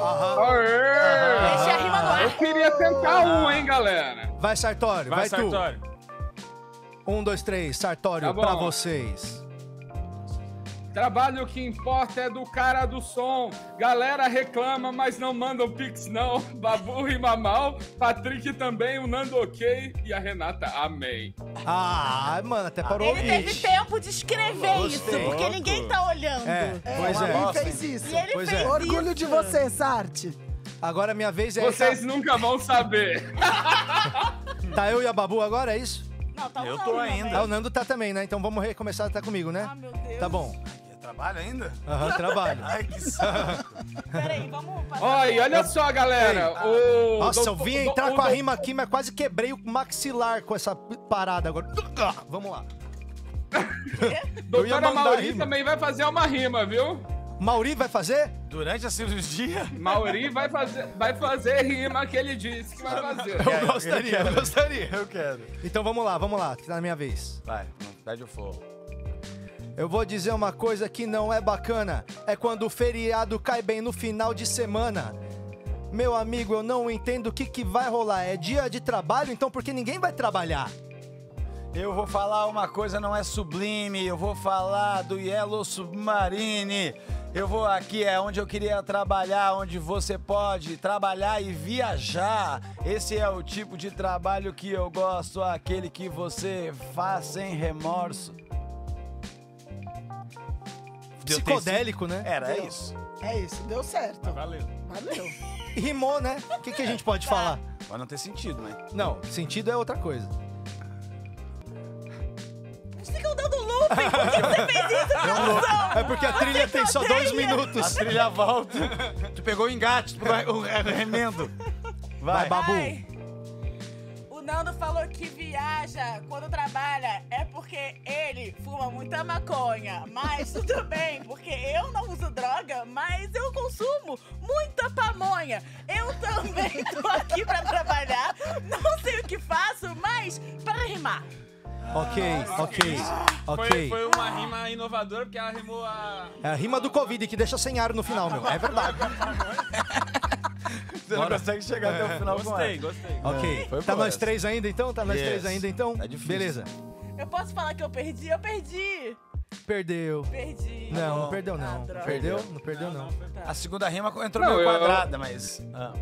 [SPEAKER 7] Aê!
[SPEAKER 5] Deixa a rima no
[SPEAKER 7] Eu
[SPEAKER 5] ar.
[SPEAKER 7] queria tentar um, hein, galera?
[SPEAKER 2] Vai, Sartório, vai,
[SPEAKER 4] Vai,
[SPEAKER 2] tu.
[SPEAKER 4] Sartório.
[SPEAKER 2] Um, dois, três, Sartório,
[SPEAKER 7] Tá bom.
[SPEAKER 2] pra vocês.
[SPEAKER 7] Trabalho que importa é do cara do som. Galera reclama, mas não mandam pix, não. Babu rima mal. Patrick também, o Nando ok. E a Renata, amei.
[SPEAKER 2] Ah, mano, até parou o
[SPEAKER 5] Ele teve
[SPEAKER 2] beat.
[SPEAKER 5] tempo de escrever isso, porque
[SPEAKER 4] Louco.
[SPEAKER 5] ninguém tá olhando.
[SPEAKER 2] É, pois
[SPEAKER 3] ele
[SPEAKER 2] é.
[SPEAKER 3] fez isso.
[SPEAKER 5] E ele
[SPEAKER 2] Pois
[SPEAKER 5] fez
[SPEAKER 2] é.
[SPEAKER 5] isso.
[SPEAKER 3] Orgulho de você, Sarte.
[SPEAKER 2] Agora minha vez é.
[SPEAKER 7] Vocês nunca vão saber.
[SPEAKER 2] Tá, tá eu e a Babu agora, é isso?
[SPEAKER 5] Não, tá
[SPEAKER 6] Eu
[SPEAKER 5] um
[SPEAKER 6] tô
[SPEAKER 5] a um,
[SPEAKER 6] ainda.
[SPEAKER 5] né?
[SPEAKER 2] Ah, o Nando tá também, né? Então vamos recomeçar, tá comigo, né?
[SPEAKER 5] Ah, meu Deus.
[SPEAKER 2] Tá bom.
[SPEAKER 6] É trabalho ainda?
[SPEAKER 2] Aham, trabalho.
[SPEAKER 6] Ai, que saco.
[SPEAKER 5] Peraí, vamos passar.
[SPEAKER 7] Oi, olha só, galera. O
[SPEAKER 2] Nossa, eu
[SPEAKER 7] doutor-
[SPEAKER 2] vim entrar
[SPEAKER 7] o
[SPEAKER 2] com a
[SPEAKER 7] doutor-
[SPEAKER 2] rima aqui, mas quase quebrei o maxilar com essa parada agora. Vamos lá. Eu ia
[SPEAKER 7] Doutora
[SPEAKER 2] mandar
[SPEAKER 7] Mauri
[SPEAKER 2] rima.
[SPEAKER 7] também vai fazer uma rima, viu?
[SPEAKER 2] Mauri vai fazer?
[SPEAKER 6] Durante a cirurgia?
[SPEAKER 7] Mauri vai fazer, vai fazer rima que ele disse que vai fazer.
[SPEAKER 6] Eu gostaria, eu gostaria, eu quero.
[SPEAKER 2] Então vamos lá, vamos lá, que tá na minha vez.
[SPEAKER 6] Vai, não perde o fogo.
[SPEAKER 2] Eu vou dizer uma coisa que não é bacana. É quando o feriado cai bem no final de semana. Meu amigo, eu não entendo o que, que vai rolar. É dia de trabalho, então porque ninguém vai trabalhar.
[SPEAKER 6] Eu vou falar uma coisa, não é sublime. Eu vou falar do Yellow Submarine. Eu vou aqui, é onde eu queria trabalhar, onde você pode trabalhar e viajar. Esse é o tipo de trabalho que eu gosto, aquele que você faz sem remorso.
[SPEAKER 2] Deu Psicodélico, né?
[SPEAKER 6] Era, é isso.
[SPEAKER 3] É isso, deu certo.
[SPEAKER 6] Valeu.
[SPEAKER 3] Valeu.
[SPEAKER 2] Rimou, né? O que, que a gente pode falar?
[SPEAKER 6] Pode não ter sentido, né?
[SPEAKER 2] Não, sentido é outra coisa.
[SPEAKER 5] Vocês ficam dando looping. Por que você fez isso, produção?
[SPEAKER 2] É porque a trilha tem só dois minutos.
[SPEAKER 6] A trilha volta. tu pegou o engate, tu vai, o é, remendo.
[SPEAKER 2] Vai, babu.
[SPEAKER 5] Ai, o Nando falou que viaja quando trabalha é porque ele fuma muita maconha. Mas tudo bem, porque eu não uso droga, mas eu consumo muita pamonha. Eu também tô aqui pra trabalhar. Não sei o que faço, mas para rimar.
[SPEAKER 2] Ok,
[SPEAKER 6] Ah,
[SPEAKER 2] ok,
[SPEAKER 4] Foi,
[SPEAKER 2] ok.
[SPEAKER 4] foi
[SPEAKER 6] um-
[SPEAKER 4] uma rima inovadora, porque ela rimou a.
[SPEAKER 2] É a rima do Covid que deixa sem ar no final, meu. É verdade.
[SPEAKER 6] Você não consegue chegar até o final com
[SPEAKER 4] Gostei,
[SPEAKER 6] ela.
[SPEAKER 4] gostei.
[SPEAKER 2] É. Ok.
[SPEAKER 6] foi
[SPEAKER 2] Tá
[SPEAKER 6] boa
[SPEAKER 2] nós
[SPEAKER 6] essa.
[SPEAKER 2] três ainda então? Tá nós
[SPEAKER 6] Yes.
[SPEAKER 2] três ainda então?
[SPEAKER 6] Tá difícil.
[SPEAKER 2] Beleza.
[SPEAKER 5] Eu posso falar que eu perdi? Eu perdi.
[SPEAKER 2] Perdeu.
[SPEAKER 5] Perdi.
[SPEAKER 2] Não, não
[SPEAKER 6] bom.
[SPEAKER 2] perdeu
[SPEAKER 5] Ah,
[SPEAKER 2] não.
[SPEAKER 5] droga.
[SPEAKER 2] Perdeu? Não perdeu não.
[SPEAKER 6] A segunda rima entrou
[SPEAKER 7] Não,
[SPEAKER 6] meio
[SPEAKER 7] eu-
[SPEAKER 6] quadrada, mas. ah,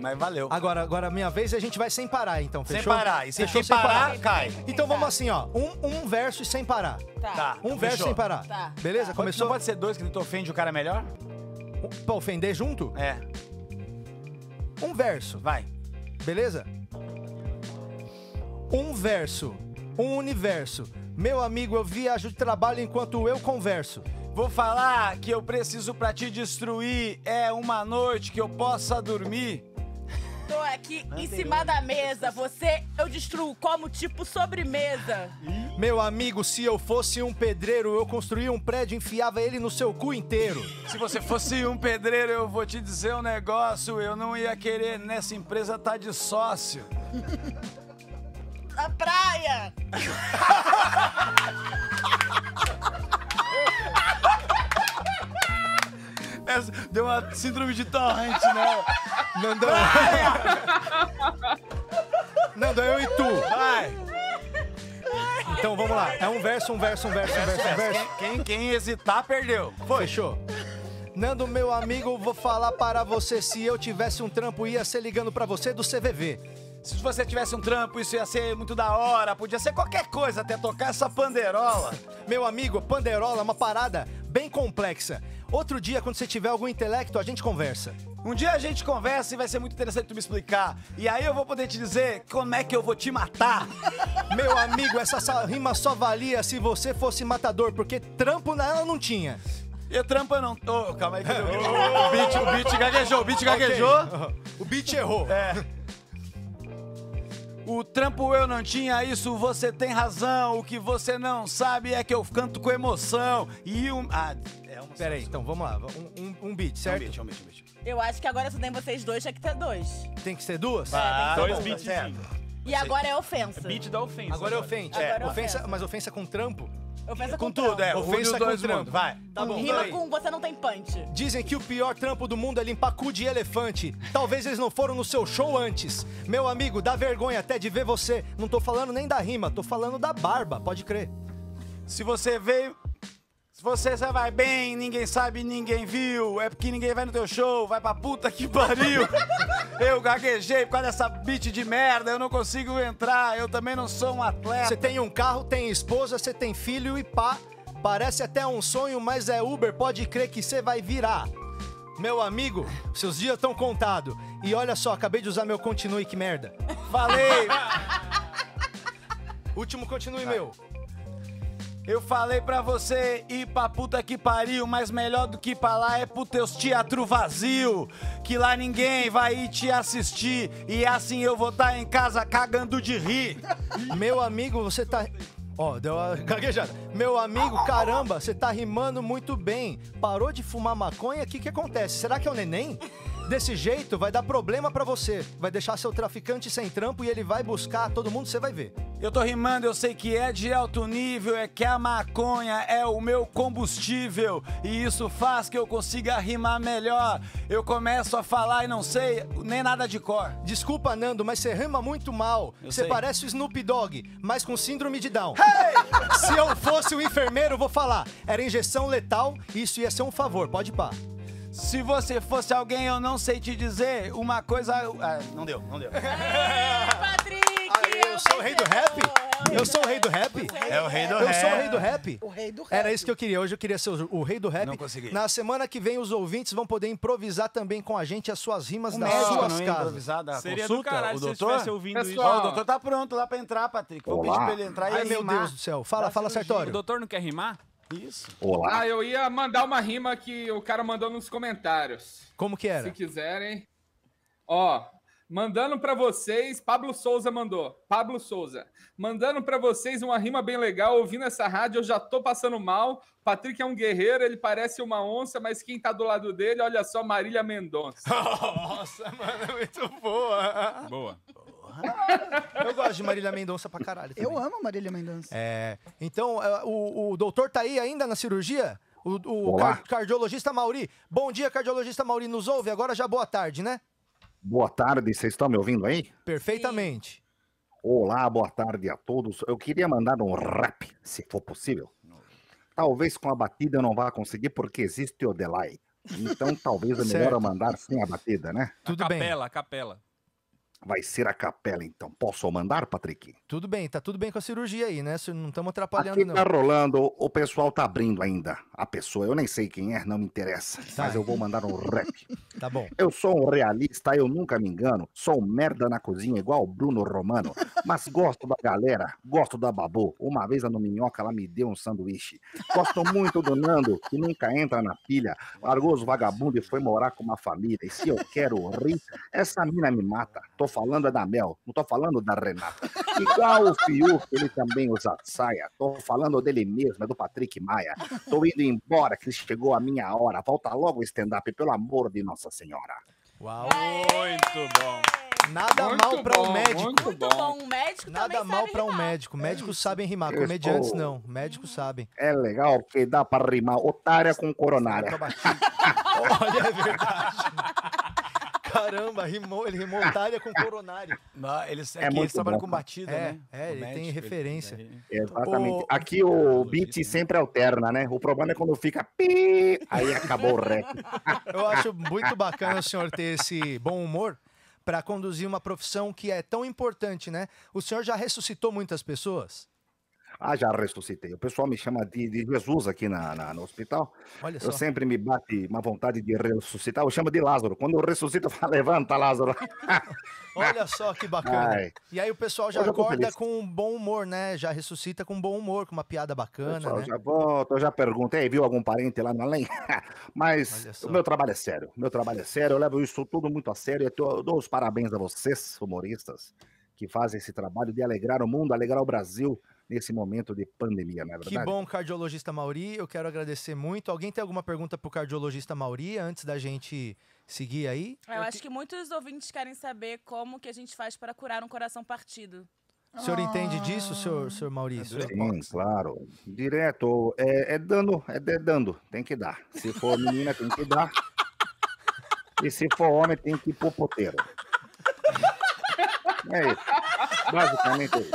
[SPEAKER 6] mas valeu.
[SPEAKER 2] Agora, agora minha vez e a gente vai sem parar então,
[SPEAKER 6] sem
[SPEAKER 2] fechou?
[SPEAKER 6] parar. E se
[SPEAKER 2] Fechou
[SPEAKER 6] quem parar, cai.
[SPEAKER 2] Então vamos assim, ó. Um, um verso e sem parar.
[SPEAKER 6] Tá.
[SPEAKER 2] Um
[SPEAKER 6] então
[SPEAKER 2] verso
[SPEAKER 6] fechou.
[SPEAKER 2] sem parar.
[SPEAKER 5] Tá.
[SPEAKER 2] Beleza?
[SPEAKER 6] Começou?
[SPEAKER 5] Tá.
[SPEAKER 2] Começou? Um,
[SPEAKER 6] Não pode ser dois que tu ofende o cara melhor?
[SPEAKER 2] Pra ofender junto?
[SPEAKER 6] É,
[SPEAKER 2] Um verso.
[SPEAKER 6] vai.
[SPEAKER 2] Beleza? Um verso, um universo. Meu amigo, eu viajo de trabalho enquanto eu converso.
[SPEAKER 6] Vou falar que eu preciso pra te destruir. É uma noite que eu possa dormir.
[SPEAKER 5] Tô aqui em cima da mesa. Você eu destruo como tipo sobremesa.
[SPEAKER 2] Meu amigo, se eu fosse um pedreiro, eu construía um prédio e enfiava ele no seu cu inteiro.
[SPEAKER 6] Se você fosse um pedreiro, eu vou te dizer um negócio. Eu não ia querer nessa empresa tá de sócio.
[SPEAKER 5] Na praia.
[SPEAKER 6] Essa É, deu uma síndrome de torrent, né?
[SPEAKER 2] Nandão. Nando, eu e tu.
[SPEAKER 6] Vai.
[SPEAKER 2] Então vamos lá. É um verso, um verso, um verso, um verso, um verso.
[SPEAKER 6] é Quem, quem, quem hesitar, perdeu.
[SPEAKER 2] Foi. Fechou. Nando, meu amigo, vou falar para você. Se eu tivesse um trampo, ia ser ligando pra você do CVV.
[SPEAKER 6] Se você tivesse um trampo, isso ia ser muito da hora. Podia ser qualquer coisa, até tocar essa panderola.
[SPEAKER 2] Meu amigo, panderola é uma parada bem complexa. Outro dia, quando você tiver algum intelecto, a gente conversa.
[SPEAKER 6] Um dia a gente conversa e vai ser muito interessante tu me explicar. E aí eu vou poder te dizer como é que eu vou te matar.
[SPEAKER 2] Meu amigo, essa sa- rima só valia se você fosse matador, porque trampo nela não tinha.
[SPEAKER 6] Eu trampa não. É, Ô, calma aí. que eu- um o beat, o beat gaguejou, o beat gaguejou. É.
[SPEAKER 2] O beat errou.
[SPEAKER 6] O trampo eu não tinha, isso você tem razão. O que você não sabe é que eu canto com emoção. E um. Ah, é uma.
[SPEAKER 2] Peraí, então vamos lá. Um, um- um beat,
[SPEAKER 6] É um
[SPEAKER 2] certo?
[SPEAKER 6] beat, é um beat, é um beat.
[SPEAKER 5] Eu acho que agora só tem vocês dois, tinha que ter dois.
[SPEAKER 2] Tem que ser duas?
[SPEAKER 6] Ah,
[SPEAKER 4] Dois
[SPEAKER 6] tá
[SPEAKER 4] beats.
[SPEAKER 6] certo.
[SPEAKER 5] E agora é ofensa.
[SPEAKER 4] Beat da ofensa.
[SPEAKER 2] Agora é ofensa.
[SPEAKER 5] Agora é
[SPEAKER 2] ofensa.
[SPEAKER 5] ofensa.
[SPEAKER 2] Mas ofensa com trampo?
[SPEAKER 5] Ofensa
[SPEAKER 6] Com
[SPEAKER 5] com,
[SPEAKER 6] tudo, é.
[SPEAKER 2] Ofensa
[SPEAKER 6] Ofensa
[SPEAKER 2] com
[SPEAKER 6] dois
[SPEAKER 2] trampo.
[SPEAKER 6] mundo. Vai.
[SPEAKER 2] Tá bom,
[SPEAKER 5] Rima com você não tem punch.
[SPEAKER 2] Dizem que o pior trampo do mundo é limpar cu de elefante. Talvez eles não foram no seu show antes. Meu amigo, dá vergonha até de ver você. Não tô falando nem da rima, tô falando da barba, pode crer.
[SPEAKER 6] Se você veio. Se você só vai bem, ninguém sabe, ninguém viu. É porque ninguém vai no teu show, vai pra puta que pariu. Eu gaguejei por causa dessa beat de merda, eu não consigo entrar, eu também não sou um
[SPEAKER 2] Você
[SPEAKER 6] atleta.
[SPEAKER 2] tem um carro, tem esposa, você tem filho e pá. Parece até um sonho, mas é Uber, pode crer que você vai virar. Meu amigo, seus dias estão contados. E olha só, acabei de usar meu continue, que merda.
[SPEAKER 6] Falei,
[SPEAKER 2] Último continue meu.
[SPEAKER 6] eu falei pra você ir pra puta que pariu, mas melhor do que ir pra lá é pro teus teatro vazio, que lá ninguém vai ir te tá assistir, e assim eu vou estar em casa cagando de rir.
[SPEAKER 2] Meu amigo, você tá. Ó, deu uma gaguejada. Meu amigo, caramba, você tá rimando muito bem. Parou de fumar maconha, o que que acontece? Será que é o neném? Desse jeito vai dar problema pra você. Vai deixar seu traficante sem trampo e ele vai buscar todo mundo, você vai ver.
[SPEAKER 6] Eu tô rimando, eu sei que é de alto nível, é que a maconha é o meu combustível e isso faz que eu consiga rimar melhor. Eu começo a falar e não sei nem nada de cor.
[SPEAKER 2] Desculpa, Nando, mas você rima muito mal. Você
[SPEAKER 6] sei.
[SPEAKER 2] parece o Snoop Dogg, mas com síndrome de Down. Se eu fosse o enfermeiro, vou falar. Era injeção letal, isso ia ser um favor, pode pá.
[SPEAKER 6] Se você fosse alguém, eu não sei te dizer uma coisa. Ah, não deu, não deu.
[SPEAKER 5] Patrick!
[SPEAKER 2] Eu sou o rei do rap? Eu sou o rei do rap?
[SPEAKER 6] É o rei do
[SPEAKER 2] Eu sou o rei do
[SPEAKER 6] rap.
[SPEAKER 2] rap?
[SPEAKER 3] O rei do rap.
[SPEAKER 2] Era isso que eu queria. Hoje eu queria ser o o rei do rap.
[SPEAKER 6] Não consegui.
[SPEAKER 2] Na semana que vem, os ouvintes vão poder improvisar também com a gente as suas rimas
[SPEAKER 6] O
[SPEAKER 2] das
[SPEAKER 6] Um médico
[SPEAKER 2] suas
[SPEAKER 6] não ia
[SPEAKER 2] casas.
[SPEAKER 6] improvisar da
[SPEAKER 4] Seria do
[SPEAKER 6] consulta,
[SPEAKER 4] caralho
[SPEAKER 6] o
[SPEAKER 4] se eles
[SPEAKER 6] doutor?
[SPEAKER 4] tivessem ouvido isso.
[SPEAKER 6] Ó, o doutor tá pronto lá pra entrar, Patrick. Vou pedir pra ele entrar e
[SPEAKER 2] Ai, meu
[SPEAKER 6] rimar.
[SPEAKER 2] Deus do céu. Fala, fala,
[SPEAKER 4] O
[SPEAKER 2] Sartório.
[SPEAKER 4] doutor não quer rimar?
[SPEAKER 6] Isso.
[SPEAKER 11] Olá.
[SPEAKER 7] Ah, eu ia mandar uma rima que o cara mandou nos comentários.
[SPEAKER 2] Como que
[SPEAKER 7] Se
[SPEAKER 2] era?
[SPEAKER 7] quiserem. Ó, mandando pra vocês, Pablo Souza mandou. Pablo Souza. Mandando pra vocês uma rima bem legal. Ouvindo essa rádio, eu já tô passando mal. Patrick é um guerreiro, ele parece uma onça, mas quem tá do lado dele, olha só, Marília Mendonça.
[SPEAKER 2] Nossa, mano, é muito boa.
[SPEAKER 4] Boa.
[SPEAKER 2] Eu gosto de Marília Mendonça pra caralho. também.
[SPEAKER 3] Eu amo a Marília Mendonça.
[SPEAKER 2] É, então, é, o, o doutor tá aí ainda na cirurgia? O, o
[SPEAKER 11] Olá.
[SPEAKER 2] car- cardiologista Mauri. Bom dia, cardiologista Mauri. Nos ouve agora já boa tarde, né?
[SPEAKER 11] Boa tarde, vocês estão me ouvindo aí?
[SPEAKER 2] Perfeitamente.
[SPEAKER 11] Olá, boa tarde a todos. Eu queria mandar um rap, se for possível. Talvez com a batida eu não vá conseguir, porque existe o delay. Então talvez é melhor
[SPEAKER 2] Certo.
[SPEAKER 11] eu mandar sem a batida, né?
[SPEAKER 2] Tudo
[SPEAKER 4] a
[SPEAKER 2] bem.
[SPEAKER 4] capela, a capela.
[SPEAKER 11] Vai ser a capela, então. Posso mandar, Patrick?
[SPEAKER 2] Tudo bem, tá tudo bem com a cirurgia aí, né? Se Não estamos
[SPEAKER 11] Aqui
[SPEAKER 2] atrapalhando, não.
[SPEAKER 11] tá rolando, o pessoal tá abrindo ainda. A pessoa, eu nem sei quem é, não me interessa. Mas eu vou mandar um rap.
[SPEAKER 2] Tá bom.
[SPEAKER 11] Eu sou um realista, eu nunca me engano. Sou um merda na cozinha, igual o Bruno Romano. Mas gosto da galera, gosto da Babu. Uma vez lá no Minhoca, ela me deu um sanduíche. Gosto muito do Nando, que nunca entra na pilha. Largou os vagabundos e foi morar com uma família. E se eu quero rir, essa mina me mata. Tô falando é da Mel, não tô falando da Renata. Igual o Fiuk, ele também usa saia. Tô falando dele mesmo, é do Patrick Maia. Tô indo embora, que chegou a minha hora. Volta logo o stand-up, pelo amor de Nossa Senhora.
[SPEAKER 2] Uau.
[SPEAKER 4] Muito bom.
[SPEAKER 2] Nada mal pra um médico.
[SPEAKER 5] Muito bom. Um médico também
[SPEAKER 2] Nada
[SPEAKER 5] sabe
[SPEAKER 2] mal pra um
[SPEAKER 5] rimar.
[SPEAKER 2] médico. Médicos sabem rimar,
[SPEAKER 11] Eu
[SPEAKER 2] comediantes
[SPEAKER 11] estou-
[SPEAKER 2] não. Médicos sabem.
[SPEAKER 11] É legal que dá pra rimar otária com coronária.
[SPEAKER 2] Olha, é verdade. Caramba, rimou, ele rimou otária com coronário.
[SPEAKER 6] Não, eles,
[SPEAKER 11] É
[SPEAKER 6] aqui eles
[SPEAKER 11] muito
[SPEAKER 6] trabalham
[SPEAKER 11] bom,
[SPEAKER 6] com
[SPEAKER 11] cara.
[SPEAKER 6] batida,
[SPEAKER 2] É,
[SPEAKER 6] né?
[SPEAKER 2] é,
[SPEAKER 6] O
[SPEAKER 2] ele tem referência.
[SPEAKER 6] ele-
[SPEAKER 11] Exatamente.
[SPEAKER 2] Ô-
[SPEAKER 11] Aqui o beat sempre alterna, né? O problema é quando fica pi, aí acabou o rap.
[SPEAKER 2] Eu acho muito bacana o senhor ter esse bom humor pra conduzir uma profissão que é tão importante, né? O senhor já ressuscitou muitas pessoas?
[SPEAKER 11] Ah, já ressuscitei. O pessoal me chama de, de Jesus aqui na, na- no hospital.
[SPEAKER 2] Olha
[SPEAKER 11] Eu
[SPEAKER 2] só.
[SPEAKER 11] sempre me bate uma vontade de ressuscitar. Eu chamo de Lázaro. Quando eu ressuscito, eu falo, levanta, Lázaro.
[SPEAKER 2] Olha só que bacana.
[SPEAKER 11] Ai.
[SPEAKER 2] E aí o pessoal já
[SPEAKER 11] Hoje eu tô
[SPEAKER 2] acorda
[SPEAKER 11] feliz.
[SPEAKER 2] com um bom humor, né? Já ressuscita com um bom humor, com uma piada bacana,
[SPEAKER 11] Pessoal,
[SPEAKER 2] né?
[SPEAKER 11] Eu já volto, eu já perguntei, viu algum parente lá no além? Mas
[SPEAKER 2] Olha só.
[SPEAKER 11] o meu trabalho é sério. Meu trabalho é sério, eu levo isso tudo muito a sério. e Eu tô- eu dou os parabéns a vocês, humoristas, que fazem esse trabalho de alegrar o mundo, alegrar o Brasil nesse momento de pandemia, não é
[SPEAKER 2] Que
[SPEAKER 11] verdade?
[SPEAKER 2] bom, cardiologista Mauri. Eu quero agradecer muito. Alguém tem alguma pergunta pro cardiologista Mauri antes da gente seguir aí?
[SPEAKER 5] Eu acho que muitos ouvintes querem saber como que a gente faz para curar um coração partido.
[SPEAKER 2] O senhor entende disso, senhor, senhor Maurício?
[SPEAKER 11] Sim, claro. Direto, é, é dando, é dedando, tem que dar. Se for menina, tem que dar. E se for homem, tem que ir pro poteiro. É isso. Basicamente é isso.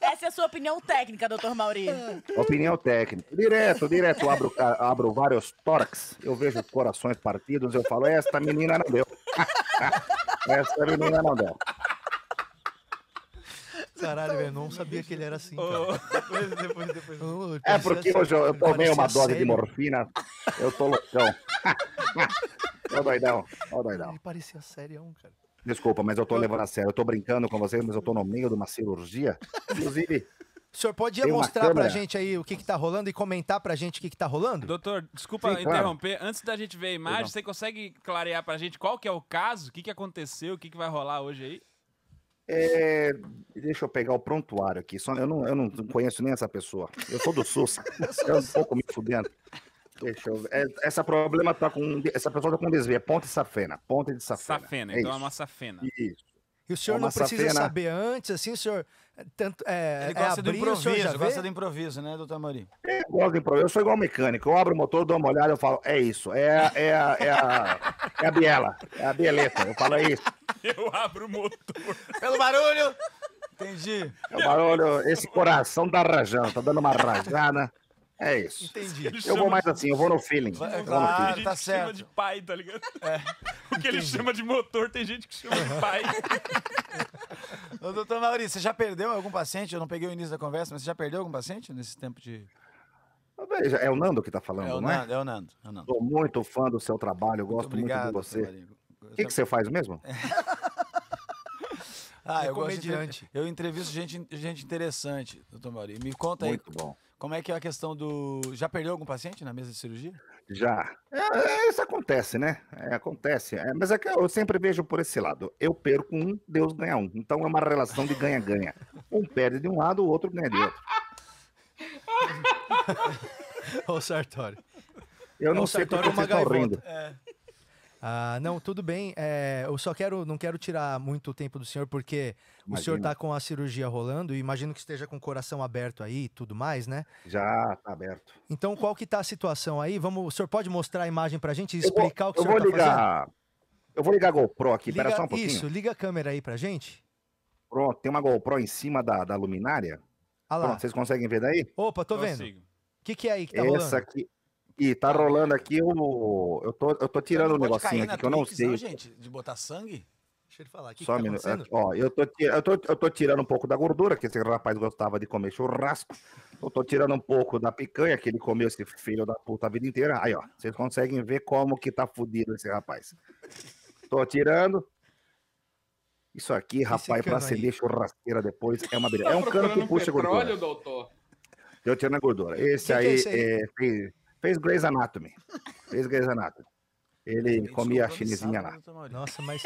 [SPEAKER 5] Essa é a sua opinião técnica, doutor Mauri.
[SPEAKER 11] Opinião técnica. Direto, direto, abro, ca- abro vários tórax, eu vejo corações partidos, eu falo, esta menina não deu. Essa menina não deu.
[SPEAKER 2] Caralho, velho, eu não sabia que ele era assim, cara.
[SPEAKER 4] Então, Depois, depois, depois.
[SPEAKER 2] Oh, ele
[SPEAKER 11] É
[SPEAKER 2] parecia
[SPEAKER 11] porque
[SPEAKER 2] ser-
[SPEAKER 11] hoje eu, eu
[SPEAKER 2] ele
[SPEAKER 11] tomei
[SPEAKER 2] parecia
[SPEAKER 11] uma dose de
[SPEAKER 2] sério.
[SPEAKER 11] morfina, eu tô loucão. Ô doidão, ô doidão.
[SPEAKER 2] Ele parecia serião, cara.
[SPEAKER 11] Desculpa, mas eu tô levando a sério, eu tô brincando com vocês, mas eu tô no meio de uma cirurgia. Inclusive,
[SPEAKER 2] O senhor podia
[SPEAKER 11] Tem uma
[SPEAKER 2] mostrar pra
[SPEAKER 11] câmera?
[SPEAKER 2] gente aí o que que tá rolando e comentar pra gente o que que tá rolando?
[SPEAKER 4] Doutor, desculpa
[SPEAKER 11] Sim, claro.
[SPEAKER 4] interromper. Antes da gente ver a imagem,
[SPEAKER 11] Perdão.
[SPEAKER 4] você consegue clarear pra gente qual que é o caso? O que, que aconteceu? O que, que vai rolar hoje aí?
[SPEAKER 11] É, deixa eu pegar o prontuário aqui. Só, eu, não, eu não conheço nem essa pessoa. Eu sou do SUS. eu um pouco me fudendo. Deixa eu ver. É, Essa problema tá com. Essa pessoa tá com desvio. É ponte safena. Ponte de safena.
[SPEAKER 4] Safena,
[SPEAKER 11] é
[SPEAKER 4] então é
[SPEAKER 11] isso.
[SPEAKER 4] uma safena.
[SPEAKER 11] Isso.
[SPEAKER 2] E o senhor
[SPEAKER 11] Uma
[SPEAKER 2] não precisa
[SPEAKER 11] safena.
[SPEAKER 2] saber antes, assim, o senhor. é, Tanto, é,
[SPEAKER 6] Ele
[SPEAKER 2] é
[SPEAKER 6] gosta do
[SPEAKER 2] abrir, o senhor já
[SPEAKER 6] improviso,
[SPEAKER 2] vê?
[SPEAKER 6] gosta do improviso, né, doutor Amorim?
[SPEAKER 11] Eu gosto de improviso. Eu sou igual mecânico. Eu abro o motor, dou uma olhada, eu falo, é isso. É, a- é, a- é, a, é a biela. É a bieleta. Eu falo, é isso.
[SPEAKER 4] Eu abro o motor.
[SPEAKER 6] Pelo barulho! Entendi.
[SPEAKER 11] É o barulho, esse coração tá rajando, tá dando uma rajada. É isso.
[SPEAKER 6] Entendi.
[SPEAKER 11] Eu vou mais assim, eu vou no feeling.
[SPEAKER 6] Vai-
[SPEAKER 11] Eu vou no
[SPEAKER 6] claro,
[SPEAKER 2] Ah,
[SPEAKER 11] feeling.
[SPEAKER 4] Tem gente
[SPEAKER 6] tá
[SPEAKER 4] que chama
[SPEAKER 6] certo.
[SPEAKER 4] de pai, tá ligado?
[SPEAKER 2] É,
[SPEAKER 4] O que ele chama de motor, tem gente que chama de pai.
[SPEAKER 6] Ô, doutor Maurício, você já perdeu algum paciente? Eu não peguei o início da conversa, mas você já perdeu algum paciente nesse tempo de.
[SPEAKER 11] Veja, é o Nando que tá falando,
[SPEAKER 6] é, o
[SPEAKER 11] não é?
[SPEAKER 6] Nando, é o Nando, é o Nando.
[SPEAKER 11] Sou muito fã do seu trabalho, gosto
[SPEAKER 6] obrigado, É.
[SPEAKER 11] muito de
[SPEAKER 6] doutor
[SPEAKER 11] você. O que, que você faz mesmo?
[SPEAKER 6] Ah,
[SPEAKER 2] É
[SPEAKER 6] eu gosto de.
[SPEAKER 2] comediante.
[SPEAKER 6] Eu entrevisto gente, gente interessante, doutor Maurício. Me conta aí.
[SPEAKER 11] Muito bom.
[SPEAKER 6] Como é que é a questão do. Já perdeu algum paciente na mesa de cirurgia?
[SPEAKER 11] Já. É, é, isso acontece, né? É, acontece. É, mas é que eu sempre vejo por esse lado. Eu perco um, Deus ganha um. Então é uma relação de ganha-ganha. Um perde de um lado, o outro ganha de outro.
[SPEAKER 2] Ô, Sartori.
[SPEAKER 11] Eu não
[SPEAKER 2] o
[SPEAKER 11] sei por que
[SPEAKER 2] Sartori é uma
[SPEAKER 11] vocês estão
[SPEAKER 2] gaivota.
[SPEAKER 11] rindo.
[SPEAKER 2] Ah, não, tudo bem. É, eu só quero, não quero tirar muito tempo do senhor, porque o senhor
[SPEAKER 11] Imagina.
[SPEAKER 2] tá com a cirurgia rolando e imagino que esteja com o coração aberto aí e tudo mais, né?
[SPEAKER 11] Já tá aberto.
[SPEAKER 2] Então, qual que tá a situação aí? Vamos, o senhor pode mostrar a imagem pra gente e
[SPEAKER 11] Eu vou-
[SPEAKER 2] explicar o que o
[SPEAKER 11] eu
[SPEAKER 2] senhor
[SPEAKER 11] vou
[SPEAKER 2] tá fazendo?
[SPEAKER 11] ligar. Eu vou ligar a GoPro aqui,
[SPEAKER 2] Liga,
[SPEAKER 11] pera só um pouquinho.
[SPEAKER 2] isso, liga a câmera aí pra gente.
[SPEAKER 11] Pronto, tem uma GoPro em cima da, da luminária.
[SPEAKER 2] Ah lá.
[SPEAKER 11] Pronto, vocês conseguem ver daí?
[SPEAKER 2] Opa, tô vendo. O
[SPEAKER 4] Consigo.
[SPEAKER 2] que, que é aí que tá
[SPEAKER 11] Essa
[SPEAKER 2] rolando?
[SPEAKER 11] aqui. E tá rolando aqui o. Eu tô, eu tô tirando um
[SPEAKER 6] Pode cair
[SPEAKER 11] negocinho
[SPEAKER 6] na
[SPEAKER 11] aqui que eu não
[SPEAKER 6] Twix, não,
[SPEAKER 11] sei.
[SPEAKER 6] gente, de botar sangue?
[SPEAKER 2] Deixa ele falar. O que,
[SPEAKER 11] Só um
[SPEAKER 2] que tá
[SPEAKER 11] minuto.
[SPEAKER 2] acontecendo?
[SPEAKER 11] Aqui, Ó, eu tô, ti- eu, tô, eu tô tirando um pouco da gordura, que esse rapaz gostava de comer churrasco. Eu tô tirando um pouco da picanha que ele comeu, esse filho da puta, a vida inteira. Aí, ó, vocês conseguem ver como que tá fudido esse rapaz. Tô tirando. Isso aqui, rapaz, pra
[SPEAKER 2] cano aí?
[SPEAKER 11] acender churrasqueira depois é uma beleza.
[SPEAKER 7] Tá
[SPEAKER 11] É um cano que
[SPEAKER 7] procurando
[SPEAKER 11] puxa gordura.
[SPEAKER 7] petróleo, doutor?
[SPEAKER 11] Eu tiro na gordura. Esse
[SPEAKER 2] Quem que é
[SPEAKER 11] aí,
[SPEAKER 2] esse aí?
[SPEAKER 11] é, fez, fez Grey's Anatomy. Fez Grey's Anatomy. Ele comia a chinesinha lá.
[SPEAKER 2] Nossa, mas.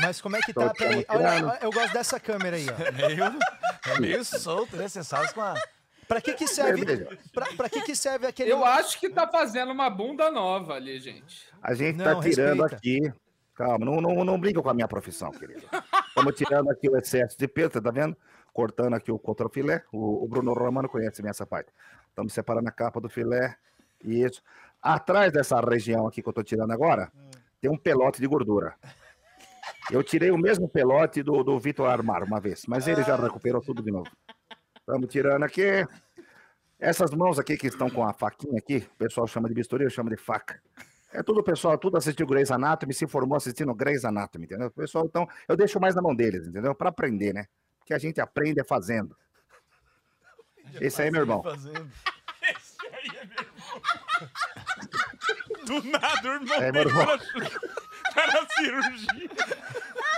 [SPEAKER 2] Mas como é que
[SPEAKER 11] Tô
[SPEAKER 2] tá?
[SPEAKER 11] te
[SPEAKER 2] Peraí, olha,
[SPEAKER 11] mostrando.
[SPEAKER 2] olha, eu gosto dessa câmera aí, ó.
[SPEAKER 6] É meio solto, né? Você sabe com a.
[SPEAKER 2] Pra que
[SPEAKER 11] É
[SPEAKER 2] que serve?
[SPEAKER 11] Veja.
[SPEAKER 2] Pra, pra que que serve aquele.
[SPEAKER 7] Eu acho que tá fazendo uma bunda nova ali, gente.
[SPEAKER 11] A gente
[SPEAKER 2] Não,
[SPEAKER 11] tá tirando
[SPEAKER 2] respeita.
[SPEAKER 11] aqui. Calma, não, não, não brinca com a minha profissão, querido. Estamos tirando aqui o excesso de peso, tá vendo? Cortando aqui o contrafilé. O, o Bruno Romano conhece bem essa parte. Estamos separando a capa do filé. Isso. Atrás dessa região aqui que eu tô tirando agora, tem um pelote de gordura. Eu tirei o mesmo pelote do, do Vitor Armar uma vez, mas ele já
[SPEAKER 2] Ah.
[SPEAKER 11] recuperou tudo de novo. Estamos tirando aqui. Essas mãos aqui que estão com a faquinha aqui, o pessoal chama de bisturi, eu chamo de faca. É tudo, pessoal, tudo assistiu Grey's Anatomy, se formou assistindo Grey's Anatomy, entendeu? O Pessoal, então, eu deixo mais na mão deles, entendeu? Pra aprender, né? Porque a gente aprende é fazendo. Esse aí é meu irmão.
[SPEAKER 6] Fazendo.
[SPEAKER 4] é Do nada, o irmão
[SPEAKER 11] É,
[SPEAKER 4] é,
[SPEAKER 11] meu
[SPEAKER 4] dele
[SPEAKER 11] irmão.
[SPEAKER 4] tá na chu- tá na cirurgia.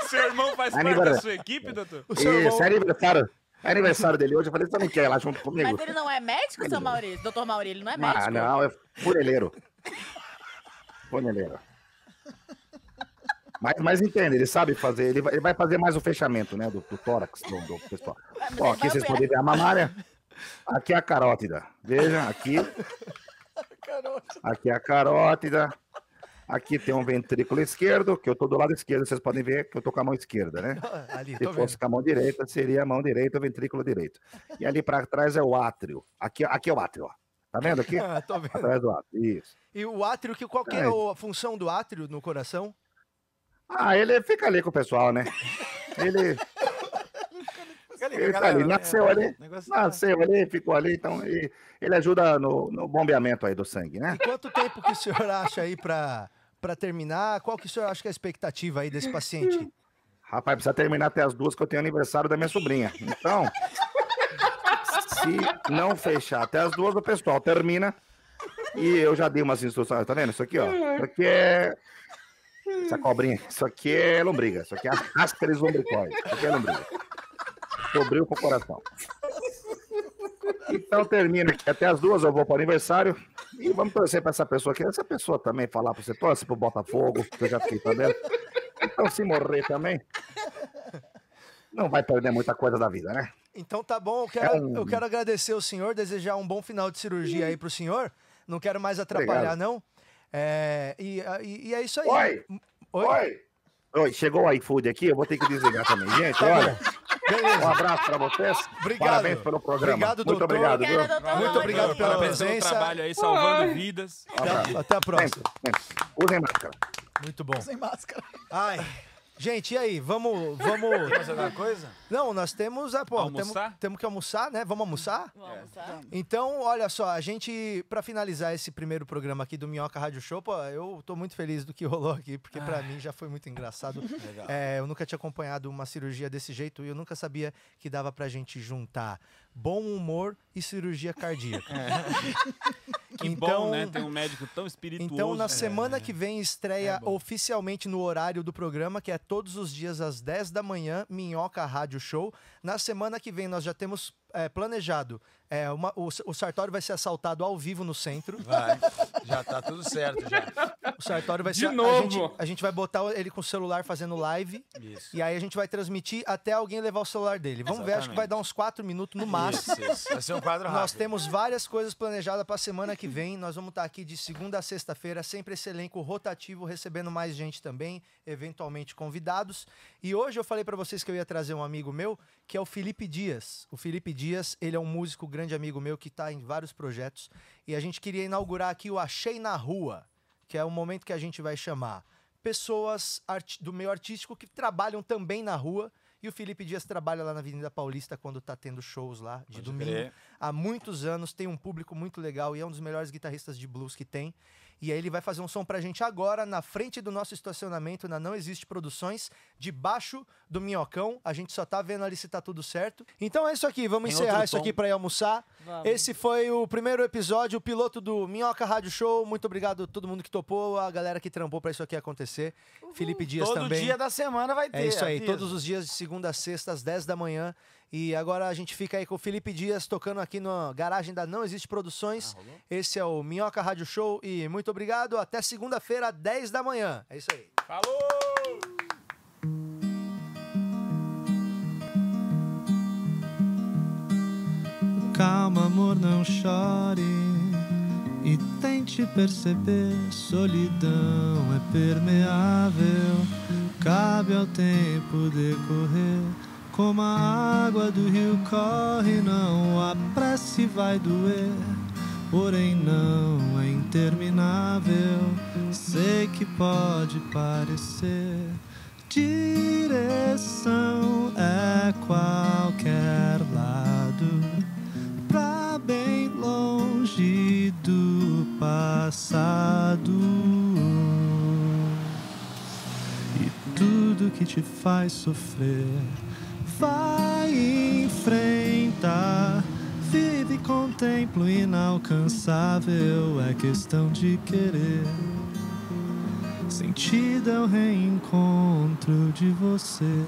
[SPEAKER 4] Seu irmão faz parte
[SPEAKER 11] Aníbal.
[SPEAKER 4] da sua equipe, doutor?
[SPEAKER 11] Isso, é aniversário. É aniversário dele hoje. Eu falei, você não quer ir lá junto comigo?
[SPEAKER 5] Mas ele não é médico, seu Maurício? Doutor Maurício, ele não é médico?
[SPEAKER 11] Ah, não, é funeleiro. Funeleiro. Mas, mas entende, ele sabe fazer, ele vai, ele vai fazer mais o fechamento, né, do, do tórax do, do pessoal.
[SPEAKER 5] mas
[SPEAKER 11] Ó,
[SPEAKER 5] ele
[SPEAKER 11] aqui
[SPEAKER 5] vai
[SPEAKER 11] vocês
[SPEAKER 5] operar.
[SPEAKER 11] podem ver a mamária, aqui é a carótida, veja, aqui, aqui é a carótida, aqui tem um ventrículo esquerdo, que eu tô do lado esquerdo, vocês podem ver que eu tô com a mão esquerda, né?
[SPEAKER 2] Ali,
[SPEAKER 11] Se
[SPEAKER 2] tô vendo.
[SPEAKER 11] fosse com a mão direita, seria a mão direita, o ventrículo direito. E ali pra trás é o átrio, aqui, aqui é o átrio, ó. Tá vendo aqui?
[SPEAKER 2] Ah, tô vendo.
[SPEAKER 11] Atrás do átrio, isso.
[SPEAKER 2] E o átrio, que qual que é
[SPEAKER 11] Ai.
[SPEAKER 2] a função do átrio no coração?
[SPEAKER 11] Ah, ele fica ali com o pessoal, né? Ele, ele tá ali, nasceu
[SPEAKER 2] é,
[SPEAKER 11] ali,
[SPEAKER 6] Negócio
[SPEAKER 11] nasceu ali, ficou ali, então ele, ele ajuda no, no bombeamento aí do sangue, né?
[SPEAKER 2] E quanto tempo que o senhor acha aí pra, pra terminar? Qual que o senhor acha que é a expectativa aí desse paciente?
[SPEAKER 11] Rapaz, precisa terminar até as duas que eu tenho aniversário da minha sobrinha. Então, se não fechar até as duas, o pessoal termina. E eu já dei umas instruções, tá vendo? Isso aqui, ó. Isso aqui é. Essa cobrinha. Isso aqui é lombriga. Isso aqui é asperis lombricoides. Isso aqui é lombriga. Sobriu pro coração. Então termina aqui. Até as duas eu vou para o aniversário. E vamos torcer pra essa pessoa aqui. Essa pessoa também falar pra você, torce pro Botafogo, que eu já fiquei sabendo. Então se morrer também. Não vai perder muita coisa da vida, né?
[SPEAKER 2] Então tá bom, eu
[SPEAKER 11] É
[SPEAKER 2] quero,
[SPEAKER 11] um
[SPEAKER 2] eu quero agradecer o senhor, desejar um bom final de cirurgia aí pro senhor. Não quero mais atrapalhar,
[SPEAKER 11] Obrigado.
[SPEAKER 2] não. É, e, e- e é isso aí.
[SPEAKER 11] Oi!
[SPEAKER 2] Oi!
[SPEAKER 11] Oi, chegou o iFood aqui, eu vou ter que desligar também. Gente, olha. Um abraço pra vocês.
[SPEAKER 2] Obrigado.
[SPEAKER 11] Parabéns pelo programa.
[SPEAKER 2] Obrigado,
[SPEAKER 11] Muito
[SPEAKER 2] doutor.
[SPEAKER 11] obrigado, viu?
[SPEAKER 2] Obrigada, doutor. Muito obrigado pela
[SPEAKER 4] Parabéns pelo
[SPEAKER 2] presença.
[SPEAKER 4] trabalho aí, salvando
[SPEAKER 2] Ai.
[SPEAKER 4] vidas.
[SPEAKER 2] Até, até a próxima.
[SPEAKER 11] Usem máscara.
[SPEAKER 2] Muito bom.
[SPEAKER 3] Sem máscara.
[SPEAKER 2] Ai. Gente, e aí? Vamos. vamos...
[SPEAKER 6] Tem mais alguma coisa?
[SPEAKER 2] Não, nós temos. Ah, pô, temos,
[SPEAKER 6] Almoçar? É.
[SPEAKER 2] temos que almoçar, né? Vamos almoçar? Então, olha só, a gente, pra finalizar esse primeiro programa aqui do Minhoca Rádio Show, pô, eu tô muito feliz do que rolou aqui, porque pra
[SPEAKER 6] Ah.
[SPEAKER 2] mim já foi muito engraçado.
[SPEAKER 6] Legal.
[SPEAKER 2] É, eu nunca tinha acompanhado uma cirurgia desse jeito e eu nunca sabia que dava pra gente juntar bom humor e cirurgia cardíaca.
[SPEAKER 6] É.
[SPEAKER 4] Que bom, né? Tem um médico tão espirituoso.
[SPEAKER 2] Então, na
[SPEAKER 4] É.
[SPEAKER 2] semana que vem,
[SPEAKER 6] É
[SPEAKER 2] estreia oficialmente no horário do programa, que é todos os dias às 10 da manhã, Minhoca Rádio Show. Na semana que vem, nós já temos é, planejado. é, uma- o, o Sartório vai ser assaltado ao vivo no centro.
[SPEAKER 6] Vai. Já tá tudo certo, já.
[SPEAKER 2] O Sartório vai
[SPEAKER 6] De
[SPEAKER 2] ser. a- A
[SPEAKER 6] novo.
[SPEAKER 2] gente, a gente vai botar ele com o celular fazendo live.
[SPEAKER 6] Isso.
[SPEAKER 2] E aí a gente vai transmitir até alguém levar o celular dele. Vamos ver, acho que vai
[SPEAKER 6] Exatamente.
[SPEAKER 2] dar uns 4 minutos no máximo.
[SPEAKER 6] Isso, isso. Vai ser um quadro
[SPEAKER 2] Nós
[SPEAKER 6] rápido.
[SPEAKER 2] temos várias coisas planejadas para semana que vem. Nós vamos estar aqui de segunda a sexta-feira, sempre esse elenco rotativo, recebendo mais gente também, eventualmente convidados. E hoje eu falei para vocês que eu ia trazer um amigo meu, que é o Felipe Dias. O Felipe Dias, ele é um músico grande amigo meu que está em vários projetos. E a gente queria inaugurar aqui o Achei na Rua, que é o momento que a gente vai chamar pessoas arti- do meio artístico que trabalham também na rua. E o Felipe Dias trabalha lá na Avenida Paulista quando tá tendo shows lá de domingo.
[SPEAKER 6] crer.
[SPEAKER 2] É. Há muitos anos, tem um público muito legal e é um dos melhores guitarristas de blues que tem. E aí ele vai fazer um som pra gente agora, na frente do nosso estacionamento, na Não Existe Produções, debaixo do Minhocão. A gente só tá vendo ali se tá tudo certo. Então é isso aqui, vamos
[SPEAKER 6] Em
[SPEAKER 2] encerrar
[SPEAKER 6] outro
[SPEAKER 2] isso
[SPEAKER 6] tom.
[SPEAKER 2] aqui pra ir almoçar.
[SPEAKER 6] Vamos.
[SPEAKER 2] Esse foi o primeiro episódio, o piloto do Minhoca Rádio Show. Muito obrigado a todo mundo que topou, a galera que trampou pra isso aqui acontecer. Felipe Dias
[SPEAKER 6] Todo
[SPEAKER 2] também.
[SPEAKER 6] dia da semana vai ter.
[SPEAKER 2] É isso aí,
[SPEAKER 6] avisa.
[SPEAKER 2] todos os dias de segunda a sexta, às 10 da manhã. E agora a gente fica aí com o Felipe Dias tocando aqui na garagem da Não Existe Produções.
[SPEAKER 6] Ah,
[SPEAKER 2] Esse é o Minhoca Rádio Show e muito obrigado. Até segunda-feira, 10 da manhã. É isso aí.
[SPEAKER 4] Falou!
[SPEAKER 10] Calma, amor, não chore e tente perceber. Solidão é permeável, cabe ao tempo decorrer. Como a água do rio corre, não a prece vai doer. Porém, não é interminável. Sei que pode parecer. Direção é qualquer lado pra bem longe do passado. E tudo que te faz sofrer, vai enfrentar. Vive, contempla o inalcançável, é questão de querer. Sentido é o reencontro de você.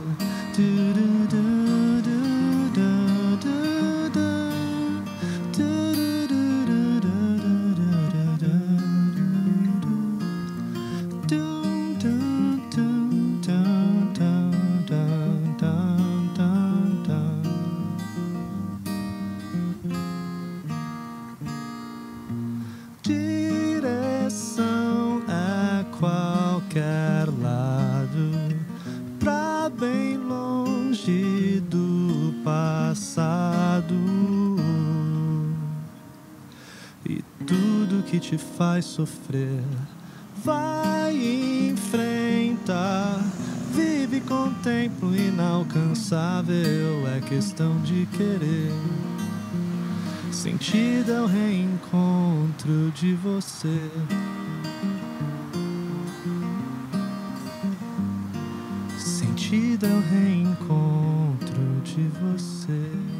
[SPEAKER 10] Direção a qualquer lado, pra bem longe do passado. E tudo que te faz sofrer vai enfrentar. Vive, contempla o inalcançável, é questão de querer. Sentido é o reencontro de você. Sentido é o reencontro de você.